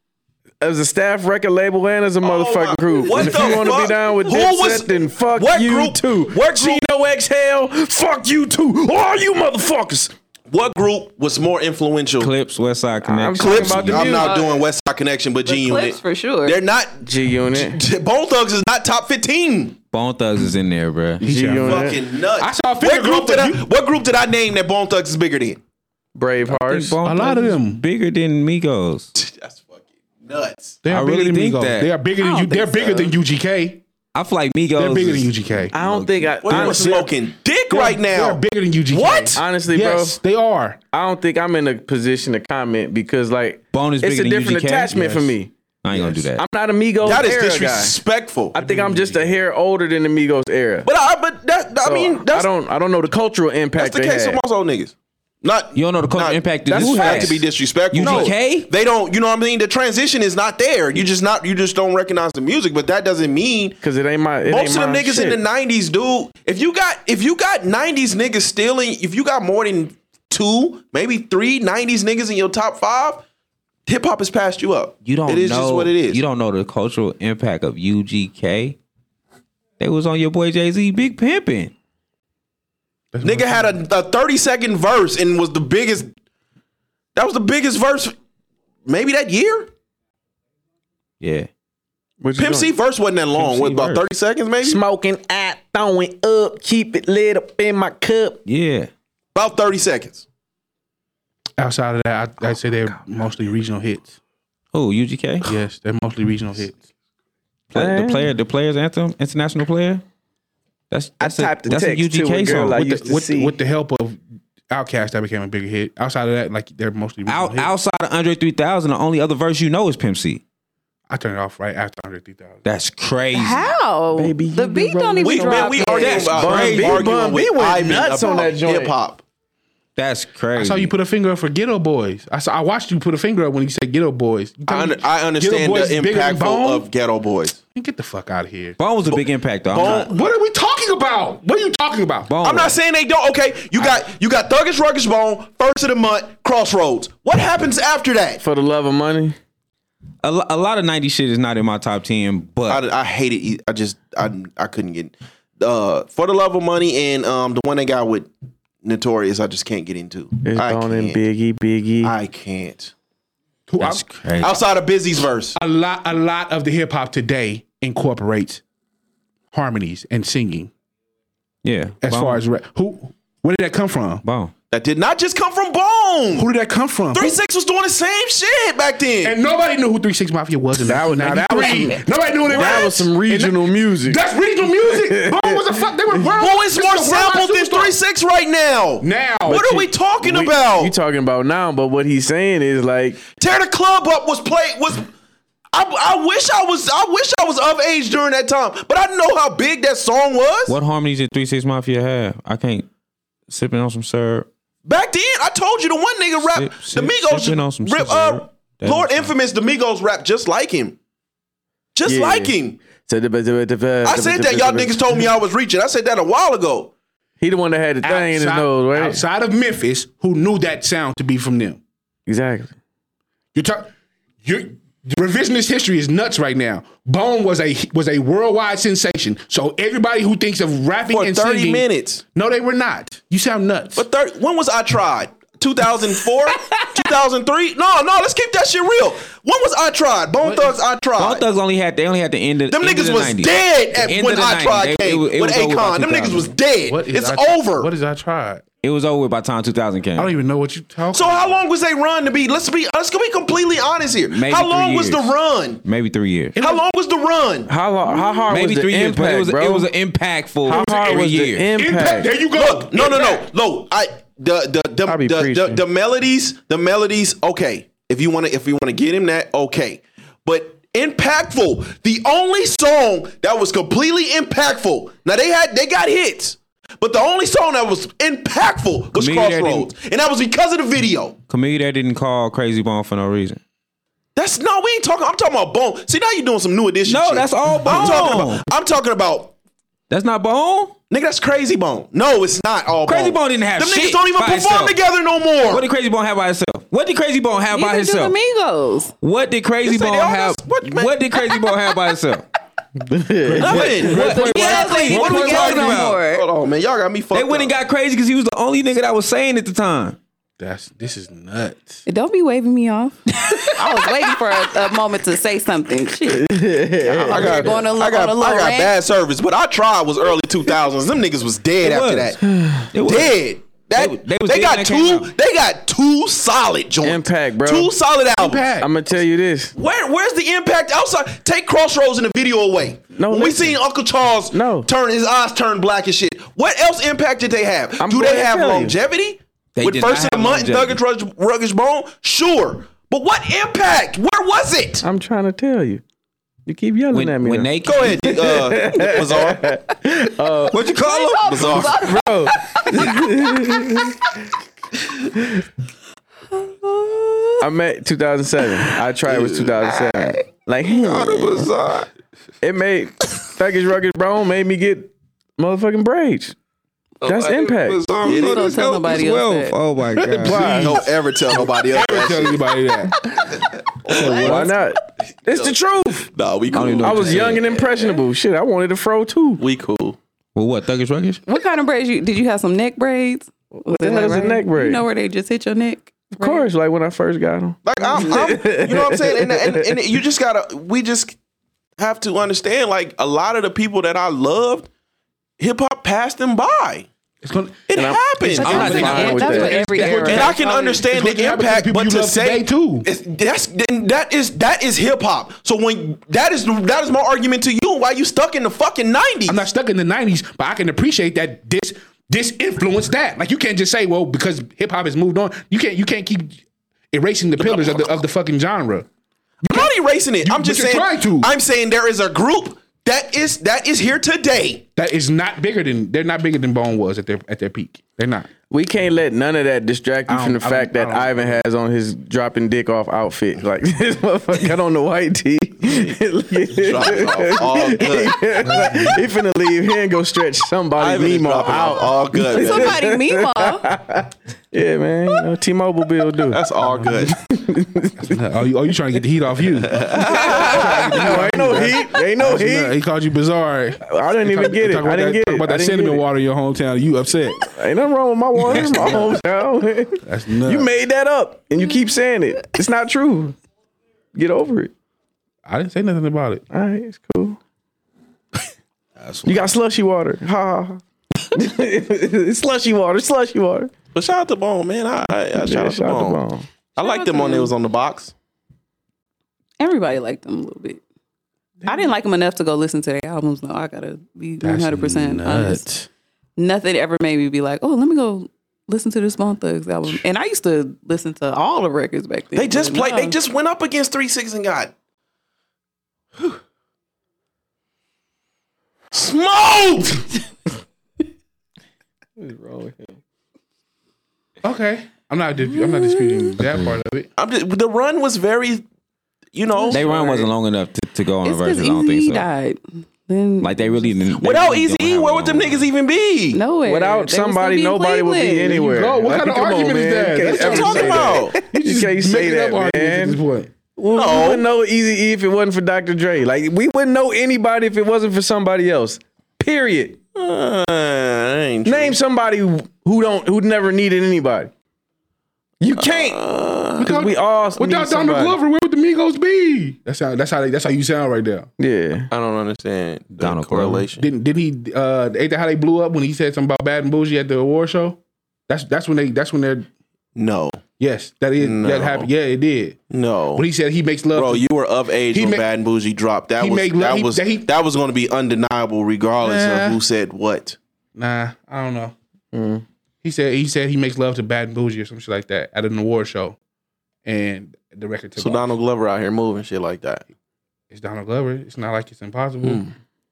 Speaker 5: As a staff record label and as a motherfucking
Speaker 4: Oh, my-
Speaker 5: group.
Speaker 4: what
Speaker 5: and if
Speaker 4: the
Speaker 5: you wanna
Speaker 4: fuck?
Speaker 5: be down with
Speaker 4: Who
Speaker 5: Dipset,
Speaker 4: was-
Speaker 5: then fuck
Speaker 4: what
Speaker 5: you
Speaker 4: group-
Speaker 5: too.
Speaker 4: what group-
Speaker 5: Chino X Hell, fuck you too. All you motherfuckers.
Speaker 4: What group was more influential?
Speaker 9: Clips, West Side Connection.
Speaker 5: talking
Speaker 4: Clips.
Speaker 5: about the
Speaker 4: I'm not
Speaker 7: music.
Speaker 4: doing West Side Connection, but G
Speaker 7: Clips
Speaker 4: Unit.
Speaker 7: for sure.
Speaker 4: They're not.
Speaker 5: G Unit.
Speaker 4: Bone Thugs is not top 15.
Speaker 9: Bone Thugs is in there, bro.
Speaker 5: G Unit.
Speaker 4: Fucking nuts.
Speaker 6: I saw a
Speaker 4: what
Speaker 6: figure
Speaker 4: group
Speaker 6: group
Speaker 4: did
Speaker 6: that
Speaker 4: I,
Speaker 6: you-
Speaker 4: What group did I name that Bone Thugs is bigger than?
Speaker 5: Bravehearts.
Speaker 6: A lot of them.
Speaker 9: bigger than Migos.
Speaker 4: That's fucking nuts.
Speaker 6: They
Speaker 9: I
Speaker 6: are bigger
Speaker 9: really
Speaker 6: than
Speaker 9: think
Speaker 6: Migos.
Speaker 9: that.
Speaker 6: They are bigger than
Speaker 7: I
Speaker 6: you.
Speaker 7: don't
Speaker 6: They're bigger
Speaker 7: think so.
Speaker 6: than UGK.
Speaker 9: I feel like Migos.
Speaker 6: They're bigger than
Speaker 9: is-
Speaker 6: UGK.
Speaker 5: I don't think I
Speaker 4: We're
Speaker 5: honestly,
Speaker 4: smoking dick right
Speaker 6: They're
Speaker 4: now.
Speaker 6: bigger than UGK.
Speaker 4: What?
Speaker 5: honestly
Speaker 6: yes,
Speaker 5: bro,
Speaker 6: they are.
Speaker 5: I don't think I'm in a position to comment because like
Speaker 9: Bone is
Speaker 5: it's
Speaker 9: bigger
Speaker 5: a
Speaker 9: than
Speaker 5: different
Speaker 9: UGK?
Speaker 5: attachment for
Speaker 9: Yes.
Speaker 5: me.
Speaker 9: I ain't gonna do that.
Speaker 5: I'm not a Migos
Speaker 4: That is
Speaker 5: era guy.
Speaker 4: disrespectful.
Speaker 5: I think I'm just a hair older than the Migos era.
Speaker 4: but I, but that, I
Speaker 5: So,
Speaker 4: mean, that's,
Speaker 5: I don't I don't know the cultural impact
Speaker 4: that's the
Speaker 5: they
Speaker 4: case
Speaker 5: had.
Speaker 4: with most old niggas. Not
Speaker 9: you don't know the cultural
Speaker 4: not-
Speaker 9: impact that
Speaker 4: That's
Speaker 9: this
Speaker 4: not
Speaker 9: has.
Speaker 4: to be disrespectful.
Speaker 9: UGK?
Speaker 4: No, they don't. You know what I mean? The transition is not there. You just not. You just don't recognize the music. But that doesn't mean
Speaker 5: Cause it ain't my it
Speaker 4: most of
Speaker 5: ain't
Speaker 4: them
Speaker 5: my
Speaker 4: niggas
Speaker 5: shit.
Speaker 4: in the '90s, dude. If you got if you got '90s niggas stealing, if you got more than two, maybe three '90s niggas in your top five, hip hop has passed you up.
Speaker 9: You don't
Speaker 4: It is
Speaker 9: know
Speaker 4: just what it is.
Speaker 9: You don't know the cultural impact of UGK. They was on your boy Jay Z, Big Pimpin.
Speaker 4: Nigga had a, a 30 second verse and was the biggest. That was the biggest verse, maybe that year.
Speaker 9: Yeah,
Speaker 5: What you
Speaker 4: Pimp C
Speaker 5: doing?
Speaker 4: verse wasn't that long.
Speaker 9: Pimp C
Speaker 4: What about
Speaker 9: verse.
Speaker 4: 30 seconds, maybe?
Speaker 5: smoking out, throwing up, keep it lit up in my cup.
Speaker 9: yeah.
Speaker 4: About 30 seconds.
Speaker 6: Outside of that, I, I'd say
Speaker 4: Oh,
Speaker 6: they're mostly regional hits.
Speaker 9: Who UGK?
Speaker 6: Yes, they're mostly regional hits.
Speaker 9: Play, the player, the players anthem, international player. That's that's a-
Speaker 5: typed the
Speaker 9: that's a
Speaker 5: text to a
Speaker 9: UGK
Speaker 5: girl
Speaker 9: song.
Speaker 5: I
Speaker 9: With the-
Speaker 5: used to
Speaker 6: With, the,
Speaker 5: see.
Speaker 6: with the help of Outkast, that became a bigger hit. Outside of that, like they're mostly regional
Speaker 9: out,
Speaker 6: hits.
Speaker 9: outside of Andre 3000, the only other verse you know is Pimp C.
Speaker 6: I turned it off right after 103,000.
Speaker 9: That's crazy.
Speaker 7: How?
Speaker 5: Baby, you
Speaker 7: the
Speaker 5: be
Speaker 7: beat don't
Speaker 5: rolling
Speaker 7: even
Speaker 4: We,
Speaker 7: drop
Speaker 4: man, we
Speaker 7: yet.
Speaker 4: arguing
Speaker 9: That's
Speaker 4: about
Speaker 9: crazy.
Speaker 4: we arguing
Speaker 5: Bun B
Speaker 4: with
Speaker 5: went
Speaker 4: Ivan
Speaker 5: nuts on
Speaker 4: about
Speaker 5: that joint.
Speaker 4: Hip hop.
Speaker 9: That's crazy.
Speaker 6: I saw you put a finger up for Ghetto Boys. I saw. I watched you put a finger up when you said Ghetto Boys. You tell
Speaker 4: I,
Speaker 6: me
Speaker 4: under, I understand the
Speaker 6: Boys is bigger than
Speaker 4: impactful
Speaker 6: Bone?
Speaker 4: of Ghetto Boys.
Speaker 6: Man, Get the fuck out of here.
Speaker 9: Bone was a big impact though. I'm not-
Speaker 4: Bone,
Speaker 6: What are we talking about? What are you talking about?
Speaker 9: Bone.
Speaker 4: I'm not saying they don't. Okay, you got you got Thuggish Ruggish Bone, First of the Month, Crossroads. What happens after that?
Speaker 5: For the love of money,
Speaker 9: a, lo- a lot of 90 shit is not in my top 10, but
Speaker 4: I, I hate it. I just I I couldn't get uh for the love of money and um the one they got with Notorious. I just can't get into.
Speaker 5: it's
Speaker 4: I
Speaker 5: Bone and
Speaker 4: can't.
Speaker 5: Biggie, Biggie.
Speaker 4: I can't.
Speaker 6: Who-
Speaker 9: that's
Speaker 6: I-
Speaker 9: crazy.
Speaker 4: Outside of Busy's verse,
Speaker 6: a lot a lot of the hip hop today incorporates harmonies and singing
Speaker 9: yeah.
Speaker 6: as far as re- who where did that come from
Speaker 9: Bone.
Speaker 4: that did not just come from Bone.
Speaker 6: who did that come from
Speaker 4: Three Six was doing the same shit back then.
Speaker 6: and nobody knew who 36 mafia was in that was
Speaker 5: now that was
Speaker 6: nobody knew who they
Speaker 5: that
Speaker 6: were.
Speaker 5: was some
Speaker 6: And
Speaker 5: regional music.
Speaker 6: that's regional music Bone was a fuck they were world
Speaker 4: Who is
Speaker 6: this
Speaker 4: more
Speaker 6: a worldwide
Speaker 4: sampled than
Speaker 6: superstar.
Speaker 4: Three Six right now?
Speaker 6: now
Speaker 4: what are we talking
Speaker 5: We-
Speaker 4: about?
Speaker 5: You talking about now, but what he's saying is like
Speaker 4: Tear the club up was play was I, I wish I was I wish I was of age during that time, but I didn't know how big that song was.
Speaker 9: What harmonies did Three Six Mafia have? I can't. Sipping on some syrup.
Speaker 4: Back then, I told you the one nigga rap
Speaker 9: Sip- sip-
Speaker 4: the Migos
Speaker 9: sipping on some
Speaker 4: rip
Speaker 9: scissor.
Speaker 4: uh,
Speaker 9: That
Speaker 4: Lord
Speaker 9: was-
Speaker 4: Infamous, the Migos rap just like him. Just
Speaker 5: Yeah.
Speaker 4: like him.
Speaker 5: I said
Speaker 4: I said that y'all niggas told me I was reaching. I said that a while ago.
Speaker 5: He the one that had the thing in his nose, right?
Speaker 6: outside of Memphis, who knew that sound to be from them.
Speaker 5: Exactly.
Speaker 6: You're talking. You're the revisionist history is nuts right now. Bone was a was a worldwide sensation. So everybody who thinks of rapping
Speaker 4: For
Speaker 6: and
Speaker 4: 30
Speaker 6: singing,
Speaker 4: minutes.
Speaker 6: no, they were not. You sound nuts.
Speaker 4: But thir- when was I tried?
Speaker 9: [LAUGHS]
Speaker 4: 2004? 2003? No, no, let's keep that shit real. When was I tried? Bone Thugs, I
Speaker 9: All
Speaker 4: tried.
Speaker 9: thugs only had they only had the end of
Speaker 4: Uh, Them
Speaker 9: end of
Speaker 4: niggas
Speaker 9: the
Speaker 4: was
Speaker 9: 90s.
Speaker 4: dead
Speaker 9: The
Speaker 4: at
Speaker 9: end
Speaker 4: when
Speaker 9: of the
Speaker 4: I
Speaker 9: 90s.
Speaker 4: tried
Speaker 9: They- it
Speaker 4: came.
Speaker 9: was- it
Speaker 4: with
Speaker 9: was over by
Speaker 4: Akon. Them niggas
Speaker 9: 2000.
Speaker 4: was dead.
Speaker 6: What is
Speaker 4: It's
Speaker 6: I,
Speaker 4: over.
Speaker 6: What is I tried?
Speaker 9: It was over by the time 2000 came.
Speaker 6: I don't even know what you talking.
Speaker 4: so how long was they run to be? Let's be let's be completely honest here.
Speaker 9: Maybe
Speaker 4: how
Speaker 9: three
Speaker 4: long was the
Speaker 9: years.
Speaker 4: run?
Speaker 9: Maybe three years.
Speaker 4: How long was the run?
Speaker 5: How long, How hard
Speaker 9: Maybe
Speaker 5: was the
Speaker 9: three years,
Speaker 5: impact,
Speaker 9: but it was
Speaker 5: bro?
Speaker 9: it was an impactful.
Speaker 5: how hard
Speaker 9: every
Speaker 5: was
Speaker 9: year.
Speaker 5: the impact?
Speaker 6: Impact. There you go.
Speaker 4: Look, no, no, no,
Speaker 6: Impact.
Speaker 4: no. I the the the,
Speaker 5: I be
Speaker 4: the, the
Speaker 5: preaching.
Speaker 4: the melodies, the melodies. Okay, if you want to, if you want to get him that, okay. But impactful. The only song that was completely impactful. Now they had they got hits, but the only song that was impactful was
Speaker 9: Me, that didn't-
Speaker 4: Crossroads, and that was because of the video.
Speaker 9: Comedian that didn't call Crazy Bone for no reason.
Speaker 4: That's no, we ain't talking. I'm talking about Bone. See, now you're doing some new edition.
Speaker 9: No,
Speaker 4: shit.
Speaker 9: that's all
Speaker 4: I'm talking
Speaker 9: Bone.
Speaker 4: about. I'm talking about.
Speaker 9: That's not Bone.
Speaker 4: Nigga, that's Crazy Bone. No, it's not all
Speaker 9: Crazy
Speaker 4: Bone
Speaker 9: Bone didn't have
Speaker 4: Them niggas
Speaker 9: shit
Speaker 4: don't even
Speaker 9: by
Speaker 4: perform
Speaker 9: itself.
Speaker 4: together no more.
Speaker 9: What did Crazy Bone have by itself? What did Crazy Bone have by
Speaker 7: Neither do the
Speaker 9: itself?
Speaker 7: Migos.
Speaker 9: What did Crazy
Speaker 4: You say
Speaker 9: Bone
Speaker 4: they all
Speaker 9: have?
Speaker 4: this- what,
Speaker 9: What,
Speaker 4: man?
Speaker 9: did Crazy Bone have by itself?
Speaker 4: Nothing.
Speaker 9: What-
Speaker 7: Exactly.
Speaker 9: what
Speaker 7: What
Speaker 9: are
Speaker 7: we
Speaker 9: we
Speaker 7: talking
Speaker 9: talking about?
Speaker 7: about?
Speaker 4: Hold on, man. Y'all got me fucked
Speaker 9: They went and
Speaker 4: up.
Speaker 9: got crazy because he was the only nigga that was saying at the time.
Speaker 6: That's this is nuts.
Speaker 7: Don't be waving me off. [LAUGHS] I was waiting for a, a moment to say something. Shit.
Speaker 4: I got,
Speaker 7: going on a-
Speaker 4: I got,
Speaker 7: on a low
Speaker 4: I got
Speaker 7: rant.
Speaker 4: bad service. What I tried was
Speaker 9: [LAUGHS]
Speaker 4: early 2000s. Them niggas was dead
Speaker 9: They
Speaker 4: after
Speaker 9: was.
Speaker 4: that.
Speaker 9: [LAUGHS] It was.
Speaker 4: Dead. That,
Speaker 9: They-
Speaker 4: they,
Speaker 9: they was dead when
Speaker 4: got
Speaker 9: it came
Speaker 4: two.
Speaker 9: out.
Speaker 4: They got two solid joints.
Speaker 5: Impact, bro.
Speaker 4: Two solid albums.
Speaker 6: Impact.
Speaker 5: I'm gonna tell you this.
Speaker 4: Where, where's the impact outside? Take Crossroads in the video away.
Speaker 5: No,
Speaker 4: when
Speaker 5: listen.
Speaker 4: we seen Uncle Charles
Speaker 5: No.
Speaker 4: turn his eyes turn black and shit. What else impact did they have?
Speaker 5: I'm
Speaker 4: Do
Speaker 5: going
Speaker 4: they
Speaker 5: to
Speaker 4: have
Speaker 5: tell you.
Speaker 4: longevity?
Speaker 9: They
Speaker 4: With
Speaker 9: did
Speaker 4: first in a
Speaker 9: not have
Speaker 4: month, Thuggish
Speaker 9: longevity.
Speaker 4: Ruggish, Ruggish Bone, sure. But what impact? Where was it?
Speaker 5: I'm trying to tell you. You keep yelling
Speaker 9: When,
Speaker 5: at me.
Speaker 9: when
Speaker 5: though.
Speaker 9: they
Speaker 4: Go ahead,
Speaker 5: [LAUGHS]
Speaker 4: uh, Bizarre.
Speaker 5: Uh,
Speaker 9: what you call him?
Speaker 4: Bizarre.
Speaker 5: I met 2007. I tried was 2007. Like hmm.
Speaker 4: Bizarre.
Speaker 5: it made Thuggish Rugged Brown made me get motherfucking braids. That's impact.
Speaker 7: You don't tell nobody else that.
Speaker 9: Oh my god.
Speaker 4: Please don't ever tell nobody else. that
Speaker 6: Tell
Speaker 4: shit.
Speaker 6: anybody that.
Speaker 5: Why not? It's the truth.
Speaker 4: Nah, we cool.
Speaker 9: even know
Speaker 5: I
Speaker 9: what
Speaker 5: was young and impressionable. Shit, I wanted a fro too.
Speaker 4: we cool.
Speaker 9: Well, what thuggish ruggish?
Speaker 7: What kind of braids you did you have some neck braids? What
Speaker 5: the hell is a neck braid?
Speaker 7: You know where they just hit your neck?
Speaker 5: Of course, like when I first got them.
Speaker 4: Like I'm, I'm you know what I'm saying, and, and, and you just gotta. We just have to understand. Like a lot of the people that I loved, hip hop passed them by.
Speaker 6: It's gonna.
Speaker 4: It happens.
Speaker 5: I'm not saying
Speaker 7: Yeah,
Speaker 5: I'm with
Speaker 7: that's
Speaker 5: that.
Speaker 7: what every
Speaker 6: That's what
Speaker 7: era.
Speaker 4: and I can understand
Speaker 6: It's
Speaker 4: the
Speaker 6: what happened to
Speaker 4: impact,
Speaker 6: people
Speaker 4: but
Speaker 6: you
Speaker 4: to
Speaker 6: love
Speaker 4: say
Speaker 6: today, too.
Speaker 4: it's- that's then that is that is hip hop. So when that is that is my argument to you, why you stuck in the fucking nineties?
Speaker 6: I'm not stuck in the '90s, but I can appreciate that this this influenced that. Like you can't just say, well, because hip hop has moved on, you can't you can't keep erasing the pillars of the of the fucking genre.
Speaker 4: I'm not erasing it.
Speaker 6: You-
Speaker 4: I'm just
Speaker 6: but
Speaker 4: saying.
Speaker 6: you're trying to.
Speaker 4: I'm saying there is a group that is that is here today.
Speaker 6: That is not bigger than they're not bigger than Bone was at their at their peak. They're not.
Speaker 5: We can't let none of that distract you
Speaker 6: I
Speaker 5: from the
Speaker 6: don't- I
Speaker 5: fact
Speaker 6: don't-
Speaker 5: that
Speaker 6: I don't-
Speaker 5: Ivan has on his dropping dick off outfit. Like [LAUGHS] this motherfucker got on the white
Speaker 6: [LAUGHS]
Speaker 5: tee.
Speaker 4: Drop it off. All good.
Speaker 5: he finna leave here and go stretch somebody's knee
Speaker 4: Drop it
Speaker 5: more
Speaker 4: off.
Speaker 5: out.
Speaker 4: All good. man.
Speaker 7: [LAUGHS] Somebody meanwhile.
Speaker 5: Yeah, man. You know, T-Mobile bill do.
Speaker 4: That's
Speaker 6: [LAUGHS]
Speaker 4: all good.
Speaker 6: Oh, you, oh, you trying to get the heat off
Speaker 5: [LAUGHS]
Speaker 6: you?
Speaker 5: No, ain't no heat. Ain't no
Speaker 6: he
Speaker 5: heat.
Speaker 6: called you bizarre.
Speaker 5: I didn't even get it.
Speaker 6: Talk about
Speaker 5: I didn't
Speaker 6: that,
Speaker 5: get
Speaker 6: talk
Speaker 5: it.
Speaker 6: About
Speaker 5: I
Speaker 6: that
Speaker 5: didn't
Speaker 6: cinnamon
Speaker 5: get it.
Speaker 6: water in your hometown, you upset.
Speaker 5: Ain't nothing wrong with my water. It's my hometown.
Speaker 6: That's nuts.
Speaker 5: You made that up, and you keep saying it. It's not true. Get over it.
Speaker 6: I didn't say nothing about it.
Speaker 5: All right, it's cool. you got slushy water. Ha ha. [LAUGHS] ha. it's slushy water. Slushy water.
Speaker 4: But shout out to Bone, man. I, I, I shout,
Speaker 5: Yeah,
Speaker 4: out to
Speaker 5: shout
Speaker 4: Bone.
Speaker 5: out to Bone.
Speaker 4: I liked them when it was on the box.
Speaker 7: Everybody liked them a little bit. I didn't like them enough to go listen to their albums though. I gotta be one hundred percent honest. Nothing ever made me be like, oh, let me go listen to this Bone Thugs album. And I used to listen to all the records back then.
Speaker 4: They just
Speaker 7: but
Speaker 4: played. They
Speaker 7: nah.
Speaker 4: just went up against Three Six and got [SIGHS] Smoked.
Speaker 6: Okay, I'm not. dis- I'm not disputing that part of it.
Speaker 4: I'm just, the run was very, you know.
Speaker 9: They run wasn't long enough to, to go on
Speaker 7: It's
Speaker 9: a
Speaker 7: because
Speaker 9: versus. I don't think
Speaker 7: Easy
Speaker 9: so.
Speaker 7: died. Then
Speaker 9: Like they really didn't. they
Speaker 4: Without
Speaker 9: really
Speaker 4: Easy
Speaker 9: don't
Speaker 4: E,
Speaker 9: have
Speaker 4: where
Speaker 9: a
Speaker 4: would them
Speaker 9: long-
Speaker 4: niggas even be?
Speaker 7: nowhere. They
Speaker 5: Without
Speaker 7: was gonna be
Speaker 5: somebody,
Speaker 7: in
Speaker 5: nobody would
Speaker 7: Cleveland.
Speaker 5: be anywhere.
Speaker 6: go. What kind of
Speaker 5: come
Speaker 6: argument is that?
Speaker 5: You can't
Speaker 4: What
Speaker 5: ever
Speaker 6: That's
Speaker 4: you
Speaker 5: say
Speaker 4: talking about?
Speaker 5: You just can't say
Speaker 6: Making
Speaker 5: that,
Speaker 6: up arguments at
Speaker 5: man.
Speaker 6: this point.
Speaker 5: We
Speaker 4: No.
Speaker 5: wouldn't know Easy E if it wasn't for Dr. Dre. Like we wouldn't know anybody if it wasn't for somebody else. Period.
Speaker 4: Uh, ain't true.
Speaker 5: Name somebody who don't who never needed anybody. You can't because we all
Speaker 6: Without
Speaker 5: need somebody.
Speaker 6: Donald Glover, where would the Migos be? That's how. That's how. They, that's how you sound right there.
Speaker 5: Yeah,
Speaker 4: I don't understand the
Speaker 9: Donald Glover.
Speaker 4: correlation.
Speaker 6: Didn't did he? Uh, ain't that how they blew up when he said something about bad and bougie at the award show? That's that's when they. That's when they're.
Speaker 4: No,
Speaker 6: Yes, that is
Speaker 4: No.
Speaker 6: that happened. Yeah, it did.
Speaker 4: no.
Speaker 6: When he said he makes love,
Speaker 4: Bro,
Speaker 6: to-
Speaker 4: Oh, you were of age
Speaker 6: He
Speaker 4: when
Speaker 6: ma-
Speaker 4: Bad and Bougie dropped. That
Speaker 6: He
Speaker 4: was
Speaker 6: make love-
Speaker 4: that
Speaker 6: he-
Speaker 4: was
Speaker 6: that he-
Speaker 4: that was going to be undeniable, regardless
Speaker 6: Nah.
Speaker 4: of who said what.
Speaker 6: nah, I don't know.
Speaker 5: Mm.
Speaker 6: He said he said he makes love to bad and bougie or some shit like that at an award show, and the record took
Speaker 4: So
Speaker 6: off.
Speaker 4: Donald Glover out here moving shit like that.
Speaker 6: it's Donald Glover. It's not like it's impossible.
Speaker 5: Mm.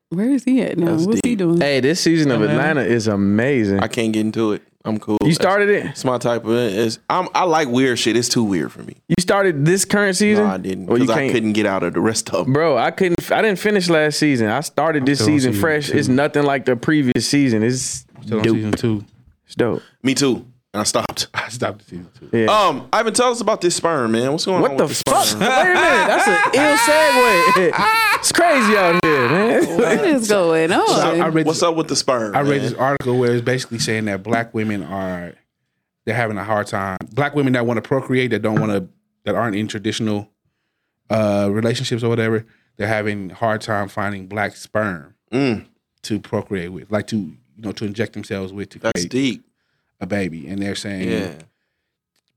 Speaker 7: Where is he at now?
Speaker 4: That's
Speaker 7: What's he
Speaker 4: deep.
Speaker 7: doing?
Speaker 5: Hey, this season of Atlanta is amazing.
Speaker 4: I can't get into it. I'm cool.
Speaker 5: You started it.
Speaker 4: It's my type of. It's, I'm. I like weird shit. It's too weird for me.
Speaker 5: You started this current season.
Speaker 4: No, I didn't
Speaker 5: Well, you
Speaker 4: because I
Speaker 5: can't-
Speaker 4: couldn't get out of the rest of them.
Speaker 5: Bro, I couldn't. I didn't finish last season. I started this
Speaker 6: still on
Speaker 5: season
Speaker 6: season
Speaker 5: fresh.
Speaker 6: two.
Speaker 5: It's nothing like the previous season. It's
Speaker 6: Still on
Speaker 5: dope.
Speaker 6: season two. [LAUGHS]
Speaker 5: It's dope.
Speaker 4: Me too. And I
Speaker 9: [LAUGHS]
Speaker 4: stopped.
Speaker 6: I stopped at season two.
Speaker 5: Yeah.
Speaker 4: Um, Ivan, tell us about this sperm, man. What's going
Speaker 5: what
Speaker 4: on?
Speaker 5: the
Speaker 4: with this
Speaker 5: fuck? Wait a
Speaker 4: sperm?
Speaker 5: minute. That's an ill segue. [LAUGHS] it's crazy out here, man.
Speaker 7: What is going on?
Speaker 6: I, I read
Speaker 4: What's
Speaker 6: this,
Speaker 4: up with the sperm?
Speaker 6: I read
Speaker 4: man?
Speaker 6: this article where it's basically saying that black women are they're having a hard time. Black women that want to procreate that don't want to that aren't in traditional uh, relationships or whatever, they're having hard time finding black sperm
Speaker 4: Mm.
Speaker 6: to procreate with, like to you know to inject themselves with to
Speaker 4: That's
Speaker 6: create
Speaker 4: deep.
Speaker 6: a baby. And they're saying
Speaker 4: Yeah.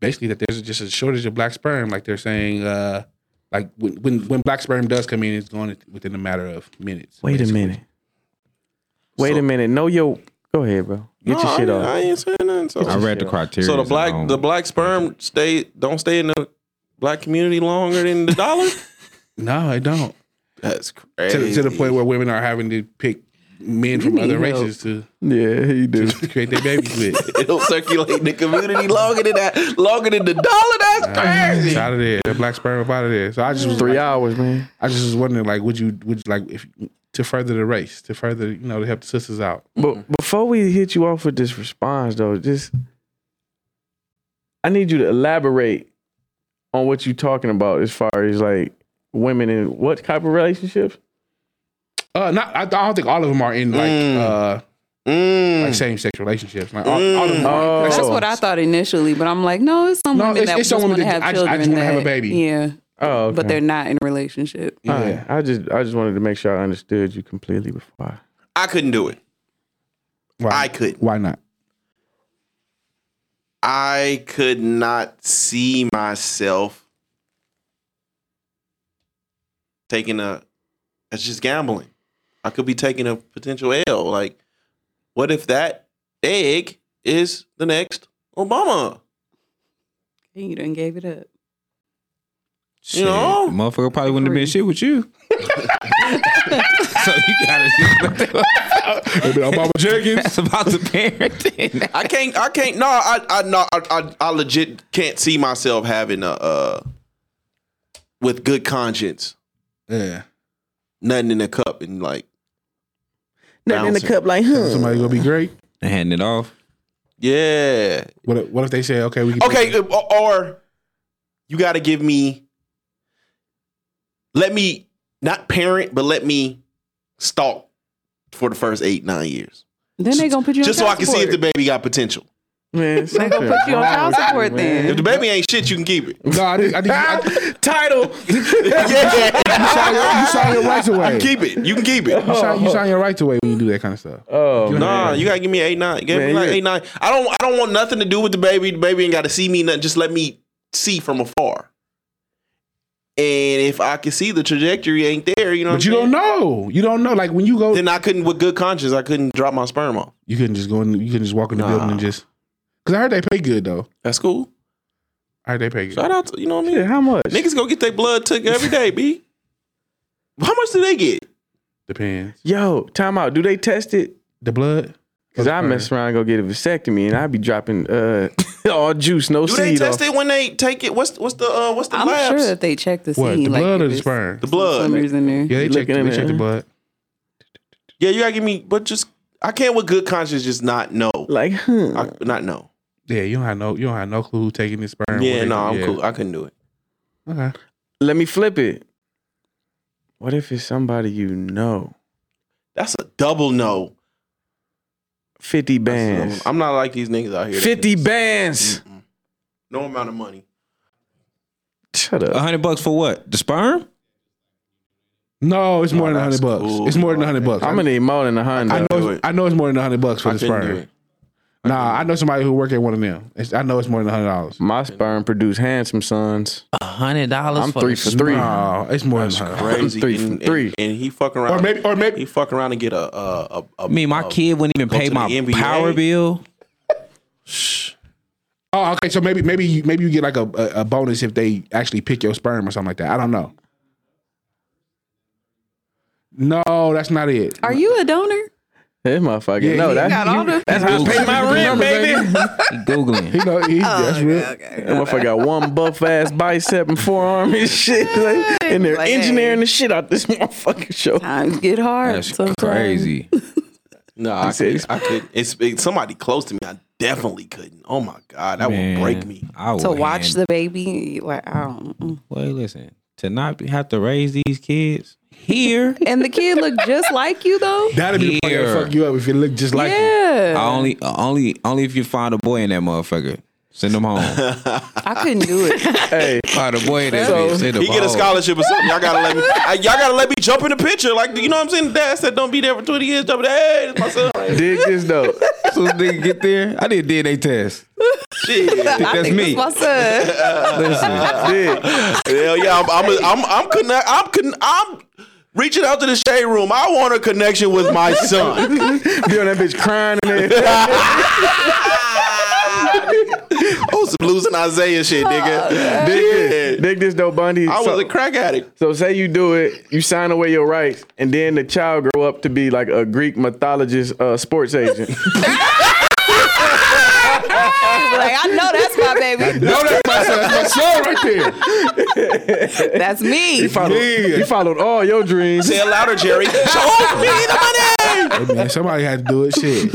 Speaker 6: basically that there's just a shortage of black sperm. Like they're saying, uh, like when, when when black sperm does come in, it's gone within a matter of
Speaker 5: [LAUGHS]
Speaker 6: minutes.
Speaker 5: Wait a
Speaker 6: basically.
Speaker 5: minute. Wait
Speaker 4: So-
Speaker 5: a minute. No, yo. Go ahead, bro. Get
Speaker 4: No,
Speaker 5: your shit
Speaker 4: I,
Speaker 5: off.
Speaker 4: Oh, I ain't saying nothing. So,
Speaker 9: I read the criteria.
Speaker 4: so the black the black sperm stay don't stay in the black community longer than the dollar.
Speaker 6: No, I don't.
Speaker 4: [LAUGHS] That's
Speaker 6: to,
Speaker 4: crazy.
Speaker 6: the- to the point where women are having to pick men from
Speaker 7: need
Speaker 6: other
Speaker 7: help.
Speaker 6: races to,
Speaker 5: Yeah, he do.
Speaker 4: [LAUGHS]
Speaker 6: to create their babies
Speaker 4: [LAUGHS]
Speaker 6: with.
Speaker 4: it'll circulate in the community longer than that, longer than the dollar. That's crazy.
Speaker 6: out of there, the black sperm up out of there. So I just was
Speaker 5: Three hours, man.
Speaker 6: I just was wondering, like, would you would you, like if to further the race, to further you know to help the sisters out?
Speaker 5: But before we hit you off with this response, though, just I need you to elaborate on what you're talking about as far as like women in what type of relationships.
Speaker 6: Uh, not I, I don't think all of them are in like uh
Speaker 4: Mm.
Speaker 6: like same sex relationships. Like all, all of them. are-
Speaker 5: Oh,
Speaker 7: That's what I thought initially, but I'm like, no, it's some
Speaker 6: No,
Speaker 7: women
Speaker 6: it's-
Speaker 7: that
Speaker 6: it's some
Speaker 7: just
Speaker 6: women
Speaker 7: want to
Speaker 6: that
Speaker 7: have
Speaker 6: I just- I
Speaker 7: children.
Speaker 6: just wanna have a
Speaker 7: that-
Speaker 6: baby.
Speaker 7: Yeah,
Speaker 5: Oh,
Speaker 7: but they're not in a relationship.
Speaker 5: All
Speaker 4: Oh.
Speaker 5: right. I just I just wanted to make sure I understood you completely before. I-
Speaker 4: I couldn't do it.
Speaker 6: Why,
Speaker 4: I could.
Speaker 6: Why not?
Speaker 4: I could not see myself taking a. It's just gambling. I could be taking a potential L. Like, what if that egg is the next Obama?
Speaker 7: And you done gave it up.
Speaker 9: Shit,
Speaker 4: know?
Speaker 5: [LAUGHS]
Speaker 9: motherfucker probably wouldn't have been shit with you. [LAUGHS] so you gotta just
Speaker 6: Obama
Speaker 4: [LAUGHS]
Speaker 6: Jenkins.
Speaker 9: that's about the parenting. [LAUGHS]
Speaker 4: I can't. I can't. No. I. I. No. I. I, I legit can't see myself having a. Uh, with good conscience,
Speaker 6: Yeah.
Speaker 4: nothing in the cup, and like
Speaker 5: Nothing in the
Speaker 4: Bouncing.
Speaker 5: cup, like huh?
Speaker 6: Somebody gonna be great.
Speaker 9: And handing it off.
Speaker 4: yeah,
Speaker 6: What if, what if they say okay we can
Speaker 4: Okay, or, or you got to give me. Let me not parent, but let me stalk for the first eight nine years,
Speaker 7: Then they gonna put you
Speaker 4: just so
Speaker 7: on
Speaker 4: I
Speaker 7: child
Speaker 4: can see
Speaker 7: support.
Speaker 4: if the baby got potential. [LAUGHS]
Speaker 5: Man,
Speaker 7: They gonna put you on child support
Speaker 4: If
Speaker 7: then.
Speaker 4: the baby ain't shit, you can keep it.
Speaker 6: No, I think, I think, I think
Speaker 5: Title.
Speaker 4: [LAUGHS] yeah,
Speaker 6: you sign your rights away.
Speaker 4: keep it. You can keep it.
Speaker 6: You sign, you sign your rights away when you do that kind of stuff.
Speaker 5: [LAUGHS] Oh, man.
Speaker 4: Nah, you gotta give me eight nine. Give me
Speaker 5: Man,
Speaker 4: like
Speaker 5: you-
Speaker 4: eight nine. I don't. I don't want nothing to do with the baby. The baby ain't got to see me. Nothing. Just let me see from afar. And if I can see the trajectory ain't there, you know.
Speaker 6: But you
Speaker 4: know.
Speaker 6: don't know. You don't know. Like when you go,
Speaker 4: then I couldn't, with good conscience, I couldn't drop my sperm off.
Speaker 6: you couldn't just go in. You couldn't just walk in the building and just. Because I heard they pay good though.
Speaker 4: That's cool.
Speaker 6: I heard they pay good.
Speaker 4: Shout out to, you know what I mean?
Speaker 5: How much?
Speaker 4: Niggas go get their blood took every day, B. How much do they get?
Speaker 6: Depends.
Speaker 5: Yo, time out. Do they test it?
Speaker 6: The blood.
Speaker 5: Cause I mess around and go get a vasectomy, and I be dropping uh [LAUGHS] all juice, no
Speaker 4: Do
Speaker 5: seed.
Speaker 4: they test
Speaker 5: off.
Speaker 4: it when they take it? What's what's the uh, what's the
Speaker 7: I'm
Speaker 4: labs?
Speaker 7: sure that they check to see
Speaker 6: What? The
Speaker 7: like,
Speaker 6: blood
Speaker 7: if
Speaker 6: or the
Speaker 7: it's
Speaker 6: sperm?
Speaker 4: The blood.
Speaker 7: swimmers in there.
Speaker 6: Yeah, they check.
Speaker 5: looking in
Speaker 6: They check
Speaker 5: there.
Speaker 6: the blood.
Speaker 4: Yeah, you gotta give me, but just I can't with good conscience just not know,
Speaker 5: Like, huh?
Speaker 4: I, not know.
Speaker 6: Yeah, you don't have no. You don't have no clue who taking this sperm. what
Speaker 4: Yeah,
Speaker 6: they-
Speaker 4: no, I'm cool. I couldn't do it.
Speaker 6: Okay.
Speaker 5: Let me flip it. What if it's somebody you know?
Speaker 4: That's a double no.
Speaker 5: Fifty
Speaker 4: That's-
Speaker 5: bands.
Speaker 4: I'm not like these niggas out here. that
Speaker 5: Fifty
Speaker 4: just-
Speaker 5: bands.
Speaker 4: No amount of money.
Speaker 5: Shut
Speaker 4: Uh,
Speaker 5: up.
Speaker 9: A hundred bucks for what? The sperm?
Speaker 6: No, it's more than a hundred bucks.
Speaker 4: cool.
Speaker 6: It's more than a hundred bucks.
Speaker 5: I'm gonna need more than a hundred.
Speaker 6: I know.
Speaker 4: do
Speaker 6: It's,
Speaker 4: it.
Speaker 6: I know it's more than a hundred bucks for
Speaker 4: I
Speaker 6: the
Speaker 4: couldn't do
Speaker 6: sperm.
Speaker 4: it.
Speaker 6: Nah, I know somebody who work at one of them. It's, I know it's more than a hundred dollars.
Speaker 5: My sperm produce handsome sons.
Speaker 10: hundred dollars.
Speaker 5: I'm three for three.
Speaker 6: No, it's more than a hundred.
Speaker 4: Crazy.
Speaker 5: Three for
Speaker 4: and, and-
Speaker 5: three.
Speaker 4: And, he fuck around.
Speaker 6: Or maybe- or maybe-
Speaker 4: he fuck around and get a a. a, a
Speaker 9: I mean, my
Speaker 4: a-
Speaker 9: kid wouldn't even
Speaker 4: Oh. go
Speaker 9: pay
Speaker 4: to the
Speaker 9: my
Speaker 4: NBA. [LAUGHS]
Speaker 9: power bill.
Speaker 6: Oh, okay. So maybe maybe you- maybe you get like a, a, a bonus if they actually pick your sperm or something like that. I don't know. No, that's not it.
Speaker 7: Are you a donor?
Speaker 5: This motherfucker.
Speaker 6: Yeah,
Speaker 5: no,
Speaker 6: you
Speaker 5: that's
Speaker 7: Got all the
Speaker 5: that's how I pay my rent, baby.
Speaker 9: He googling.
Speaker 6: He know
Speaker 7: [LAUGHS]
Speaker 6: he,
Speaker 7: Oh,
Speaker 6: that's real.
Speaker 5: That motherfucker got one buff ass bicep and forearm and shit. Like, and they're
Speaker 7: Like,
Speaker 5: engineering the shit out this [LAUGHS] motherfucking show.
Speaker 7: times get hard.
Speaker 9: That's
Speaker 7: sometimes.
Speaker 9: crazy.
Speaker 4: No, I
Speaker 5: said
Speaker 4: could.
Speaker 5: he's-
Speaker 4: I could. It's it, somebody close to me. I definitely couldn't. Oh my god, that
Speaker 9: Man,
Speaker 4: would break me.
Speaker 9: I
Speaker 7: To
Speaker 9: would
Speaker 7: watch
Speaker 9: hand-
Speaker 7: the baby, like I don't. mm.
Speaker 9: Well, listen, to not be- have to raise these kids here.
Speaker 7: And the kid looked just like you though.
Speaker 6: That'd be the part
Speaker 9: Here.
Speaker 6: that fuck you up if you look just like him.
Speaker 7: yeah,
Speaker 9: I only, only, only if you find a boy in that motherfucker. Send him
Speaker 4: [LAUGHS]
Speaker 9: home.
Speaker 7: I couldn't do [LAUGHS] it.
Speaker 5: Hey,
Speaker 9: find a boy in that
Speaker 5: So-
Speaker 9: bitch. Send him
Speaker 4: He get a
Speaker 9: home.
Speaker 4: scholarship or something. Y'all gotta let me. I- Y'all gotta let me jump in the picture. Like you know what I'm saying? Dad said, "Don't be there for 20 years." Jump in. Hey, it's my son. Like,
Speaker 5: dig this though.
Speaker 9: As soon as nigga get there, I did DNA test.
Speaker 4: Shit.
Speaker 9: Think that's me.
Speaker 7: What's up?
Speaker 9: Listen,
Speaker 5: Dig.
Speaker 4: Hell yeah, I'm I'm I'm I'm, connect, I'm, con- I'm reaching out to the shade room. I want a connection with my son.
Speaker 5: Be on that bitch crying in there.
Speaker 4: oh, some losing Isaiah shit, nigga.
Speaker 5: [LAUGHS] Dig,
Speaker 4: Nigga,
Speaker 5: dig this though, Bundy.
Speaker 4: I
Speaker 5: so,
Speaker 4: was a crack addict.
Speaker 5: so say you do it, you sign away your rights, and then the child grow up to be like a Greek mythologist uh, sports agent.
Speaker 7: [LAUGHS] like I know that's my baby.
Speaker 6: No, that's my son. That's my son right there.
Speaker 9: [LAUGHS]
Speaker 7: That's me.
Speaker 5: Followed- He followed all your dreams.
Speaker 4: Say it louder, Jerry. Show me the money.
Speaker 6: Hey, man, somebody had to do it. Shit.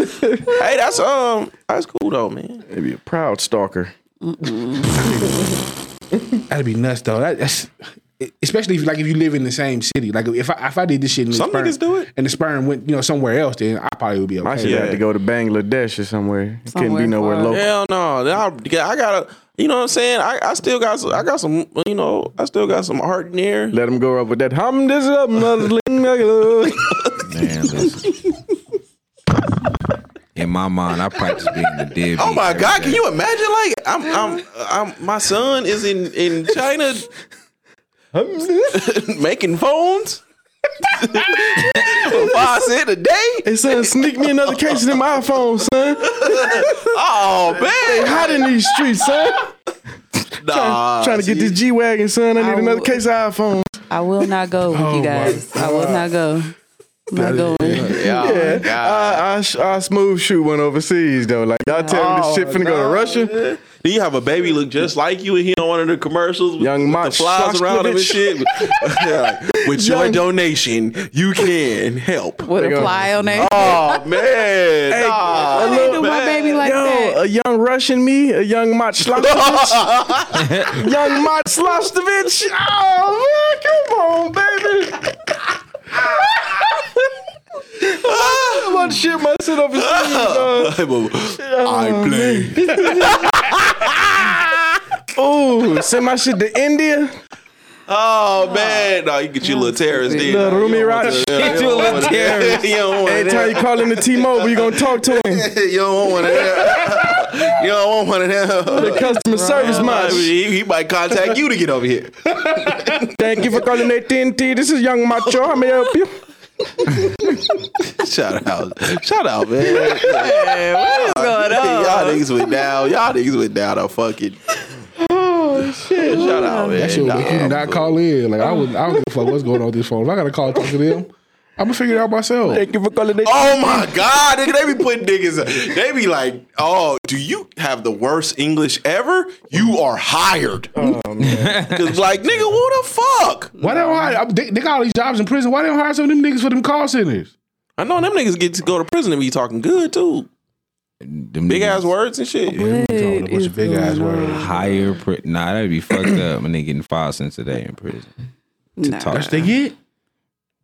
Speaker 4: Hey, that's um, that's cool though, man.
Speaker 5: Maybe a proud stalker.
Speaker 6: That'd be nuts though. That, that's especially if like if you live in the same city. Like if I if I did this shit, in the
Speaker 4: Some
Speaker 6: sperm,
Speaker 4: niggas do it.
Speaker 6: and the sperm went you know somewhere else, then I probably would be
Speaker 5: I should
Speaker 6: okay.
Speaker 5: have to go to Bangladesh or somewhere. It Couldn't
Speaker 7: Somewhere
Speaker 5: be nowhere
Speaker 7: far.
Speaker 5: local.
Speaker 4: Hell no, Then I, I gotta. You know what I'm saying? I, I still got some, I got some you know I still got some heart in there.
Speaker 5: Let him go up with that hum this up, mother-
Speaker 9: man, listen. In my mind, I practice being the deadbeat.
Speaker 4: Oh my
Speaker 9: every
Speaker 4: God!
Speaker 9: day.
Speaker 4: Can you imagine? Like I'm I'm
Speaker 5: Uh-huh.
Speaker 4: I'm my son is in in China [LAUGHS] making phones. Five cent a day.
Speaker 5: Hey son, sneak me another case in my iPhone, son.
Speaker 4: Oh
Speaker 5: They
Speaker 4: man,
Speaker 5: hot in these streets, son.
Speaker 4: nah,
Speaker 5: Trying to get this G wagon, son. I need
Speaker 7: I
Speaker 5: another
Speaker 7: would-
Speaker 5: case of iPhone.
Speaker 7: I will not go with
Speaker 9: Oh
Speaker 7: you guys. I will not go. I'm not going.
Speaker 4: Yeah,
Speaker 5: I, I, sh- I smooth shoot went overseas though. Like y'all tell me this shit finna go to Russia.
Speaker 4: Then you have a baby look just like you, and he on one of the commercials. With,
Speaker 5: Young
Speaker 4: with
Speaker 5: Mott
Speaker 4: the flies around him and shit.
Speaker 5: [LAUGHS]
Speaker 4: Yeah, like, with your
Speaker 5: Young-
Speaker 4: donation, you can
Speaker 5: [LAUGHS]
Speaker 4: help.
Speaker 7: With a fly on there.
Speaker 4: Oh man, nah,
Speaker 7: I can't do my
Speaker 4: man.
Speaker 7: baby like
Speaker 5: Yo,
Speaker 7: that.
Speaker 5: a young Russian me, a young Mott [LAUGHS] Slostovich. young Mott Slostovich. Oh man, come on, [LAUGHS] baby. I'm about to shit myself overseas, [LAUGHS] dog. Oh,
Speaker 4: I play.
Speaker 5: Ooh, send my shit to India.
Speaker 4: Oh man, no, you get you a little terrorist, dude.
Speaker 5: Little Rumi Raj.
Speaker 9: Get you a little terrorist.
Speaker 4: [LAUGHS] you don't want
Speaker 5: Every time you call him the T-Mobile, you gonna talk to him.
Speaker 4: that. [LAUGHS] You don't want one of them. You don't want one of [LAUGHS] them.
Speaker 5: The customer
Speaker 4: [LAUGHS]
Speaker 5: service much.
Speaker 4: He, he might contact you to get over here. [LAUGHS]
Speaker 5: Thank you for calling AT&T. This is Young Macho. How may I help you?
Speaker 4: Shout out, shout out, man. [LAUGHS] man what is going on? Y'all niggas went down. Y'all niggas went down. A fucking.
Speaker 5: shit.
Speaker 4: Shout out, man.
Speaker 6: That shit would
Speaker 4: Nah,
Speaker 6: make you not call in. Like I would I don't give a fuck what's going on with this phone. If I gotta call talk to them, I'm gonna figure it out myself.
Speaker 5: Thank you for calling it.
Speaker 4: Oh my God, nigga, they be putting niggas. They be like, oh, do you have the worst English ever? You are hired. [LAUGHS] Cause like, nigga, who the fuck?
Speaker 6: Why they don't hire I'm- they, they got all these jobs in prison. Why they don't hire some of them niggas for them call centers?
Speaker 4: I know them niggas get to go to prison and be talking good too.
Speaker 9: Them
Speaker 4: Big ass
Speaker 9: niggas
Speaker 4: words and shit.
Speaker 6: Yeah, we talking a bunch
Speaker 7: is
Speaker 6: of big ass
Speaker 7: going
Speaker 6: words.
Speaker 9: Higher, pri- nah, that'd be fucked up when they getting five cents a day in prison.
Speaker 7: Nah.
Speaker 9: talk.
Speaker 6: That's what they get.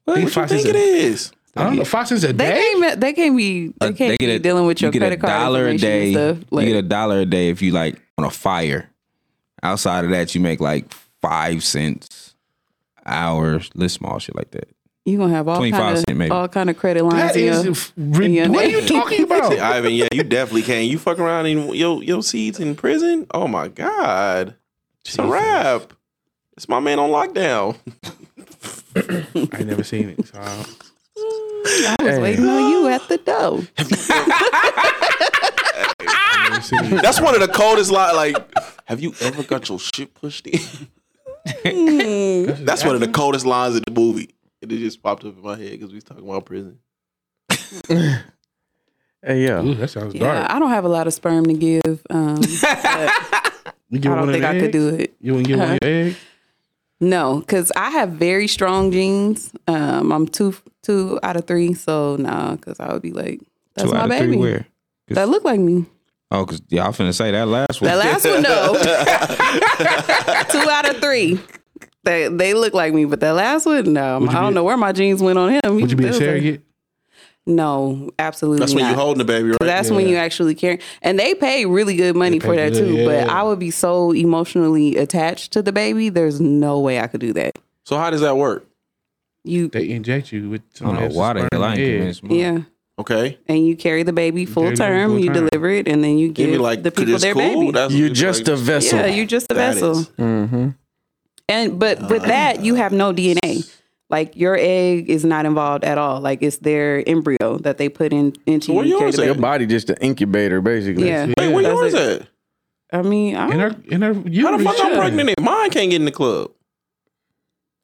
Speaker 4: What
Speaker 6: They
Speaker 4: you
Speaker 6: five
Speaker 4: think
Speaker 6: cents
Speaker 4: it
Speaker 6: a-
Speaker 4: is?
Speaker 6: I don't know, five cents a
Speaker 7: They
Speaker 6: day.
Speaker 7: can't. They can't be. They
Speaker 9: Uh,
Speaker 7: can't be dealing with
Speaker 9: you
Speaker 7: your
Speaker 9: get
Speaker 7: credit card
Speaker 9: day.
Speaker 7: information and stuff. Like,
Speaker 9: you get a dollar a day if you like on a fire. Outside of that, you make like five cents hours. List small shit like that.
Speaker 7: you gonna have all
Speaker 9: 25
Speaker 7: kind
Speaker 9: cent maybe.
Speaker 7: of all kind of credit lines.
Speaker 6: That
Speaker 7: in
Speaker 6: is [LAUGHS]
Speaker 7: your-
Speaker 6: f- rid-
Speaker 7: your
Speaker 6: what are you
Speaker 7: name.
Speaker 6: talking
Speaker 7: [LAUGHS]
Speaker 6: about?
Speaker 4: Yeah, Ivan, yeah, you definitely can. You fuck around in your your seeds in prison? Oh my God. It's a wrap. It's my man on lockdown.
Speaker 6: I ain't never seen it. So I don't-
Speaker 7: I was waiting on you at the door.
Speaker 4: [LAUGHS] That's one of the coldest lot. Like, have you ever got your shit pushed in? That's one of the coldest lines in the movie. It just popped up in my head because we was talking about prison.
Speaker 5: Hey, yo.
Speaker 6: Ooh, that sounds
Speaker 7: [LAUGHS] Yeah,
Speaker 6: dark.
Speaker 7: I don't have a lot of sperm to give.
Speaker 6: [LAUGHS]
Speaker 7: Um,
Speaker 6: You give
Speaker 7: I don't think I could do it.
Speaker 6: You wouldn't give one of your eggs?
Speaker 7: No, because I have very strong genes. Um, I'm two two out of three, so nah, because I would be like, that's
Speaker 9: Two
Speaker 7: my
Speaker 9: out of
Speaker 7: baby.
Speaker 9: three where?
Speaker 7: That look like me.
Speaker 9: Oh, cause yeah, I finna say that last one.
Speaker 7: That last one, no.
Speaker 9: [LAUGHS]
Speaker 7: [LAUGHS] two out of three. They they look like me, but that last one, no.
Speaker 6: Would you
Speaker 7: I don't
Speaker 6: be-
Speaker 7: know where my genes went on him.
Speaker 6: Would you be a surrogate?
Speaker 7: No, absolutely.
Speaker 4: That's when
Speaker 7: not.
Speaker 4: you holding the baby, right?
Speaker 7: That's when you actually care. And they pay really good money
Speaker 6: They
Speaker 7: for
Speaker 6: pay
Speaker 7: that
Speaker 6: good,
Speaker 7: too. But
Speaker 6: yeah.
Speaker 7: I would be so emotionally attached to the baby. There's no way I could do that.
Speaker 4: So how does that work?
Speaker 7: You
Speaker 6: They inject you with.
Speaker 9: I don't know why the hell I ain't convinced. mine.
Speaker 7: yeah.
Speaker 4: Okay,
Speaker 7: And you carry the baby full
Speaker 6: carry the baby
Speaker 7: term,
Speaker 6: full
Speaker 7: you
Speaker 6: term.
Speaker 7: deliver it, and then you
Speaker 4: They
Speaker 7: give
Speaker 4: be like
Speaker 7: the people
Speaker 4: "This
Speaker 7: their
Speaker 4: cool?
Speaker 7: baby.
Speaker 4: That's-
Speaker 5: You're
Speaker 4: it's
Speaker 5: just a
Speaker 4: like,
Speaker 5: vessel.
Speaker 7: yeah, you're just a
Speaker 4: that
Speaker 7: vessel.
Speaker 4: is-
Speaker 5: Mm-hmm.
Speaker 7: And but with that, you have no DNA. Like your egg is not involved at all. Like it's their embryo that they put in into
Speaker 4: Where
Speaker 7: you. and carry
Speaker 4: yours
Speaker 7: the
Speaker 4: at?
Speaker 5: Your
Speaker 7: baby.
Speaker 5: body just an incubator, basically.
Speaker 7: Yeah.
Speaker 4: Wait, where
Speaker 7: That's
Speaker 4: yours
Speaker 7: it.
Speaker 4: at?
Speaker 7: I mean, I
Speaker 6: In
Speaker 7: don't
Speaker 6: her, in her, you
Speaker 4: How the fuck I'm pregnant? in? Mine can't get in the club.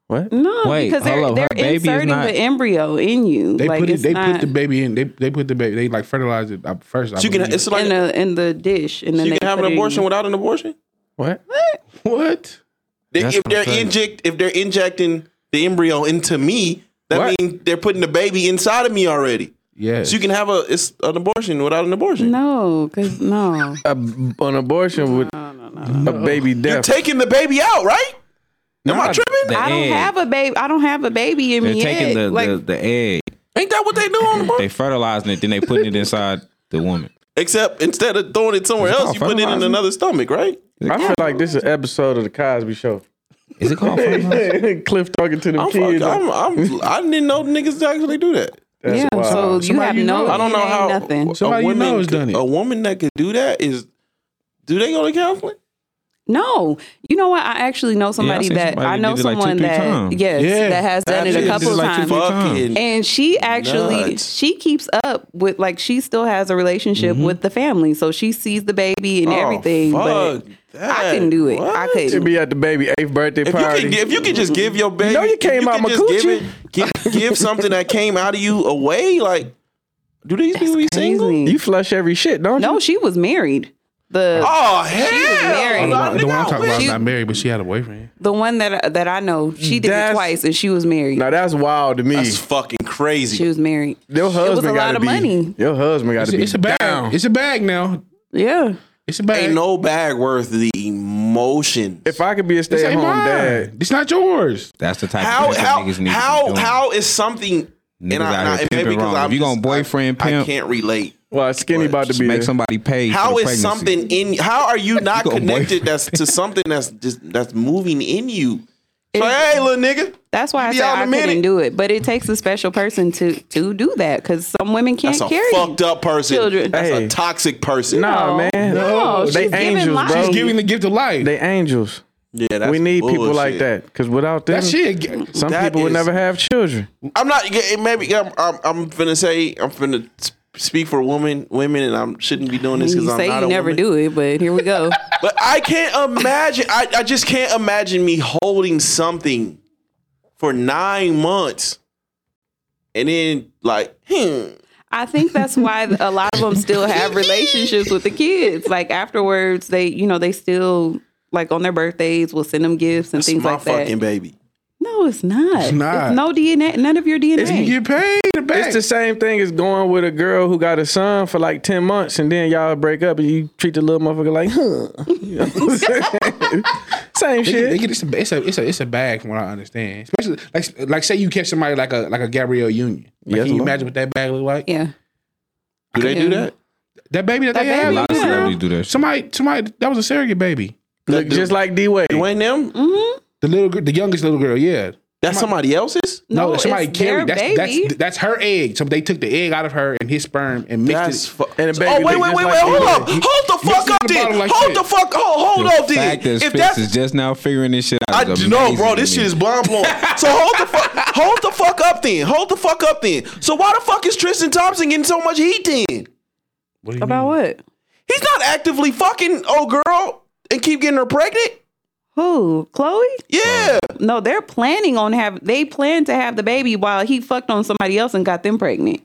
Speaker 5: What?
Speaker 7: no,
Speaker 9: Wait,
Speaker 7: because
Speaker 9: hold
Speaker 7: they're,
Speaker 9: up. Her
Speaker 7: they're
Speaker 9: baby is
Speaker 7: inserting
Speaker 9: not-
Speaker 7: the embryo in you.
Speaker 6: They
Speaker 7: like
Speaker 6: put it,
Speaker 7: it's
Speaker 6: they
Speaker 7: not
Speaker 6: put the baby in. They they put the baby. They like fertilize it uh, first. I
Speaker 4: So you can,
Speaker 6: believe.
Speaker 4: it's like,
Speaker 7: in the in the dish, Mm-hmm. uh, and
Speaker 4: so
Speaker 7: then
Speaker 4: you
Speaker 7: they
Speaker 4: can have an
Speaker 7: put it in
Speaker 4: abortion
Speaker 7: you.
Speaker 4: without an abortion.
Speaker 5: What?
Speaker 6: what?
Speaker 4: They,
Speaker 9: That's
Speaker 4: if
Speaker 9: what I'm
Speaker 4: they're
Speaker 9: saying.
Speaker 4: inject, if they're injecting the embryo into me, that
Speaker 6: What?
Speaker 4: means they're putting the baby inside of me already.
Speaker 6: Yeah.
Speaker 4: So you can have a it's an abortion without an abortion.
Speaker 7: No, because no,
Speaker 5: A, an abortion with a baby
Speaker 4: You're
Speaker 5: death.
Speaker 4: taking the baby out, right? Am I tripping?
Speaker 9: [LAUGHS] The
Speaker 7: I don't
Speaker 9: egg.
Speaker 7: have a baby. I don't have a baby in
Speaker 9: They're
Speaker 7: me
Speaker 9: taking
Speaker 7: yet.
Speaker 9: the,
Speaker 7: like
Speaker 9: the the egg.
Speaker 4: Ain't that what they do on the birth?
Speaker 9: They fertilizing it, then they putting it inside the woman.
Speaker 4: Except instead of throwing it somewhere
Speaker 9: It's
Speaker 4: else,
Speaker 9: called
Speaker 4: you put it in
Speaker 9: fertilizing.
Speaker 4: another stomach, right?
Speaker 5: I feel like this is an episode of the Cosby Show. [LAUGHS]
Speaker 9: Is it called
Speaker 4: [LAUGHS]
Speaker 9: fertilizing?
Speaker 5: Cliff talking to them
Speaker 4: I'm, fuck,
Speaker 5: kids.
Speaker 4: I'm,
Speaker 7: [LAUGHS]
Speaker 4: I'm I didn't know niggas actually do that.
Speaker 5: That's
Speaker 7: yeah,
Speaker 5: wild.
Speaker 7: so you
Speaker 6: Somebody
Speaker 7: have
Speaker 6: you
Speaker 7: no.
Speaker 6: know.
Speaker 4: I don't know
Speaker 7: DNA,
Speaker 4: how
Speaker 7: nothing.
Speaker 6: Somebody you know has
Speaker 4: could-
Speaker 6: done it.
Speaker 4: A woman that could do that is do they go to counseling?
Speaker 7: No, you know what? I actually know somebody
Speaker 9: seen
Speaker 7: that
Speaker 9: somebody
Speaker 7: I
Speaker 9: that
Speaker 7: know
Speaker 9: did it like two,
Speaker 7: someone
Speaker 9: three
Speaker 7: that
Speaker 9: times.
Speaker 7: yes,
Speaker 6: Yeah.
Speaker 7: that has done it a
Speaker 9: Did it
Speaker 7: couple of
Speaker 9: like two,
Speaker 7: times.
Speaker 9: three times.
Speaker 4: Fucking
Speaker 7: And she actually
Speaker 4: Nuts.
Speaker 7: she keeps up with like she still has a relationship
Speaker 9: Mm-hmm.
Speaker 7: with the family, so she sees the baby and
Speaker 4: Oh,
Speaker 7: everything.
Speaker 4: fuck
Speaker 7: but
Speaker 4: that.
Speaker 7: I couldn't do it. I
Speaker 4: What?
Speaker 5: Should
Speaker 7: couldn't.
Speaker 5: be at the baby eighth birthday
Speaker 4: If you
Speaker 5: party.
Speaker 4: can, if you can just give your baby,
Speaker 5: know you
Speaker 4: if
Speaker 5: came out
Speaker 4: can
Speaker 5: my
Speaker 4: just
Speaker 5: coochie.
Speaker 4: Give, it, give, give something that came out of you away. Like, do these people be single?
Speaker 7: Crazy.
Speaker 5: you flush every shit, don't
Speaker 7: No,
Speaker 5: you?
Speaker 7: she was married. The
Speaker 4: Oh hell!
Speaker 7: married.
Speaker 6: the one, the one I'm talking about is
Speaker 7: She-
Speaker 6: not married, but she had a boyfriend.
Speaker 7: the one that that I know, she did
Speaker 5: That's-
Speaker 7: it twice and she was married.
Speaker 5: Now that's wild to me.
Speaker 4: That's fucking
Speaker 7: She
Speaker 4: crazy.
Speaker 7: was married.
Speaker 5: your
Speaker 7: it
Speaker 5: husband
Speaker 7: was a lot
Speaker 5: gotta
Speaker 7: of
Speaker 5: be,
Speaker 7: money.
Speaker 5: Your husband got
Speaker 6: It's,
Speaker 5: to be
Speaker 6: it's a bag.
Speaker 5: down.
Speaker 6: It's a bag now.
Speaker 7: Yeah.
Speaker 6: It's a bag.
Speaker 4: Ain't no bag worth the emotion.
Speaker 5: If I could be a
Speaker 6: This
Speaker 5: stay at
Speaker 6: ain't
Speaker 5: home
Speaker 6: mine.
Speaker 5: dad,
Speaker 6: It's not yours.
Speaker 9: That's the type
Speaker 4: how
Speaker 9: of shit
Speaker 4: how
Speaker 9: niggas need to be
Speaker 4: how
Speaker 9: doing.
Speaker 4: how is something?
Speaker 9: Niggas out here
Speaker 4: maybe
Speaker 9: pimping
Speaker 4: 'cause
Speaker 9: wrong. If you
Speaker 4: just-
Speaker 9: gonna boyfriend
Speaker 4: I- I
Speaker 9: pimp-
Speaker 4: can't relate.
Speaker 5: well, skinny about to
Speaker 9: Just
Speaker 5: be
Speaker 9: make
Speaker 5: there.
Speaker 9: somebody pay.
Speaker 4: How
Speaker 9: for the
Speaker 4: is
Speaker 9: pregnancy.
Speaker 4: something in? How are you not
Speaker 9: [LAUGHS] You gonna
Speaker 4: connected? That's to something that's just that's moving in you. So hey, little nigga,
Speaker 7: That's why I
Speaker 4: Be
Speaker 7: said
Speaker 4: out in
Speaker 7: I
Speaker 4: a minute.
Speaker 7: couldn't do it, but it takes a special person to to do that because some women can't
Speaker 4: that's a
Speaker 7: carry.
Speaker 4: fucked up person.
Speaker 7: children.
Speaker 4: That's
Speaker 5: Hey.
Speaker 4: a toxic person.
Speaker 5: Nah, man.
Speaker 7: No,
Speaker 5: they
Speaker 7: Oh, she's giving
Speaker 5: angels,
Speaker 7: life.
Speaker 5: bro.
Speaker 6: She's giving the gift of life.
Speaker 5: they angels.
Speaker 4: yeah, that's
Speaker 5: we need people like
Speaker 4: bullshit.
Speaker 5: that because without them,
Speaker 6: that shit. g-
Speaker 5: some
Speaker 4: That
Speaker 5: people would
Speaker 4: is-
Speaker 5: never have children.
Speaker 4: I'm not. yeah, Maybe I'm. I'm, I'm finna say. I'm finna speak for women, women, and I shouldn't be doing this because
Speaker 7: You
Speaker 4: I'm
Speaker 7: say
Speaker 4: not
Speaker 7: you
Speaker 4: a
Speaker 7: never
Speaker 4: woman.
Speaker 7: do it, but here we go.
Speaker 4: But I can't imagine. I, I just can't imagine me holding something for nine months, and then like, hmm.
Speaker 7: I think that's why a lot of them
Speaker 4: [LAUGHS]
Speaker 7: still have relationships with the kids. Like afterwards, they you know they still like on their birthdays will send them gifts and
Speaker 4: It's
Speaker 7: things
Speaker 4: my
Speaker 7: like that.
Speaker 4: fucking baby.
Speaker 7: no, it's not. It's
Speaker 6: not.
Speaker 7: no DNA. None of your DNA.
Speaker 6: You get paid to back.
Speaker 5: It's the same thing as going with a girl who got a son for like 10 months and then y'all break up and you treat the little motherfucker like, huh. [LAUGHS] You know what I'm saying? same
Speaker 6: They get, they
Speaker 5: shit.
Speaker 6: get- it's, a, it's a it's a it's a bag from what I understand. Especially like like say you catch somebody like a like a Gabrielle Union. Like,
Speaker 5: Yes,
Speaker 6: can you
Speaker 5: Lord.
Speaker 6: imagine what that bag look like?
Speaker 7: yeah.
Speaker 4: Do they do
Speaker 7: Yeah.
Speaker 4: that?
Speaker 6: That baby that,
Speaker 7: That
Speaker 6: they
Speaker 7: baby,
Speaker 9: A lot
Speaker 6: had.
Speaker 9: of
Speaker 7: Yeah.
Speaker 9: celebrities do that. Shit.
Speaker 6: Somebody somebody that was a surrogate baby.
Speaker 5: Look just like D Wade.
Speaker 4: You ain't them?
Speaker 6: The little gir- the youngest little girl. Yeah.
Speaker 4: That's somebody else's.
Speaker 6: No, somebody
Speaker 7: it's
Speaker 6: carried
Speaker 7: their
Speaker 6: that's,
Speaker 7: baby.
Speaker 6: that's that's her egg. So they took the egg out of her and his sperm and mixed
Speaker 4: That's
Speaker 6: it.
Speaker 4: fu-
Speaker 5: And the baby
Speaker 4: oh wait,
Speaker 5: look
Speaker 4: wait,
Speaker 5: just
Speaker 4: wait,
Speaker 5: like
Speaker 4: wait! Hold
Speaker 5: D-Wade.
Speaker 4: up! Hold the
Speaker 6: Mixed
Speaker 4: fuck
Speaker 6: in
Speaker 4: up,
Speaker 6: the bottle
Speaker 4: then!
Speaker 6: like
Speaker 4: hold
Speaker 6: shit.
Speaker 4: the fuck! Hold, hold
Speaker 9: The
Speaker 4: up, then!
Speaker 9: fact that
Speaker 4: If
Speaker 9: Spence
Speaker 4: that's
Speaker 9: is just now figuring this shit
Speaker 4: I
Speaker 9: out, is
Speaker 4: no,
Speaker 9: amazing
Speaker 4: bro,
Speaker 9: to
Speaker 4: this shit
Speaker 9: me.
Speaker 4: is blind blowing. so hold the fuck, hold the fuck up, then. Hold the fuck up, then. So why the fuck is Tristan Thompson getting so much heat? Then
Speaker 6: What do you
Speaker 7: About
Speaker 6: mean?
Speaker 7: what?
Speaker 4: he's not actively fucking old girl and keep getting her pregnant.
Speaker 7: Who? Chloe?
Speaker 4: Yeah,
Speaker 7: No, they're planning on have. They plan to have the baby while he fucked on somebody else and got them pregnant.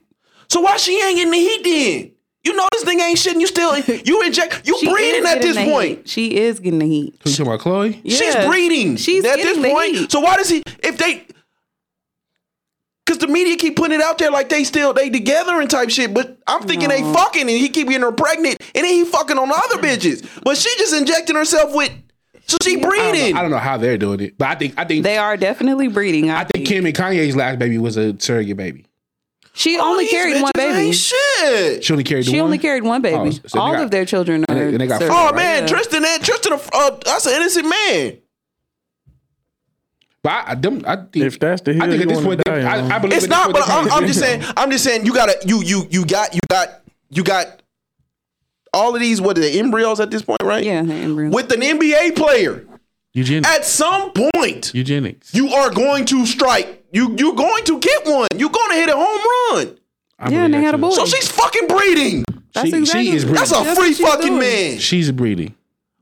Speaker 4: So why she ain't getting the heat then? You know this thing ain't shitting. You still you inject you
Speaker 7: She
Speaker 4: breeding
Speaker 7: is
Speaker 4: at
Speaker 7: getting
Speaker 4: this
Speaker 7: the
Speaker 4: point.
Speaker 7: heat. She is getting the heat.
Speaker 6: Who you talking about Chloe?
Speaker 4: She's
Speaker 7: Yeah.
Speaker 4: breeding.
Speaker 7: She's
Speaker 4: at this
Speaker 7: getting the
Speaker 4: point.
Speaker 7: heat.
Speaker 4: So why does he if they Cause the media keep putting it out there like they still they together and type shit, but I'm thinking they fucking and he keep getting her pregnant and then he fucking on other bitches. But she just injecting herself with so she
Speaker 6: I don't,
Speaker 4: breeding.
Speaker 6: know, I don't know how they're doing it, but I think I think
Speaker 7: They are definitely breeding. I,
Speaker 6: I think Kim and Kanye's last baby was a surrogate baby.
Speaker 7: she
Speaker 4: All
Speaker 7: only
Speaker 4: these
Speaker 7: carried
Speaker 4: bitches
Speaker 7: one baby.
Speaker 4: Ain't shit.
Speaker 6: She only carried. the
Speaker 7: She
Speaker 6: one?
Speaker 7: only carried one
Speaker 6: Oh,
Speaker 7: baby.
Speaker 6: so they
Speaker 7: All
Speaker 6: got-
Speaker 7: of their children are.
Speaker 6: and they- and they got
Speaker 7: surrogates.
Speaker 6: four,
Speaker 4: Oh man,
Speaker 7: Yeah.
Speaker 4: Tristan, that Tristan, uh, that's an innocent man.
Speaker 6: But I, I, them, I think
Speaker 5: If that's the hill
Speaker 6: I think
Speaker 5: you
Speaker 6: at this
Speaker 5: wanna
Speaker 6: point,
Speaker 5: die
Speaker 6: they-
Speaker 5: on.
Speaker 6: I, I believe
Speaker 4: It's
Speaker 6: at this
Speaker 4: not,
Speaker 6: point
Speaker 4: but
Speaker 6: they
Speaker 4: I'm, I'm
Speaker 6: probably-
Speaker 4: just saying. I'm just saying. You gotta. You you you got you got you got all of these. What are the embryos at this point, right?
Speaker 7: Yeah, the embryo.
Speaker 4: With an NBA player,
Speaker 6: Eugenics.
Speaker 4: at some point,
Speaker 6: Eugenics.
Speaker 4: you are going to strike. You you're going to get one. You're going to hit a home run.
Speaker 6: I
Speaker 7: Yeah,
Speaker 6: believe
Speaker 7: and they
Speaker 6: that
Speaker 7: had a
Speaker 6: too.
Speaker 7: boy.
Speaker 4: So she's fucking breeding.
Speaker 7: That's
Speaker 6: she- she is
Speaker 4: That's a
Speaker 7: what
Speaker 4: free
Speaker 7: she's
Speaker 4: fucking
Speaker 7: doing.
Speaker 4: man.
Speaker 6: She's breeding.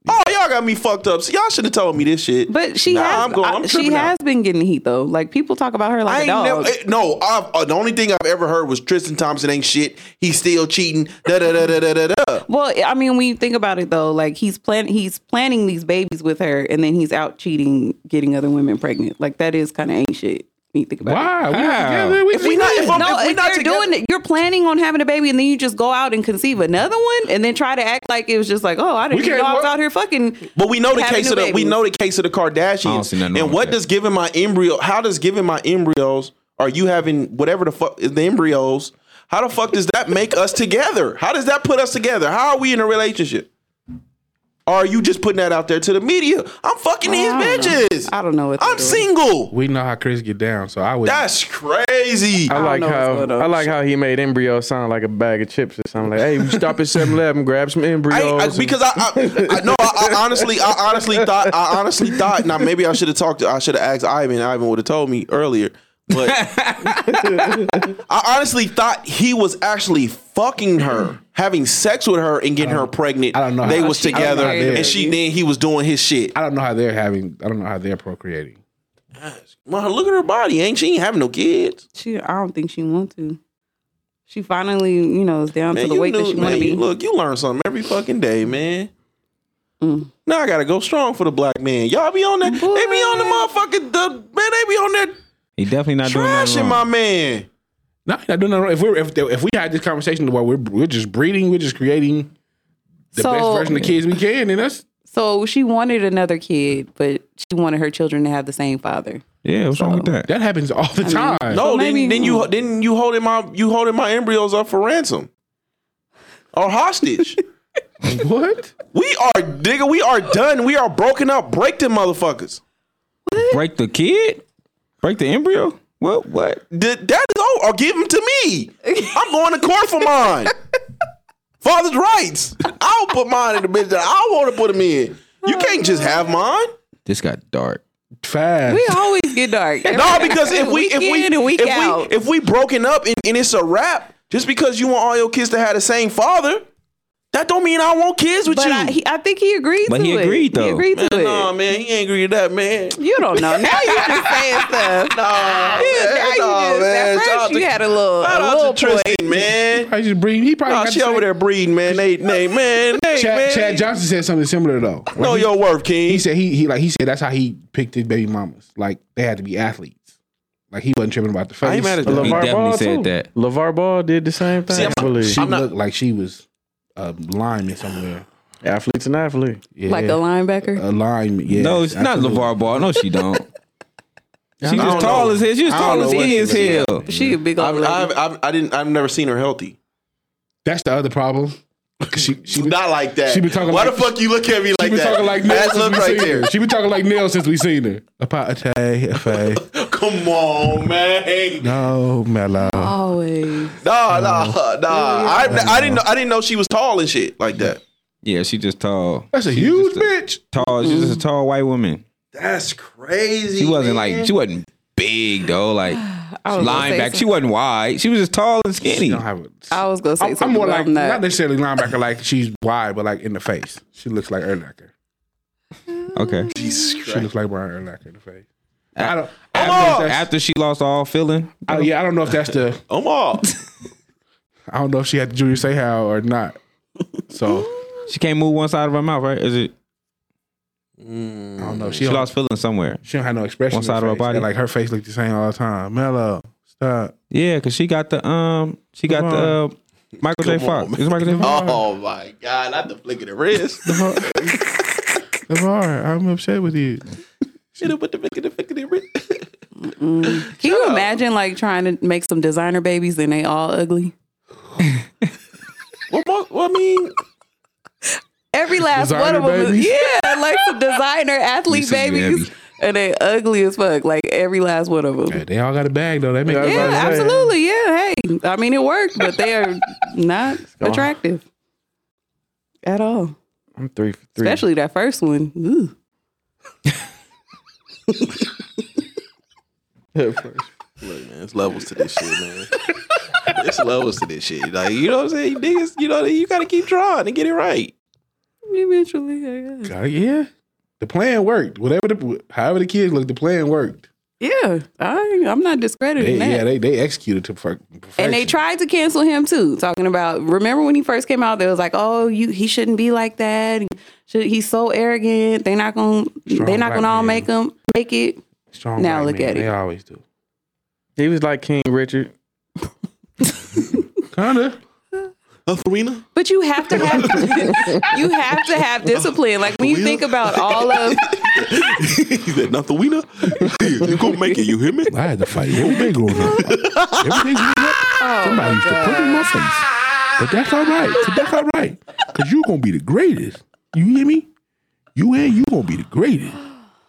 Speaker 4: Oh, y'all got me fucked up. So y'all should have told me this shit.
Speaker 7: But she
Speaker 4: Nah,
Speaker 7: has.
Speaker 4: I'm going- I'm
Speaker 7: I- she
Speaker 4: tripping out.
Speaker 7: has been getting heat though. Like people talk about her
Speaker 4: I
Speaker 7: like a
Speaker 4: ain't
Speaker 7: dog.
Speaker 4: never eh, no. I've, uh, the only thing I've ever heard was Tristan Thompson ain't shit. He's still cheating. Da da da da da da da.
Speaker 7: Well, I mean, when you think about it though, like he's plan he's planning these babies with her, and then he's out cheating, getting other women pregnant. Like that is kind of ain't shit. When you think about it.
Speaker 6: Why? We
Speaker 9: How?
Speaker 6: not together. We
Speaker 4: If we not, if, I'm,
Speaker 7: No,
Speaker 4: if
Speaker 7: if,
Speaker 4: we not
Speaker 7: you're
Speaker 4: together,
Speaker 7: doing it, you're planning on having a baby, and then you just go out and conceive another one, and then try to act like it was just like, oh, I didn't
Speaker 6: We
Speaker 7: even
Speaker 6: can't
Speaker 7: know I was
Speaker 6: work-
Speaker 7: out here fucking.
Speaker 4: But we know the
Speaker 7: having
Speaker 4: case
Speaker 7: new
Speaker 4: of the we
Speaker 7: babies.
Speaker 4: know the case of the
Speaker 9: I don't see
Speaker 4: Kardashians.
Speaker 9: nothing wrong
Speaker 4: And
Speaker 9: with
Speaker 4: what
Speaker 9: that.
Speaker 4: does giving my embryo how does giving my embryos or you having whatever the fuck is the embryos, how the fuck does that make us together? How does that put us together? How are we in a relationship? Or are you just putting that out there to the media? I'm fucking these
Speaker 7: I don't know.
Speaker 4: bitches.
Speaker 7: I don't know what they're
Speaker 4: I'm
Speaker 7: doing.
Speaker 4: single.
Speaker 6: We know how Chris get down, so I would.
Speaker 4: That's crazy.
Speaker 5: I like
Speaker 7: know what's
Speaker 5: how
Speaker 7: going on.
Speaker 5: I like how he made embryo sound like a bag of chips or something. Like, hey, we stop at 7-Eleven, grab some embryos.
Speaker 4: [LAUGHS] I, I,
Speaker 5: and-
Speaker 4: because I, I, I no, I, I honestly, I honestly thought, I honestly thought. Now maybe I should have talked. to I should have asked Ivan. Ivan would have told me earlier.
Speaker 6: [LAUGHS]
Speaker 4: But I honestly thought he was actually fucking her, having sex with her, and getting her pregnant.
Speaker 6: I don't know
Speaker 4: They
Speaker 6: how-
Speaker 4: was
Speaker 6: I don't know how
Speaker 4: together,
Speaker 6: they-
Speaker 4: and she then he was doing his shit.
Speaker 6: I don't know how they're having. I don't know how they're procreating.
Speaker 4: Man, look at her body. Ain't she ain't having no kids?
Speaker 7: She, I don't think she want to. She finally, you know, is down
Speaker 4: Man,
Speaker 7: to the
Speaker 4: you
Speaker 7: weight that
Speaker 4: knew-
Speaker 7: she want
Speaker 4: man,
Speaker 7: to be.
Speaker 4: you- Look, you learn something every fucking day, man.
Speaker 7: Mm.
Speaker 4: Now I gotta go strong for the black man. Y'all be on that. They be on the motherfucking. The, man, they be on that
Speaker 9: He definitely not doing
Speaker 4: trashing
Speaker 9: nothing
Speaker 4: my
Speaker 9: wrong.
Speaker 4: man.
Speaker 6: No, you're not doing nothing wrong. If we if, they- if we had this conversation where we're we're just breeding, we're just creating the best
Speaker 7: So-
Speaker 6: version of kids we can, and that's
Speaker 7: So she wanted another kid, but she wanted her children to have the same father.
Speaker 9: Yeah, what's wrong with that?
Speaker 6: that happens all the time.
Speaker 4: No, then,
Speaker 7: maybe-
Speaker 4: then you then you holding my you holding my embryos up for ransom or
Speaker 7: [LAUGHS]
Speaker 4: hostage.
Speaker 6: what?
Speaker 4: we are nigga. We are done. We are broken up. Break them motherfuckers.
Speaker 9: Break the kid? Break the embryo? What? What?
Speaker 4: Th- that is over. Or give them to me. I'm going to court for [LAUGHS] mine. Father's rights. I'll put mine in the bitch that I want to put them in. You can't just have mine.
Speaker 9: This got dark.
Speaker 6: Fast.
Speaker 7: We always get dark.
Speaker 4: [LAUGHS] No, because if we if
Speaker 7: Week
Speaker 4: we
Speaker 7: in and week
Speaker 4: if
Speaker 7: out.
Speaker 4: we if we broken up and, and it's a wrap, Just because you want all your kids to have the same father, that don't mean I want kids with
Speaker 7: But
Speaker 4: you.
Speaker 7: I, he, I think he agreed
Speaker 9: But
Speaker 7: to
Speaker 9: he
Speaker 7: it.
Speaker 9: agreed,
Speaker 7: He
Speaker 9: though.
Speaker 7: agreed to it.
Speaker 4: man, nah, man, he ain't agree to that, man.
Speaker 7: You don't know. [LAUGHS] Now
Speaker 4: [LAUGHS]
Speaker 7: you just saying stuff.
Speaker 4: Nah,
Speaker 7: Yeah,
Speaker 4: man,
Speaker 7: [LAUGHS] now you
Speaker 4: nah,
Speaker 7: just,
Speaker 4: man.
Speaker 7: at first
Speaker 4: Shout out
Speaker 7: you
Speaker 4: to-
Speaker 7: had a little,
Speaker 4: Shout
Speaker 7: a
Speaker 4: out
Speaker 7: little
Speaker 4: to Tristan, man.
Speaker 6: Probably just breathe. He probably
Speaker 4: Nah,
Speaker 6: got
Speaker 4: she
Speaker 6: the
Speaker 4: over
Speaker 6: same-
Speaker 4: there breeding, man. They, they, man, they, man.
Speaker 6: Chad, Chad Johnson said something similar though.
Speaker 4: know your worth, King.
Speaker 6: He said he he like he said that's how he picked his baby mamas. Like they had to be athletes. Like he wasn't tripping about the face.
Speaker 4: I ain't mad at that.
Speaker 5: LeVar
Speaker 9: He definitely
Speaker 5: Ball
Speaker 9: said
Speaker 5: too.
Speaker 9: that.
Speaker 5: LeVar Ball did the same thing.
Speaker 4: See, I'm-
Speaker 5: I believe.
Speaker 6: She
Speaker 4: I'm not-
Speaker 6: looked like she was a lineman somewhere.
Speaker 5: Athlete's an athlete.
Speaker 6: Yeah.
Speaker 7: Like a linebacker.
Speaker 6: a lineman. Yeah.
Speaker 9: no, it's not
Speaker 6: absolutely.
Speaker 9: LeVar
Speaker 4: [LAUGHS]
Speaker 9: Ball. No, she don't. She
Speaker 4: don't
Speaker 9: just tall
Speaker 4: know.
Speaker 9: as hell. She was
Speaker 6: I don't
Speaker 9: tall
Speaker 6: know
Speaker 9: as
Speaker 6: what
Speaker 9: he
Speaker 6: she
Speaker 9: is
Speaker 6: was doing.
Speaker 9: hell.
Speaker 7: she a big old
Speaker 4: I've,
Speaker 7: lady.
Speaker 4: I've, I've, I didn't, I've never seen her healthy.
Speaker 6: That's the other [LAUGHS] problem. 'Cause She she
Speaker 4: Not like that.
Speaker 6: She be talking
Speaker 4: Why
Speaker 6: like-
Speaker 4: the fuck you look at me
Speaker 6: she
Speaker 4: like
Speaker 6: be
Speaker 4: that?
Speaker 6: talking like Nell
Speaker 4: That's
Speaker 6: since
Speaker 4: look
Speaker 6: we
Speaker 4: right
Speaker 6: seen
Speaker 4: there.
Speaker 6: her. She be talking like Nell since we seen her. About a fay.
Speaker 4: Come on, man.
Speaker 6: No, mellow.
Speaker 7: Always.
Speaker 4: Nah, nah,
Speaker 6: uh,
Speaker 4: nah. I, I didn't know. I didn't know she was tall and shit like that.
Speaker 9: Yeah, she just tall.
Speaker 6: That's a
Speaker 9: She
Speaker 6: huge bitch.
Speaker 9: just Tall. She's just a tall white woman.
Speaker 4: That's crazy.
Speaker 9: She wasn't like she wasn't big though. Like
Speaker 7: I was gonna say
Speaker 9: linebacker. She
Speaker 7: some-
Speaker 9: wasn't wide. She was just tall and
Speaker 6: She
Speaker 9: skinny.
Speaker 6: don't have a
Speaker 7: I was gonna say
Speaker 6: I'm, I'm
Speaker 7: something.
Speaker 6: more
Speaker 7: but
Speaker 6: like
Speaker 7: I'm
Speaker 6: not.
Speaker 7: not.
Speaker 6: necessarily linebacker, like she's wide, but like in the face. She looks like Erlacher.
Speaker 9: Okay.
Speaker 6: She looks like Brian Erlacher in the face.
Speaker 7: Uh,
Speaker 6: I don't. I don't know if
Speaker 9: After,
Speaker 6: that's-
Speaker 9: after she lost all feeling,
Speaker 6: I- yeah, I don't know if that's the.
Speaker 4: Omar.
Speaker 6: I don't know if she had the Junior Say How or not. So
Speaker 9: she can't move one side of her mouth. Right? Is it?
Speaker 6: I don't know. She,
Speaker 9: She
Speaker 6: don't,
Speaker 9: lost feeling somewhere.
Speaker 6: She don't have no expression.
Speaker 9: one
Speaker 6: in
Speaker 9: side of her
Speaker 6: face.
Speaker 9: body.
Speaker 6: And, like her face looked the same all the time. Mellow, stop.
Speaker 9: Yeah, cause she got the um, she got the uh, Michael J. Fox. Is it Michael J. Fox?
Speaker 4: Oh my god, not the flick of the wrist.
Speaker 6: Levar, I'm upset with you.
Speaker 4: Should have put the flick of the flick of the wrist.
Speaker 7: Can you imagine like trying to make some designer babies and they all ugly?
Speaker 4: What, what, what I mean?
Speaker 7: Every last one
Speaker 6: Designer
Speaker 7: of them,
Speaker 6: babies?
Speaker 7: is, yeah, like some designer athlete
Speaker 9: see [LAUGHS] you,
Speaker 7: babies,
Speaker 9: Abby.
Speaker 7: and they ugly as fuck. Like every last one of them.
Speaker 6: They all got a bag though. They make
Speaker 5: Yeah,
Speaker 6: it
Speaker 7: Yeah,
Speaker 5: That's what I'm saying.
Speaker 7: absolutely. Yeah. Hey, I mean, it worked, but they
Speaker 6: [LAUGHS]
Speaker 7: are not attractive at all.
Speaker 5: I'm three for three.
Speaker 7: Especially that first one. Ooh.
Speaker 4: Look, man, it's levels to this shit, man. It's levels to this shit. Like you know what I'm saying, niggas. You know you gotta keep trying and get it right. [LAUGHS]
Speaker 7: Eventually, I guess.
Speaker 6: Uh, yeah. The plan worked. Whatever the however the kids look, the plan worked.
Speaker 7: Yeah, I, I'm not
Speaker 6: They,
Speaker 7: discrediting that.
Speaker 6: yeah, they they executed to fuck.
Speaker 7: and they tried to cancel him too. Talking about remember when he first came out, they was like, "Oh, you he shouldn't be like that. Should, he's so arrogant. They're not gonna
Speaker 6: Strong
Speaker 7: they're not
Speaker 6: black
Speaker 7: gonna all
Speaker 6: man.
Speaker 7: make him make it."
Speaker 6: Strong
Speaker 7: Now
Speaker 6: white
Speaker 7: look
Speaker 6: man.
Speaker 7: at it.
Speaker 6: They always do.
Speaker 5: He was like King Richard.
Speaker 6: Kinda.
Speaker 4: Arena.
Speaker 7: But you have
Speaker 6: [LAUGHS]
Speaker 7: to have [LAUGHS] you have to have discipline. Like when you think about all
Speaker 6: [LAUGHS]
Speaker 7: of
Speaker 4: He said, "Not the [LAUGHS] wiener. you gonna make it? You hear me?"
Speaker 6: I had to fight everything growing up. Everything growing up. Somebody used to put it in my face. But that's all right. So that's all right. Cause you're gonna be the greatest. You hear me? You and you gonna be the greatest.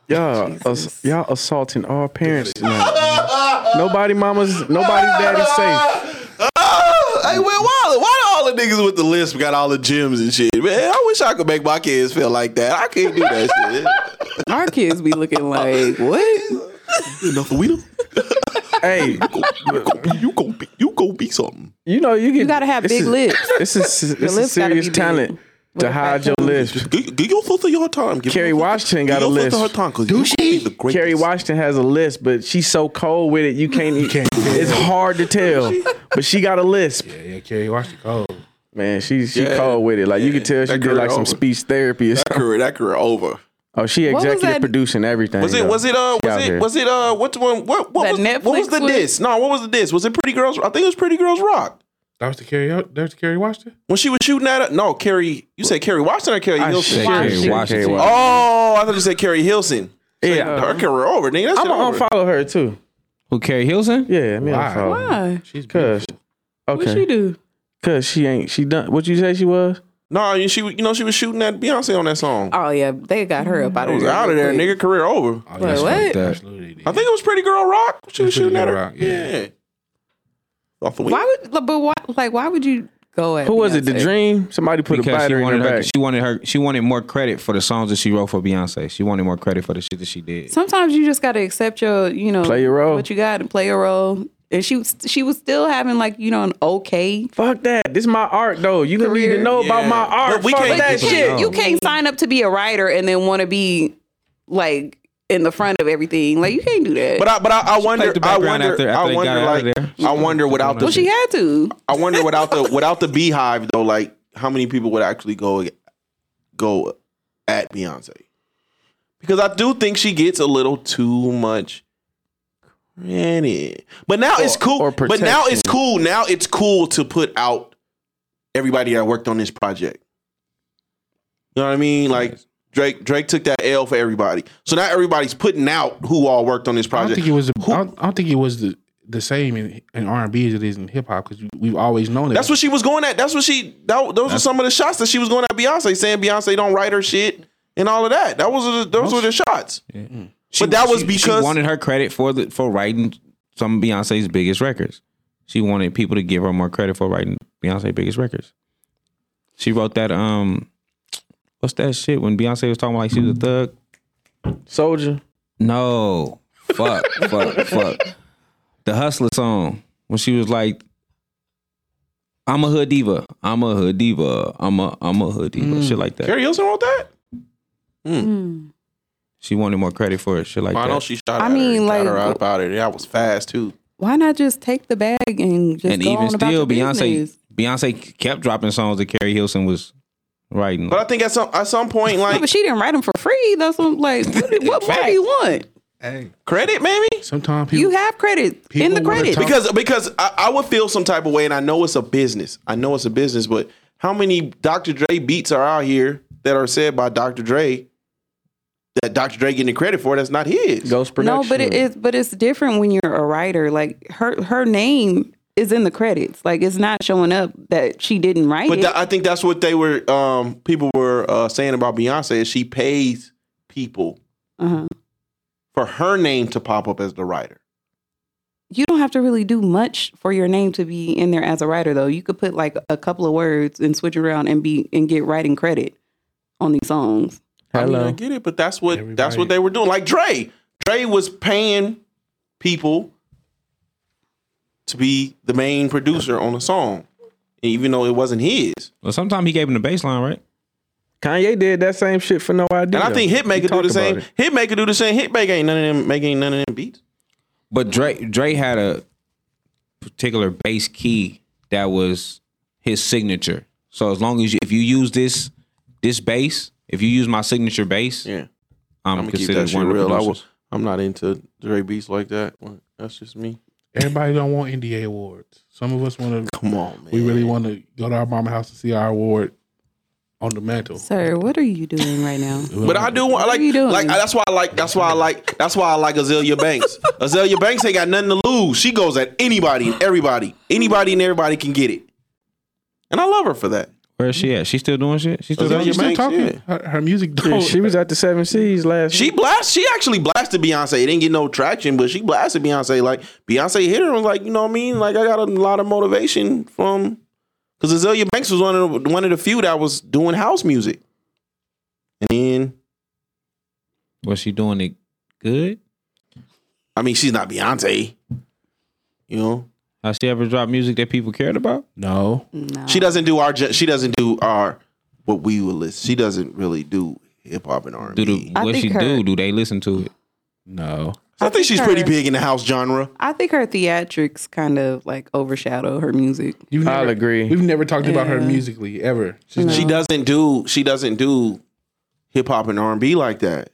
Speaker 5: Y'all, ass- y'all assaulting all parents now. nobody mama's, nobody's daddy's safe.
Speaker 4: Oh, hey, well, why, why do all the niggas with the lisp got all the gyms and shit? Man, I wish I could make my kids feel like that. I can't do that shit.
Speaker 7: our kids be looking like what?
Speaker 4: Not [LAUGHS] the wiener.
Speaker 5: Hey,
Speaker 4: You go be, you go be something.
Speaker 5: you know you, get,
Speaker 7: You gotta have
Speaker 5: this
Speaker 7: big
Speaker 5: is-
Speaker 7: lips.
Speaker 5: This
Speaker 7: [LAUGHS]
Speaker 5: is this is
Speaker 7: lips gotta be
Speaker 5: serious
Speaker 7: big.
Speaker 5: talent
Speaker 7: With
Speaker 5: to
Speaker 7: a
Speaker 5: hide
Speaker 7: fat
Speaker 5: your
Speaker 7: tongue.
Speaker 5: lips.
Speaker 4: Give, give your sister your time. Give
Speaker 5: Kerry
Speaker 4: your sister-
Speaker 5: Washington
Speaker 4: give
Speaker 5: got a
Speaker 4: your sister
Speaker 5: lisp.
Speaker 4: her time because you gonna be the greatest.
Speaker 5: Kerry Washington has a list, but she's so cold with it, you can't. You
Speaker 6: can't tell.
Speaker 5: It's hard to tell, but she got a lisp.
Speaker 6: Yeah, Oh, yeah, Kerry, watch the cold.
Speaker 5: Man, she she
Speaker 4: Yeah.
Speaker 5: cold with it. Like you could tell she
Speaker 4: That
Speaker 5: did
Speaker 4: girl
Speaker 5: like some
Speaker 4: over.
Speaker 5: speech therapy. Or
Speaker 4: That
Speaker 5: something.
Speaker 4: career, that career over.
Speaker 5: Oh, she
Speaker 7: was
Speaker 5: executive
Speaker 7: that-
Speaker 5: producing everything.
Speaker 4: Was it?
Speaker 5: though.
Speaker 4: Was it? Uh,
Speaker 5: She
Speaker 4: was
Speaker 5: out
Speaker 4: it?
Speaker 5: here.
Speaker 4: Was it? Uh, what's one? What? What
Speaker 7: That
Speaker 4: was? what was
Speaker 7: Netflix
Speaker 4: the
Speaker 7: one?
Speaker 4: diss? No, what was the diss? Was it Pretty Girls? I think it was Pretty Girls Rock.
Speaker 6: That was the Kerry that was the Kerry Washington?
Speaker 4: When she was shooting at her, no, Kerry. You said Kerry Washington or Kerry
Speaker 5: I
Speaker 4: Hilson?
Speaker 5: said
Speaker 9: Washington.
Speaker 5: Kerry Washington.
Speaker 9: Washington.
Speaker 4: Oh, I thought you said Kerry Hilson.
Speaker 5: Yeah.
Speaker 4: Her career over, nigga. That's
Speaker 5: I'm gonna unfollow her too.
Speaker 9: Who Carrie Hilson?
Speaker 5: Yeah, me
Speaker 6: Why?
Speaker 5: unfollow. her.
Speaker 7: Why?
Speaker 6: She's
Speaker 5: Cause,
Speaker 7: What she
Speaker 5: okay,
Speaker 7: do?
Speaker 5: cause she ain't she done. What you say she was?
Speaker 4: No, you- she. You know she was shooting at Beyonce on that song.
Speaker 7: Oh yeah, they got her up out
Speaker 4: I
Speaker 7: of
Speaker 4: was
Speaker 7: there.
Speaker 4: out of there,
Speaker 7: real quick.
Speaker 4: nigga. Career over.
Speaker 6: Oh,
Speaker 7: Wait,
Speaker 6: yes,
Speaker 7: what?
Speaker 6: like that.
Speaker 9: That-
Speaker 6: Absolutely.
Speaker 4: I think it was Pretty Girl Rock. She was
Speaker 6: Pretty
Speaker 4: shooting at
Speaker 6: Girl
Speaker 4: her.
Speaker 6: Rock, yeah.
Speaker 4: yeah. Off the
Speaker 7: Why would but why like why would you go at
Speaker 5: Who was it? The
Speaker 7: Beyonce?
Speaker 5: Dream? Somebody put a
Speaker 9: Because she
Speaker 5: battery in her
Speaker 9: wanted her.
Speaker 5: back.
Speaker 9: She wanted her. She wanted more credit for the songs that she wrote for Beyonce. She wanted more credit for the shit that she did.
Speaker 7: Sometimes you just gotta accept your you know
Speaker 5: Play your role.
Speaker 7: what you got and play your role and she was she was still having like you know an okay.
Speaker 5: Fuck that. This is my art though. You need to
Speaker 7: Career.
Speaker 5: know about my
Speaker 4: Yeah.
Speaker 5: art.
Speaker 4: But we
Speaker 5: Fuck
Speaker 4: can't
Speaker 5: that
Speaker 4: give a
Speaker 5: shit.
Speaker 9: damn.
Speaker 7: You can't sign up to be a writer and then want to be like in the front of everything. Like you can't do that.
Speaker 4: But I, but I, I wonder,
Speaker 9: played the
Speaker 4: I
Speaker 9: background
Speaker 4: wonder,
Speaker 9: after- after
Speaker 4: I
Speaker 9: they got
Speaker 4: wonder,
Speaker 9: out of
Speaker 4: like, I wonder without the,
Speaker 7: well, she had to.
Speaker 4: I wonder without the, without the beehive though, like how many people would actually go, go at Beyonce? Because I do think she gets a little too much credit. But now it's cool.
Speaker 5: or
Speaker 4: but now it's cool. Now it's cool to put out everybody that worked on this project. You know what I mean? Like. Drake Drake took that L for everybody. So now everybody's putting out who all worked on this
Speaker 6: I don't
Speaker 4: project.
Speaker 6: think it was. The,
Speaker 4: Who-
Speaker 6: I, don't, I don't think it was the, the same in, in R and B as it is in hip hop because we've always known that.
Speaker 4: That's what she was going at. That's what she. That, those were some of the shots that she was going at Beyonce, saying Beyonce don't write her shit and all of that. That was the, those were the shots.
Speaker 7: Mm.
Speaker 4: But that was
Speaker 9: She-
Speaker 4: because
Speaker 9: she wanted her credit for the for writing some of Beyonce's biggest records. She wanted people to give her more credit for writing Beyonce's biggest records. She wrote that um, what's that shit when Beyonce was talking about like she was a thug?
Speaker 5: Soldier.
Speaker 9: No, fuck, fuck, fuck. The Hustler song when she was like, "I'm a hood diva, I'm a hood diva, I'm a I'm a hood diva," shit like that.
Speaker 4: Mm. Carrie Hilson wrote that. Hmm.
Speaker 7: Hmm.
Speaker 9: She wanted more credit for it, shit like
Speaker 4: I know
Speaker 9: that.
Speaker 4: she shot.
Speaker 7: I
Speaker 4: at her
Speaker 7: mean,
Speaker 4: and
Speaker 7: like-
Speaker 4: got her out about it. That was fast too.
Speaker 7: Why not just take the bag and just
Speaker 9: And
Speaker 7: go
Speaker 9: even
Speaker 7: on about
Speaker 9: still,
Speaker 7: your
Speaker 9: Beyonce
Speaker 7: business?
Speaker 9: Beyonce kept dropping songs that Carrie Hilson was writing.
Speaker 4: But I think at some at some
Speaker 7: [LAUGHS]
Speaker 4: point,
Speaker 7: No,
Speaker 4: like
Speaker 7: but she didn't write them for free. That's what, like what, do- what more do you want?
Speaker 6: Hey,
Speaker 4: credit, maybe
Speaker 6: sometimes people.
Speaker 7: You have credit in
Speaker 6: People
Speaker 7: the
Speaker 6: wanna
Speaker 7: credit.
Speaker 6: talk-
Speaker 4: because because I, I would feel some type of way, and I know it's a business. I know it's a business, but how many Dr. Dre beats are out here that are said by Dr. Dre that Dr. Dre getting the credit for? That's not his.
Speaker 5: Ghost production.
Speaker 7: No, but it is but it's different when you're a writer. Like her her name is in the credits. Like it's not showing up that she didn't write
Speaker 4: But
Speaker 7: it.
Speaker 4: tha- I think that's what they were. Um, people were uh, saying about Beyonce is she pays people
Speaker 7: uh-huh.
Speaker 4: for her name to pop up as the writer.
Speaker 7: You don't have to really do much for your name to be in there as a writer though. You could put like a couple of words and switch around and be and get writing credit on these songs.
Speaker 4: I mean, I
Speaker 5: Hello.
Speaker 4: get it, but that's what that's what they were doing. Like Dre, Dre was paying people to be the main producer on a song, even though it wasn't his.
Speaker 9: Well, sometime he gave him the baseline, right?
Speaker 5: Kanye did that same shit for no idea.
Speaker 4: And I think
Speaker 5: though. He
Speaker 4: Hitmaker do
Speaker 5: talked
Speaker 4: the
Speaker 5: about
Speaker 4: same.
Speaker 5: it.
Speaker 4: Hitmaker do the same. Hitmaker ain't none of them making none of them beats.
Speaker 9: But Dre Dre had a particular bass key that was his signature. So as long as you, if you use this this bass, if you use my signature bass,
Speaker 4: Yeah, I'm
Speaker 9: I'm,
Speaker 4: gonna keep that
Speaker 9: considered
Speaker 4: shit
Speaker 9: one of the
Speaker 4: real. I
Speaker 9: producers.
Speaker 4: was, I'm not into Dre beats like that. That's just me.
Speaker 6: Everybody don't want NDA awards. Some of us want to.
Speaker 4: Come on, man.
Speaker 6: We really want to go to our mama house to see our award on the mantle.
Speaker 7: Sir, what are you doing right now?
Speaker 4: But I do want
Speaker 7: What
Speaker 4: like
Speaker 7: are you doing?
Speaker 4: like that's why I like that's why I like that's why I like Azalea
Speaker 7: [LAUGHS]
Speaker 4: Banks. Azalea Banks ain't got nothing to lose. She goes at anybody and everybody. Anybody and everybody can get it. And I love her for that.
Speaker 9: Where is she at? She still doing shit? She still
Speaker 4: Azalea
Speaker 9: doing
Speaker 6: She's
Speaker 9: shit?
Speaker 6: still
Speaker 4: Banks,
Speaker 6: talking. Her, her music.
Speaker 5: Yeah,
Speaker 6: Don't,
Speaker 5: she was at the Seven Seas last.
Speaker 4: She
Speaker 5: week.
Speaker 4: blast she actually blasted Beyonce. It didn't get no traction, but she blasted Beyonce. Like Beyonce hit her and was like, you know what I mean? Like I got a lot of motivation from because Azalea Banks was one of the, one of the few that was doing house music. And then
Speaker 9: Was she doing it good?
Speaker 4: I mean she's not Beyonce. You know?
Speaker 9: Has she ever dropped music that people cared about?
Speaker 6: no.
Speaker 7: No.
Speaker 4: She doesn't do our. gen- She doesn't do our what we would list. She doesn't really do hip hop and R and
Speaker 9: Do the
Speaker 4: B.
Speaker 7: I
Speaker 9: what
Speaker 7: think
Speaker 9: she
Speaker 7: her-
Speaker 9: do? Do they listen to it?
Speaker 6: No.
Speaker 4: I think she's
Speaker 7: her-
Speaker 4: pretty big in the house genre.
Speaker 7: I think her theatrics kind of like overshadow her music.
Speaker 6: You've
Speaker 5: I'll
Speaker 6: never-
Speaker 5: agree.
Speaker 6: We've never talked about her musically ever. She's
Speaker 4: She doesn't do. She doesn't do hip hop and R and B like that.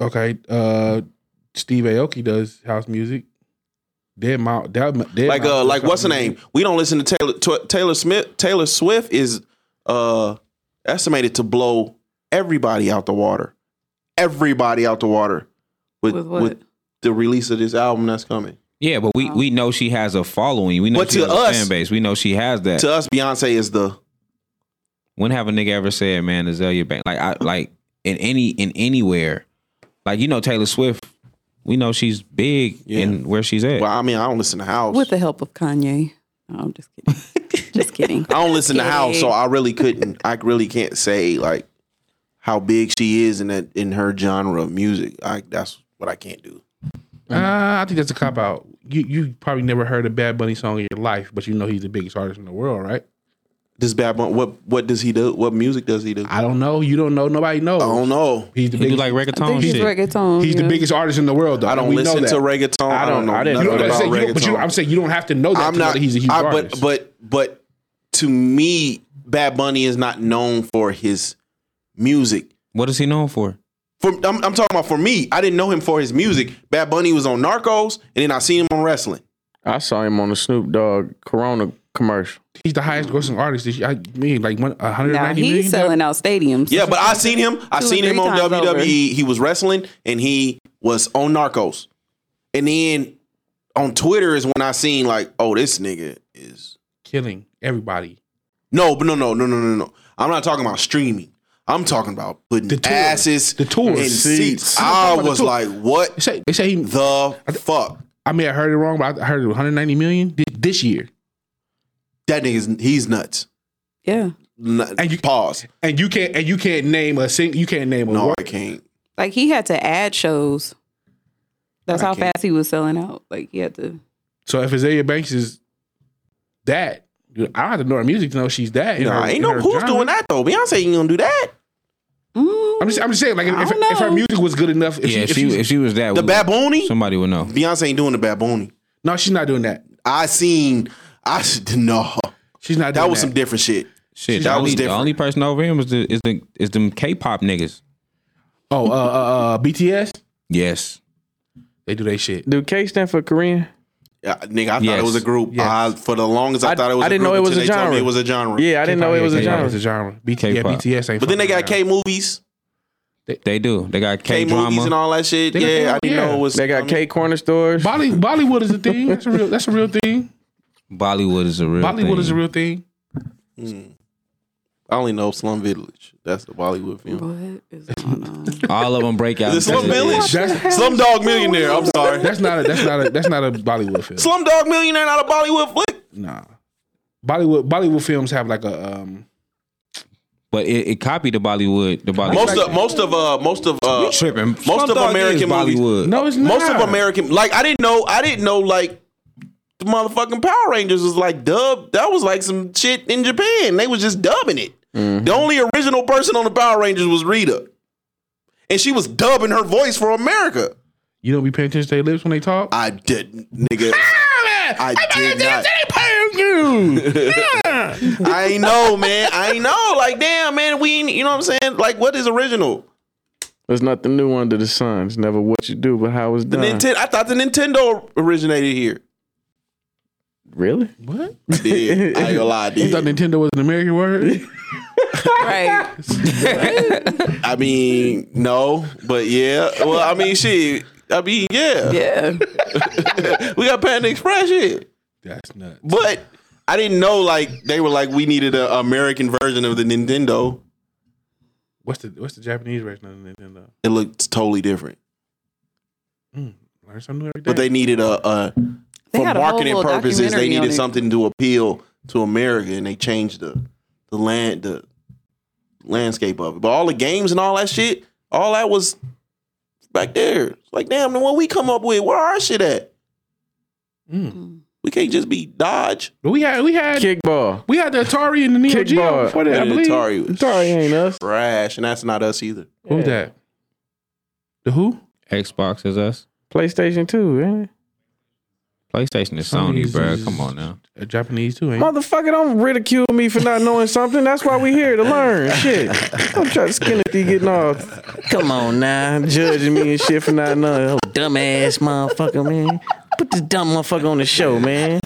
Speaker 6: Okay, uh, Steve Aoki does house music. Dead Mouth, dead, dead
Speaker 4: Like
Speaker 6: Mouse
Speaker 4: uh,
Speaker 6: does
Speaker 4: like
Speaker 6: house
Speaker 4: what's her
Speaker 6: music.
Speaker 4: name? We don't listen to Taylor Tw- Taylor Smith. Taylor Swift is uh estimated to blow everybody out the water. Everybody out the water with
Speaker 7: With what?
Speaker 4: with the release of this album that's coming.
Speaker 9: Yeah, but
Speaker 7: Uh-huh.
Speaker 9: we, we know she has a following. We know
Speaker 4: But
Speaker 9: she
Speaker 4: to
Speaker 9: has a
Speaker 4: us-
Speaker 9: fan base. We know she has that.
Speaker 4: To us, Beyonce is the
Speaker 9: When have a nigga ever said, "Man, Azalea Banks"? Like I like in any in anywhere, like you know Taylor Swift. We know she's big in where she's at.
Speaker 4: Well, I mean, I don't listen to house.
Speaker 7: With the help of Kanye. No, I'm just [LAUGHS] kidding. just kidding.
Speaker 4: I don't listen to house, so I really couldn't. I really can't say like how big she is in that in her genre of music. I that's what I can't do.
Speaker 6: Uh, I think that's a cop out. you you probably never heard a Bad Bunny song in your life, but you know he's the biggest artist in the world, right?
Speaker 4: This bad Bunny, what what does he do? What music does he do? I
Speaker 6: I don't know. You don't know. Nobody knows.
Speaker 4: don't know.
Speaker 6: He's the
Speaker 9: He do
Speaker 6: biggest.
Speaker 9: like
Speaker 7: I
Speaker 9: reggaeton
Speaker 7: think he's
Speaker 9: shit.
Speaker 7: reggaeton.
Speaker 6: he's
Speaker 7: yeah.
Speaker 6: the biggest artist in the world. Though.
Speaker 4: I
Speaker 6: and
Speaker 4: don't
Speaker 6: we
Speaker 4: listen
Speaker 6: know
Speaker 4: to
Speaker 6: that.
Speaker 4: reggaeton. I don't,
Speaker 5: don't- I
Speaker 4: know
Speaker 5: didn't
Speaker 6: You
Speaker 4: nothing
Speaker 6: don't,
Speaker 4: about
Speaker 6: I'm saying you
Speaker 4: reggaeton.
Speaker 6: don't- but you, I'm saying you don't have to know that.
Speaker 4: I'm
Speaker 6: to know
Speaker 4: not.
Speaker 6: that he's a huge
Speaker 4: I, but
Speaker 6: artist.
Speaker 4: but but to me, Bad Bunny is not known for his music.
Speaker 9: What is he known for?
Speaker 4: For I'm, I'm talking about for me, I didn't know him for his music. Bad Bunny was on Narcos, and then I seen him on wrestling.
Speaker 5: I saw him on the Snoop Dogg Corona commercial.
Speaker 6: he's the highest grossing artist. This year. I mean, like one hundred
Speaker 7: Now
Speaker 6: ninety
Speaker 7: he's
Speaker 6: million.
Speaker 7: selling out stadiums.
Speaker 4: Yeah, but I seen him. I
Speaker 7: Two or
Speaker 4: seen him
Speaker 7: three
Speaker 4: on
Speaker 7: times
Speaker 4: WWE.
Speaker 7: over.
Speaker 4: He was wrestling, and he was on Narcos. And then on Twitter is when I seen like, oh, this nigga is
Speaker 6: killing everybody.
Speaker 4: No, but no, no, no, no, no, no. I'm not talking about streaming. I'm talking about putting
Speaker 6: The tour.
Speaker 4: asses
Speaker 6: The tour.
Speaker 4: in
Speaker 6: Seats.
Speaker 4: seats.
Speaker 6: I'm talking
Speaker 4: I
Speaker 6: about the
Speaker 4: was
Speaker 6: tour.
Speaker 4: like, what
Speaker 6: They say they say he.
Speaker 4: the fuck?
Speaker 6: I mean, I heard it wrong, but I heard it one hundred ninety million thi- this year.
Speaker 4: That nigga's he's nuts.
Speaker 7: yeah.
Speaker 4: And
Speaker 6: And
Speaker 4: you
Speaker 6: you-
Speaker 4: pause.
Speaker 6: And you can't and you can't name a sing. You can't name a
Speaker 4: No,
Speaker 6: word.
Speaker 4: I can't.
Speaker 7: Like he had to add shows. That's
Speaker 4: I
Speaker 7: how
Speaker 4: can't-
Speaker 7: fast he was selling out. Like he had to.
Speaker 6: So if Azalea Banks is that, I don't have to know her music to know she's that. in
Speaker 4: Nah,
Speaker 6: her-
Speaker 4: ain't
Speaker 6: in
Speaker 4: no
Speaker 6: her
Speaker 4: who's
Speaker 6: genre.
Speaker 4: doing that though. Beyonce ain't gonna do that.
Speaker 7: Mm,
Speaker 6: I'm just, I'm just saying, like,
Speaker 7: I
Speaker 6: if, if,
Speaker 7: don't
Speaker 6: if her
Speaker 7: know.
Speaker 6: music was good enough, if
Speaker 9: yeah,
Speaker 6: she,
Speaker 9: if she, if she was that,
Speaker 4: The
Speaker 6: Mm.
Speaker 9: we-
Speaker 4: baboony.
Speaker 9: somebody would know.
Speaker 4: Beyonce ain't doing the baboony.
Speaker 6: no, she's not doing that.
Speaker 4: I seen. I should [LAUGHS] no.
Speaker 6: She's not. Doing
Speaker 4: That was some different shit.
Speaker 9: Shit,
Speaker 4: That
Speaker 9: the
Speaker 4: was
Speaker 9: only, the
Speaker 4: different.
Speaker 9: only person over him was the is the is them K-pop niggas.
Speaker 6: Oh, uh, uh, uh, BTS.
Speaker 9: Yes,
Speaker 6: They do they shit.
Speaker 5: Do K stand for Korean?
Speaker 4: Yeah, nigga, I thought
Speaker 9: Yes.
Speaker 4: it was a group.
Speaker 6: Yes.
Speaker 4: I, for the longest, I,
Speaker 5: I-
Speaker 4: thought it was.
Speaker 5: I
Speaker 4: a
Speaker 5: didn't
Speaker 4: group
Speaker 5: know it was
Speaker 4: until
Speaker 5: a
Speaker 4: they told me
Speaker 5: genre.
Speaker 4: It was a genre.
Speaker 5: Yeah, I didn't know it was a
Speaker 9: K-pop.
Speaker 5: genre.
Speaker 6: It's a genre. B- yeah,
Speaker 9: K-pop.
Speaker 6: BTS ain't.
Speaker 4: But then they got K
Speaker 6: fucking
Speaker 4: movies,
Speaker 9: they do. They got
Speaker 4: K movies and
Speaker 9: K-drama.
Speaker 4: all that shit.
Speaker 6: They
Speaker 4: Yeah,
Speaker 6: got
Speaker 4: I didn't
Speaker 6: K-drama,
Speaker 4: know it was.
Speaker 5: They
Speaker 4: I
Speaker 5: got
Speaker 4: mean-
Speaker 5: K corner stores.
Speaker 6: around. Bolly, Bollywood is a thing. That's a real. That's a real thing.
Speaker 9: Bollywood is a real.
Speaker 6: Bollywood
Speaker 9: thing.
Speaker 6: is a real thing.
Speaker 4: I only know Slum Village. That's the Bollywood film.
Speaker 7: what is going on?
Speaker 9: All of them break out.
Speaker 4: [LAUGHS] Is it Slum Village?
Speaker 6: That's
Speaker 4: Slum Dog Millionaire. I'm sorry.
Speaker 6: that's not a that's not a that's not a Bollywood film.
Speaker 4: Slum Dog Millionaire, not a Bollywood flick.
Speaker 6: Nah, Bollywood Bollywood films have like a um.
Speaker 9: But it, it copied the Bollywood. The Bollywood.
Speaker 4: Most of most of uh most of uh
Speaker 9: tripping.
Speaker 4: most of American movies.
Speaker 9: Bollywood.
Speaker 6: No, it's not.
Speaker 4: most of American like I didn't know I didn't know like the motherfucking Power Rangers was like dubbed. That was like some shit in Japan. They was just dubbing it. The only original person on the Power Rangers was Rita, and she was dubbing her voice for America.
Speaker 6: You don't be paying attention to their lips when they talk. Oh,
Speaker 4: I didn't, nigga. I did not. I ain't know, man. I ain't know. Like, damn, man. We, ain't, you know what I'm saying? Like, what is original?
Speaker 5: There's nothing new under the sun. It's never what you do, but how it's
Speaker 4: The
Speaker 5: done.
Speaker 4: Nintendo. I thought the Nintendo originated here.
Speaker 5: really?
Speaker 6: What?
Speaker 4: I did. I ain't gonna lie, I
Speaker 6: You thought
Speaker 4: did.
Speaker 6: Nintendo was an American word?
Speaker 7: right.
Speaker 4: I mean, no, but yeah. Well, I mean, shit. I mean, yeah.
Speaker 7: Yeah.
Speaker 4: We got Panda Express shit,
Speaker 6: That's nuts.
Speaker 4: but I didn't know. Like, they were like, we needed an American version of the Nintendo.
Speaker 6: What's the what's the Japanese version of Nintendo?
Speaker 4: It looked totally different,
Speaker 6: Learn something new every day.
Speaker 4: but they needed a, a
Speaker 7: They
Speaker 4: for
Speaker 7: had a whole
Speaker 4: marketing
Speaker 7: little
Speaker 4: purposes. They
Speaker 7: documentary on
Speaker 4: needed
Speaker 7: it.
Speaker 4: something to appeal to America, and they changed the the land the landscape of it. But all the games and all that shit, all that was back there. It's like, damn, then what we come up with, where our shit at?
Speaker 7: Mm.
Speaker 4: We can't just be Dodge.
Speaker 6: But we had we had
Speaker 5: Kickball.
Speaker 6: we had the Atari and the Neo
Speaker 5: Kickball.
Speaker 6: Geo before that. I
Speaker 4: And
Speaker 6: believe.
Speaker 4: Atari was
Speaker 5: Sorry, ain't us.
Speaker 4: trash, and that's not us either.
Speaker 6: Who was that? The who?
Speaker 9: Xbox is us.
Speaker 5: PlayStation 2, man.
Speaker 9: PlayStation is Sony,
Speaker 6: Sony's
Speaker 9: bro.
Speaker 6: is-
Speaker 9: Come on
Speaker 4: [LAUGHS]
Speaker 9: now.
Speaker 6: A Japanese too, ain't? it?
Speaker 5: Motherfucker, don't ridicule me for not knowing something. That's why we here to learn. Shit. Don't try to skin at thee getting all come on now, judging me and shit for not knowing. Oh, dumbass motherfucker, man. Put this dumb motherfucker on the show, man.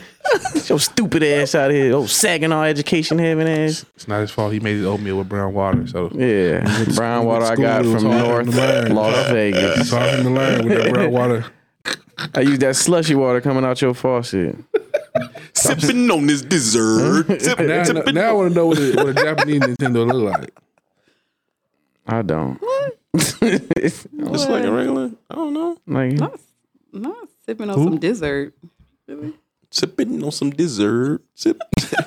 Speaker 5: Get your stupid ass out of here. Oh, sagging all education having ass.
Speaker 6: It's not his fault. He made his oatmeal with brown water, so
Speaker 5: Yeah. Brown water I got
Speaker 6: School,
Speaker 5: from
Speaker 6: it's hard
Speaker 5: North
Speaker 6: to learn.
Speaker 5: Las Vegas.
Speaker 6: it's hard for him to learn with that
Speaker 5: [LAUGHS]
Speaker 6: brown water.
Speaker 5: I use that slushy water coming out your faucet.
Speaker 4: Sipping on this dessert. Sipping,
Speaker 6: Now, I know-
Speaker 4: sipping.
Speaker 6: now I want to know what a, what a Japanese Nintendo look like.
Speaker 5: I don't.
Speaker 4: It's like a regular. I don't know.
Speaker 5: [LAUGHS] Like
Speaker 7: Not sipping on some dessert.
Speaker 4: Sipping on some dessert. Sip. You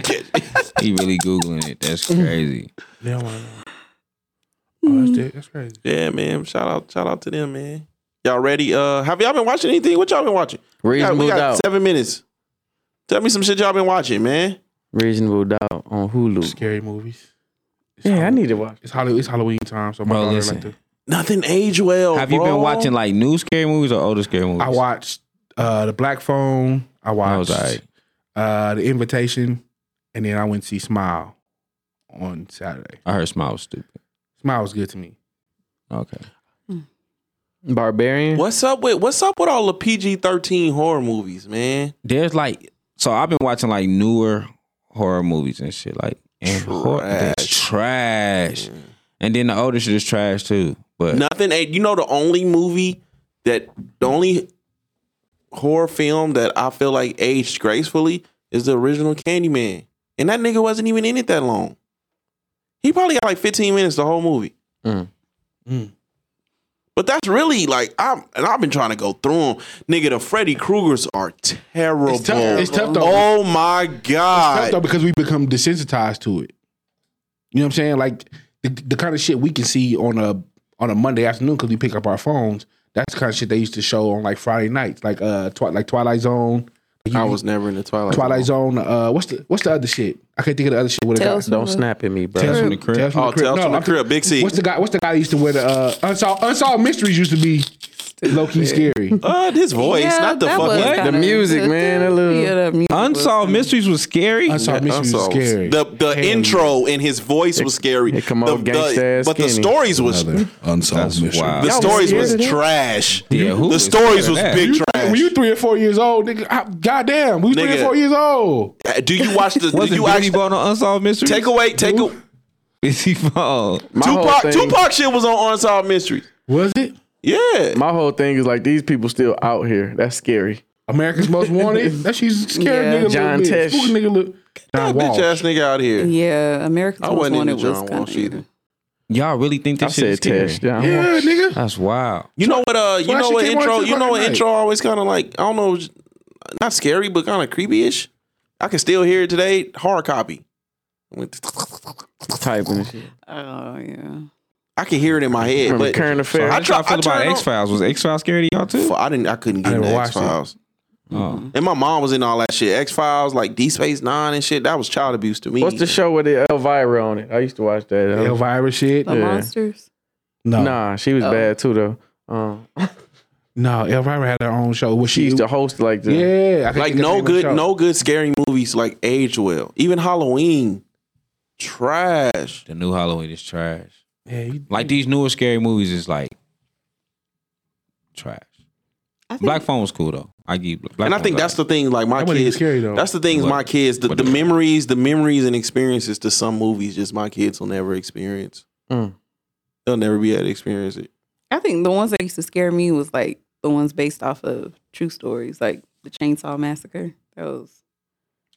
Speaker 4: can't-
Speaker 6: Mm.
Speaker 9: He really googling it. That's crazy.
Speaker 6: Now I wanna know.
Speaker 5: Mm.
Speaker 6: Oh, that's, dead. that's crazy.
Speaker 4: Yeah, man. Shout out, shout out to them, man. Y'all ready? Uh, have y'all been watching anything? What y'all been watching? We
Speaker 5: Reasonable
Speaker 4: got, we got
Speaker 5: doubt.
Speaker 4: seven minutes. Tell me some shit y'all been watching, man.
Speaker 5: Reasonable doubt on Hulu.
Speaker 6: Scary movies. It's
Speaker 5: Yeah, I
Speaker 6: Halloween.
Speaker 5: need to watch.
Speaker 6: It's Halloween. It's Halloween time, so my
Speaker 9: Bro,
Speaker 6: daughter
Speaker 9: listen.
Speaker 6: like to.
Speaker 4: Nothing age well.
Speaker 9: Have you
Speaker 4: bro.
Speaker 9: been watching like new scary movies or older scary movies?
Speaker 6: I watched uh, the Black Phone. I watched
Speaker 9: alright.
Speaker 6: uh, the Invitation, and then I went to see Smile on Saturday.
Speaker 9: I heard Smile was stupid.
Speaker 6: Smile was good to me.
Speaker 9: Okay.
Speaker 5: Barbarian.
Speaker 4: What's up with What's up with all the PG thirteen horror movies, man?
Speaker 9: There's like so I've been watching like newer horror movies and shit like and horror, they're trash.
Speaker 4: Mm.
Speaker 9: And then the older shit is trash too. But
Speaker 4: Nothing age. You know the only movie that the only horror film that I feel like aged gracefully is the original Candyman, and that nigga wasn't even in it that long. He probably got like fifteen minutes the whole movie.
Speaker 5: Mm.
Speaker 6: Mm.
Speaker 4: But that's really like I'm, and I've been trying to go through them, nigga. The Freddy Kruegers are terrible.
Speaker 6: It's tough- it's tough though.
Speaker 4: Oh my
Speaker 6: tough though
Speaker 4: god!
Speaker 6: because we become desensitized to it. You know what I'm saying? Like the, the kind of shit we can see on a on a Monday afternoon because we pick up our phones. That's the kind of shit they used to show on like Friday nights, like uh, twi- like Twilight Zone. You-
Speaker 4: I was never in the Twilight.
Speaker 6: Twilight Zone. Uh, what's the what's the other shit? I can't think of the other shit. What it got?
Speaker 7: Tales from
Speaker 5: Don't snap at me, bro.
Speaker 6: Tales
Speaker 9: from the Crib.
Speaker 6: Tales from
Speaker 4: Oh,
Speaker 6: the Crib.
Speaker 4: Tales
Speaker 6: No,
Speaker 4: from the
Speaker 6: I'm thinking-
Speaker 4: Crib. Big C.
Speaker 6: What's the guy? What's the guy that used to wear the uh, unsolved unsolved mysteries used to be low
Speaker 9: [LAUGHS]
Speaker 6: key scary.
Speaker 4: Uh, his voice, not the
Speaker 7: that
Speaker 4: fucking.
Speaker 7: was
Speaker 9: The
Speaker 7: kinda-
Speaker 5: music, man, that little-
Speaker 7: yeah, the music was-
Speaker 9: Unsolved Mysteries was scary.
Speaker 6: Unsolved mysteries was
Speaker 4: Unsolved.
Speaker 6: scary.
Speaker 4: The the
Speaker 6: Hell
Speaker 4: intro in his voice was scary.
Speaker 5: it come
Speaker 4: the,
Speaker 5: out gangsta-ass
Speaker 4: but the
Speaker 5: skinny.
Speaker 4: stories was
Speaker 3: Another unsolved
Speaker 9: That's
Speaker 3: mystery.
Speaker 9: wild.
Speaker 4: the
Speaker 5: Y'all was
Speaker 4: stories was
Speaker 5: scared of that?
Speaker 4: trash.
Speaker 9: Yeah, who
Speaker 4: the
Speaker 9: was
Speaker 4: stories
Speaker 9: scared of
Speaker 4: was
Speaker 9: that?
Speaker 4: big
Speaker 6: You- When
Speaker 4: trash.
Speaker 6: you three or four years old, nigga, I, goddamn, we was three
Speaker 4: Nigga.
Speaker 6: or four years old.
Speaker 4: Uh, Do you watch the?
Speaker 9: Was
Speaker 4: do you
Speaker 9: it Benny
Speaker 4: actually
Speaker 9: Bone on Unsolved Mysteries?
Speaker 4: take away? Take a,
Speaker 9: [LAUGHS] Busy Bone.
Speaker 5: My whole
Speaker 4: Tupac.
Speaker 5: thing-
Speaker 4: Tupac shit was on Unsolved Mysteries.
Speaker 6: Was it?
Speaker 4: Yeah,
Speaker 5: My whole thing is like these people still out here. That's scary.
Speaker 6: America's [LAUGHS] Most Wanted. That she's scared
Speaker 7: Yeah.
Speaker 6: nigga.
Speaker 5: John
Speaker 6: little bit.
Speaker 5: Tesh.
Speaker 6: Spooky nigga look.
Speaker 4: that
Speaker 6: John
Speaker 4: bitch ass
Speaker 6: Walsh.
Speaker 4: nigga out here.
Speaker 7: Yeah, America's
Speaker 4: I
Speaker 7: Most
Speaker 4: wasn't into
Speaker 7: Wanted was
Speaker 4: John Walsh
Speaker 7: kind
Speaker 4: either.
Speaker 7: of.
Speaker 9: Y'all really think
Speaker 5: I
Speaker 9: this shit is
Speaker 5: said
Speaker 9: scary?
Speaker 5: Tesh. John
Speaker 6: Yeah,
Speaker 5: Walsh.
Speaker 6: nigga.
Speaker 9: That's wild.
Speaker 4: You know what? Uh, you
Speaker 6: Why
Speaker 4: know
Speaker 6: she
Speaker 4: what
Speaker 6: came on
Speaker 4: intro?
Speaker 6: two
Speaker 4: You know what
Speaker 6: fucking
Speaker 4: intro always kind of like I don't know, not scary but kind of creepy-ish. I can still hear it today. Hard copy.
Speaker 5: Typing and shit.
Speaker 7: Oh yeah.
Speaker 4: I can hear it in my head.
Speaker 5: Remember
Speaker 4: But
Speaker 5: current
Speaker 9: So
Speaker 5: affairs.
Speaker 9: how
Speaker 4: I
Speaker 9: did
Speaker 4: try-
Speaker 9: y'all
Speaker 4: I
Speaker 9: feel about
Speaker 4: tried on-
Speaker 9: X Files? Was X Files scary to y'all too?
Speaker 4: Fuck, I didn't. I couldn't get
Speaker 6: never
Speaker 4: into X
Speaker 6: watched it.
Speaker 4: Files.
Speaker 9: Oh.
Speaker 4: And my mom was in all that shit. X Files, like D Space Nine and shit. That was child abuse to me.
Speaker 5: What's the show with the Elvira on it? I used to watch that.
Speaker 6: Elvira shit.
Speaker 7: The
Speaker 5: Yeah.
Speaker 7: monsters.
Speaker 6: No, no,
Speaker 5: Nah, she was
Speaker 7: Oh.
Speaker 5: bad too though. Um,
Speaker 6: Elvira had her own show. Was
Speaker 5: she
Speaker 6: she?
Speaker 5: used to host like the
Speaker 6: yeah, I
Speaker 4: Like
Speaker 6: can't think of the name
Speaker 4: no
Speaker 6: of the
Speaker 4: good,
Speaker 6: show.
Speaker 4: no good scary movies like age well. Even Halloween, trash.
Speaker 9: The new Halloween is trash.
Speaker 6: Yeah, you-
Speaker 9: Like these newer scary movies is like trash.
Speaker 7: I think
Speaker 9: Black Phone was cool though. I give Black
Speaker 4: And I
Speaker 9: Phone
Speaker 4: think
Speaker 9: was
Speaker 4: that's the thing. Like my
Speaker 6: That wasn't even
Speaker 4: kids,
Speaker 6: scary, though.
Speaker 4: that's the things
Speaker 9: What-
Speaker 4: my kids. The,
Speaker 9: what
Speaker 4: the
Speaker 9: is it?
Speaker 4: memories, the memories and experiences to some movies, just my kids will never experience.
Speaker 5: Mm.
Speaker 4: They'll never be able to experience it.
Speaker 7: I think the ones that used to scare me was like the ones based off of true stories, like the Chainsaw Massacre. That was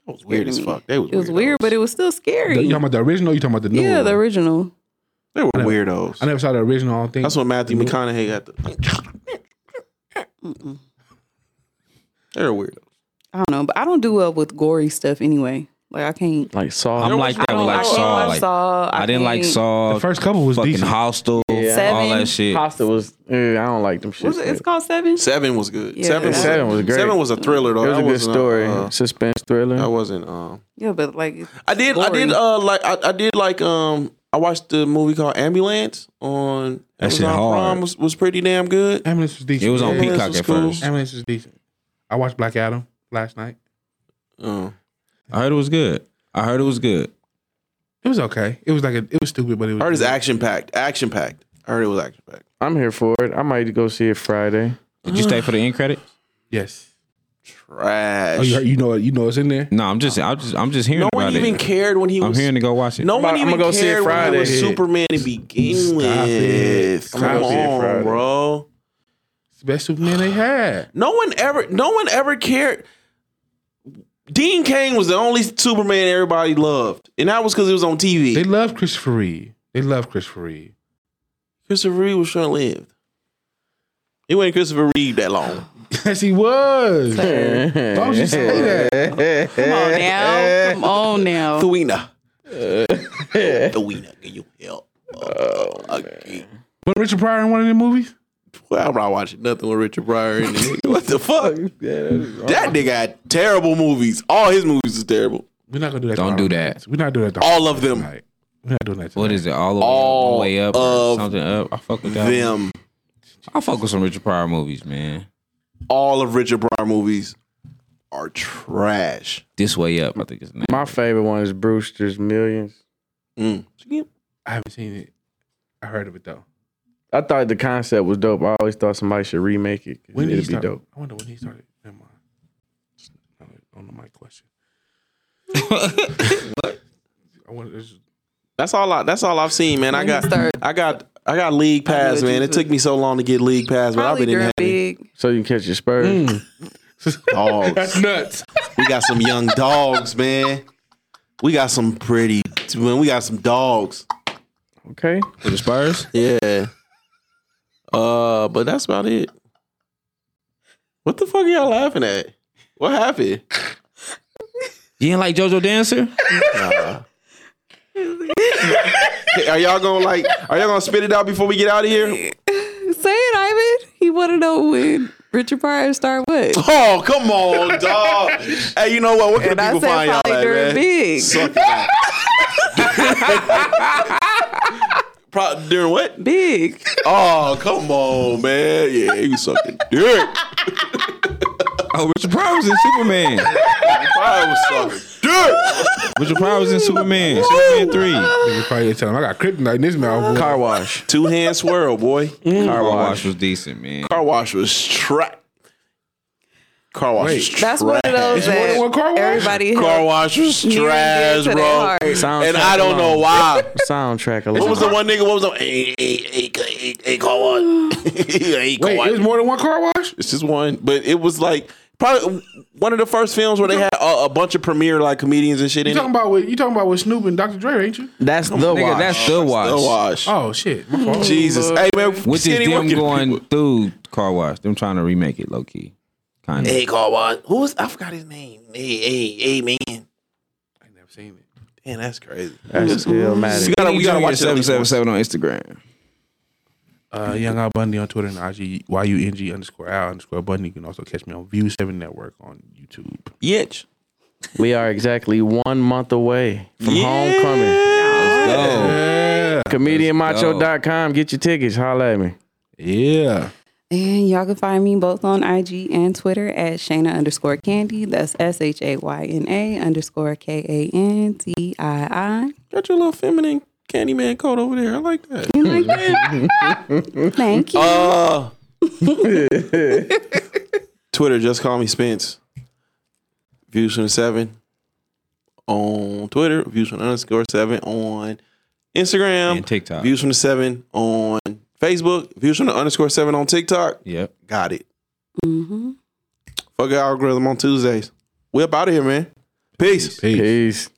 Speaker 4: That was weird
Speaker 7: to
Speaker 4: as
Speaker 7: me.
Speaker 4: fuck. They was
Speaker 7: It was weird, but it was still
Speaker 6: The-
Speaker 7: scary.
Speaker 6: you talking about the original? You talking about the new?
Speaker 7: yeah,
Speaker 6: one?
Speaker 7: the original.
Speaker 4: they were
Speaker 6: I never-
Speaker 4: weirdos.
Speaker 6: I never saw the original thing.
Speaker 4: That's when Matthew
Speaker 6: Mhm.
Speaker 4: McConaughey got the.
Speaker 7: Mm-mm.
Speaker 4: they were weirdos.
Speaker 7: I don't know, but I don't do well with gory stuff anyway. Like I can't.
Speaker 5: like Saw.
Speaker 9: I'm like that
Speaker 7: I
Speaker 9: with
Speaker 7: don't. I
Speaker 9: like
Speaker 7: can't
Speaker 9: Saw.
Speaker 7: watch
Speaker 9: Like,
Speaker 7: Saw.
Speaker 9: I didn't like
Speaker 7: can't-
Speaker 9: Saw.
Speaker 6: the first couple was
Speaker 9: fucking
Speaker 6: decent.
Speaker 9: Hostel.
Speaker 5: Yeah.
Speaker 9: All
Speaker 7: Seven.
Speaker 9: that shit.
Speaker 5: Pasta was. Yeah, I don't like them shit.
Speaker 7: Was it, it's called Seven.
Speaker 4: Seven was good.
Speaker 7: Yeah.
Speaker 4: Seven, was,
Speaker 5: Seven was great.
Speaker 4: Seven was a thriller though.
Speaker 5: it was
Speaker 4: That
Speaker 5: a good
Speaker 4: wasn't
Speaker 5: story,
Speaker 4: uh,
Speaker 5: suspense thriller.
Speaker 4: that wasn't. Um,
Speaker 7: Yeah, but like it's
Speaker 4: I did. I did.
Speaker 7: gory.
Speaker 4: Uh, like I, I did like. Um, I watched the movie called Ambulance on
Speaker 9: That shit
Speaker 4: Amazon
Speaker 9: hard.
Speaker 4: Prime. Was, was pretty damn good.
Speaker 6: Ambulance was decent.
Speaker 9: It was on
Speaker 4: Yeah, this
Speaker 9: Peacock
Speaker 4: was
Speaker 9: at
Speaker 4: cool.
Speaker 9: first.
Speaker 6: Ambulance was decent. I watched Black Adam last night.
Speaker 4: Uh,
Speaker 9: I heard it was good. I heard it
Speaker 4: [SIGHS]
Speaker 9: was good.
Speaker 6: It was okay. It was like a, it was stupid, but it was.
Speaker 4: I heard it's action packed. Action packed. I heard it was action packed.
Speaker 5: I'm here for it. I might go see it Friday.
Speaker 9: Did you stay for the end credit?
Speaker 6: Yes.
Speaker 4: Trash.
Speaker 6: Oh, you, heard- you know it. You know it's in there.
Speaker 9: No, I'm just I'm just I'm just hearing
Speaker 4: no
Speaker 9: about
Speaker 4: one even
Speaker 9: it.
Speaker 4: cared when he
Speaker 9: I'm
Speaker 4: was.
Speaker 9: hearing to go watch it.
Speaker 4: no one
Speaker 5: I'ma
Speaker 4: even
Speaker 5: go see it
Speaker 4: cared when he
Speaker 5: Friday.
Speaker 4: was Superman to begin
Speaker 6: Stop it.
Speaker 4: with.
Speaker 6: I'ma
Speaker 4: Come
Speaker 6: go
Speaker 5: see it
Speaker 4: on,
Speaker 5: Friday.
Speaker 4: bro.
Speaker 6: It's the best Superman they had.
Speaker 4: No one ever. No one ever cared. Dean Kane was the only Superman everybody loved, and that was because it was on TV.
Speaker 6: They love Christopher Reeve. They love Christopher Reeve. [LAUGHS]
Speaker 4: Christopher Reeve was short lived. It wasn't Christopher Reeve that long.
Speaker 6: yes, he was. Why would you say that?
Speaker 7: come on now, come on now.
Speaker 4: Thawina. Thawina, can you help? Oh,
Speaker 6: But Richard Pryor in one of the movies?
Speaker 4: Well, I'm not watching nothing with Richard Pryor. In it. [LAUGHS] what the fuck? That nigga had terrible movies. All his movies is terrible.
Speaker 6: We're not gonna do that.
Speaker 9: Don't
Speaker 6: to Robert
Speaker 9: do that.
Speaker 6: Pattinson. We're not doing that. To
Speaker 4: All of them.
Speaker 6: Tonight. We're not doing that. Tonight.
Speaker 9: What is it? All the way
Speaker 4: All
Speaker 9: up, way up or
Speaker 4: of
Speaker 9: something up. I fuck with that. one.
Speaker 4: Them.
Speaker 9: I fuck with some Richard Pryor movies, man.
Speaker 4: All of Richard Pryor movies are trash.
Speaker 9: This way up, I think it's the name.
Speaker 5: My favorite one is Brewster's Millions.
Speaker 4: Mm.
Speaker 6: I haven't seen it. I heard of it though.
Speaker 5: I thought the concept was dope. I always thought somebody should remake it.
Speaker 6: When did
Speaker 5: It'd
Speaker 6: he
Speaker 5: be
Speaker 6: start?
Speaker 5: dope.
Speaker 6: I wonder when he started. Never mind. Just not on the mic
Speaker 9: [LAUGHS]
Speaker 6: question. I wonder. there's-
Speaker 4: That's all. I, that's all I've seen, man. I
Speaker 7: When he
Speaker 4: got.
Speaker 7: started-
Speaker 4: I got. I got league pass,
Speaker 7: what
Speaker 4: man.
Speaker 7: you
Speaker 4: It took me so long to get league pass, but I've
Speaker 7: Probably
Speaker 4: been in
Speaker 7: during
Speaker 4: happy.
Speaker 7: big.
Speaker 5: So you can catch your Spurs.
Speaker 4: Mm. Dogs.
Speaker 9: Hmm.
Speaker 6: That's nuts.
Speaker 4: [LAUGHS] We got some young dogs, man. We got some pretty. Man, we got some dogs.
Speaker 5: Okay.
Speaker 9: For the Spurs?
Speaker 4: Yeah. Uh, but that's about it. What the fuck are y'all laughing at? What happened?
Speaker 9: You ain't like JoJo Dancer?
Speaker 4: [LAUGHS] Are y'all gonna like? Are y'all gonna spit it out before we get out of here?
Speaker 7: Say it, Ivan. He want to know when Richard Pryor started what.
Speaker 4: Oh, come on, dog. hey, you know what? Where can
Speaker 7: And
Speaker 4: the
Speaker 7: I
Speaker 4: people
Speaker 7: said
Speaker 4: find y'all
Speaker 7: probably
Speaker 4: at,
Speaker 7: during
Speaker 4: man?
Speaker 7: big.
Speaker 4: Suck it out. Pro- during what?
Speaker 7: Big.
Speaker 4: Oh, come on, man. Yeah, you sucking dick.
Speaker 9: Oh, Richard Pryor was in Superman.
Speaker 4: I was sucking dick.
Speaker 9: Richard Pryor was in Superman. Superman 3.
Speaker 6: You probably tell him I got kryptonite in this mouth.
Speaker 5: Car wash.
Speaker 4: Two hand swirl, boy.
Speaker 9: Car Wash was decent, man.
Speaker 4: Car wash was trash. Car wash
Speaker 6: Wait.
Speaker 4: was trash.
Speaker 7: That's one of those
Speaker 6: more than one car
Speaker 7: that
Speaker 6: wash?
Speaker 7: everybody
Speaker 4: Car
Speaker 7: held
Speaker 4: wash was
Speaker 7: near and
Speaker 4: trash,
Speaker 7: dear to their
Speaker 4: bro.
Speaker 7: heart.
Speaker 5: Soundtrack
Speaker 4: And I don't know
Speaker 5: alone.
Speaker 4: why.
Speaker 5: Soundtrack
Speaker 4: [LAUGHS]
Speaker 5: alone.
Speaker 4: What was the one nigga? What was the hey, hey, hey, hey, hey, car wash? [LAUGHS] hey, car
Speaker 6: Wait,
Speaker 4: wash.
Speaker 6: it was more than one car wash.
Speaker 4: It's just one, but it was like probably one of the first films where they had a, a bunch of premiere like comedians and shit
Speaker 6: You
Speaker 4: in
Speaker 6: talking
Speaker 4: it.
Speaker 6: about with you talking about with Snoop and Dr. Dre, ain't you?
Speaker 5: That's the
Speaker 9: Nigga,
Speaker 5: wash.
Speaker 9: that's the wash.
Speaker 4: The wash.
Speaker 6: Oh shit, my fault.
Speaker 4: Jesus, hey man,
Speaker 9: Which is
Speaker 4: skinny
Speaker 9: them
Speaker 4: working
Speaker 9: going
Speaker 4: people.
Speaker 9: through Car Wash. Them trying to remake it low key. Kind of.
Speaker 4: Hey, car wash. Who was? I forgot his name. Hey, hey, hey, man.
Speaker 6: I never seen it.
Speaker 4: Man, that's crazy. [LAUGHS]
Speaker 5: That's still mad.
Speaker 4: We gotta, we gotta watch
Speaker 9: seven
Speaker 4: it.
Speaker 9: seven seven on Instagram.
Speaker 6: Uh, Young Al Bundy on Twitter and IG YUNG underscore Al underscore Bundy. You can also catch me on View Seven Network on YouTube.
Speaker 4: Yitch.
Speaker 5: We are exactly one month away from homecoming.
Speaker 9: Oh,
Speaker 5: ComedianMacho.com. Get your tickets. Holla at me.
Speaker 6: Yeah.
Speaker 7: And y'all can find me both on IG and Twitter at Shayna underscore Candy. That's S H A Y N A underscore K A N T I I.
Speaker 4: Got your little feminine Candyman coat over there. I like that.
Speaker 7: You like that? Thank you.
Speaker 4: Uh, Twitter, just call me Spence. Views from the seven on Twitter. Views from the underscore seven on Instagram.
Speaker 9: And TikTok.
Speaker 4: Views from the seven on Facebook. Views from the underscore seven on TikTok.
Speaker 9: Yep.
Speaker 4: Got it.
Speaker 7: Mhm.
Speaker 4: Fuck your algorithm on Tuesdays. We up out of here, man. Peace.
Speaker 5: Peace.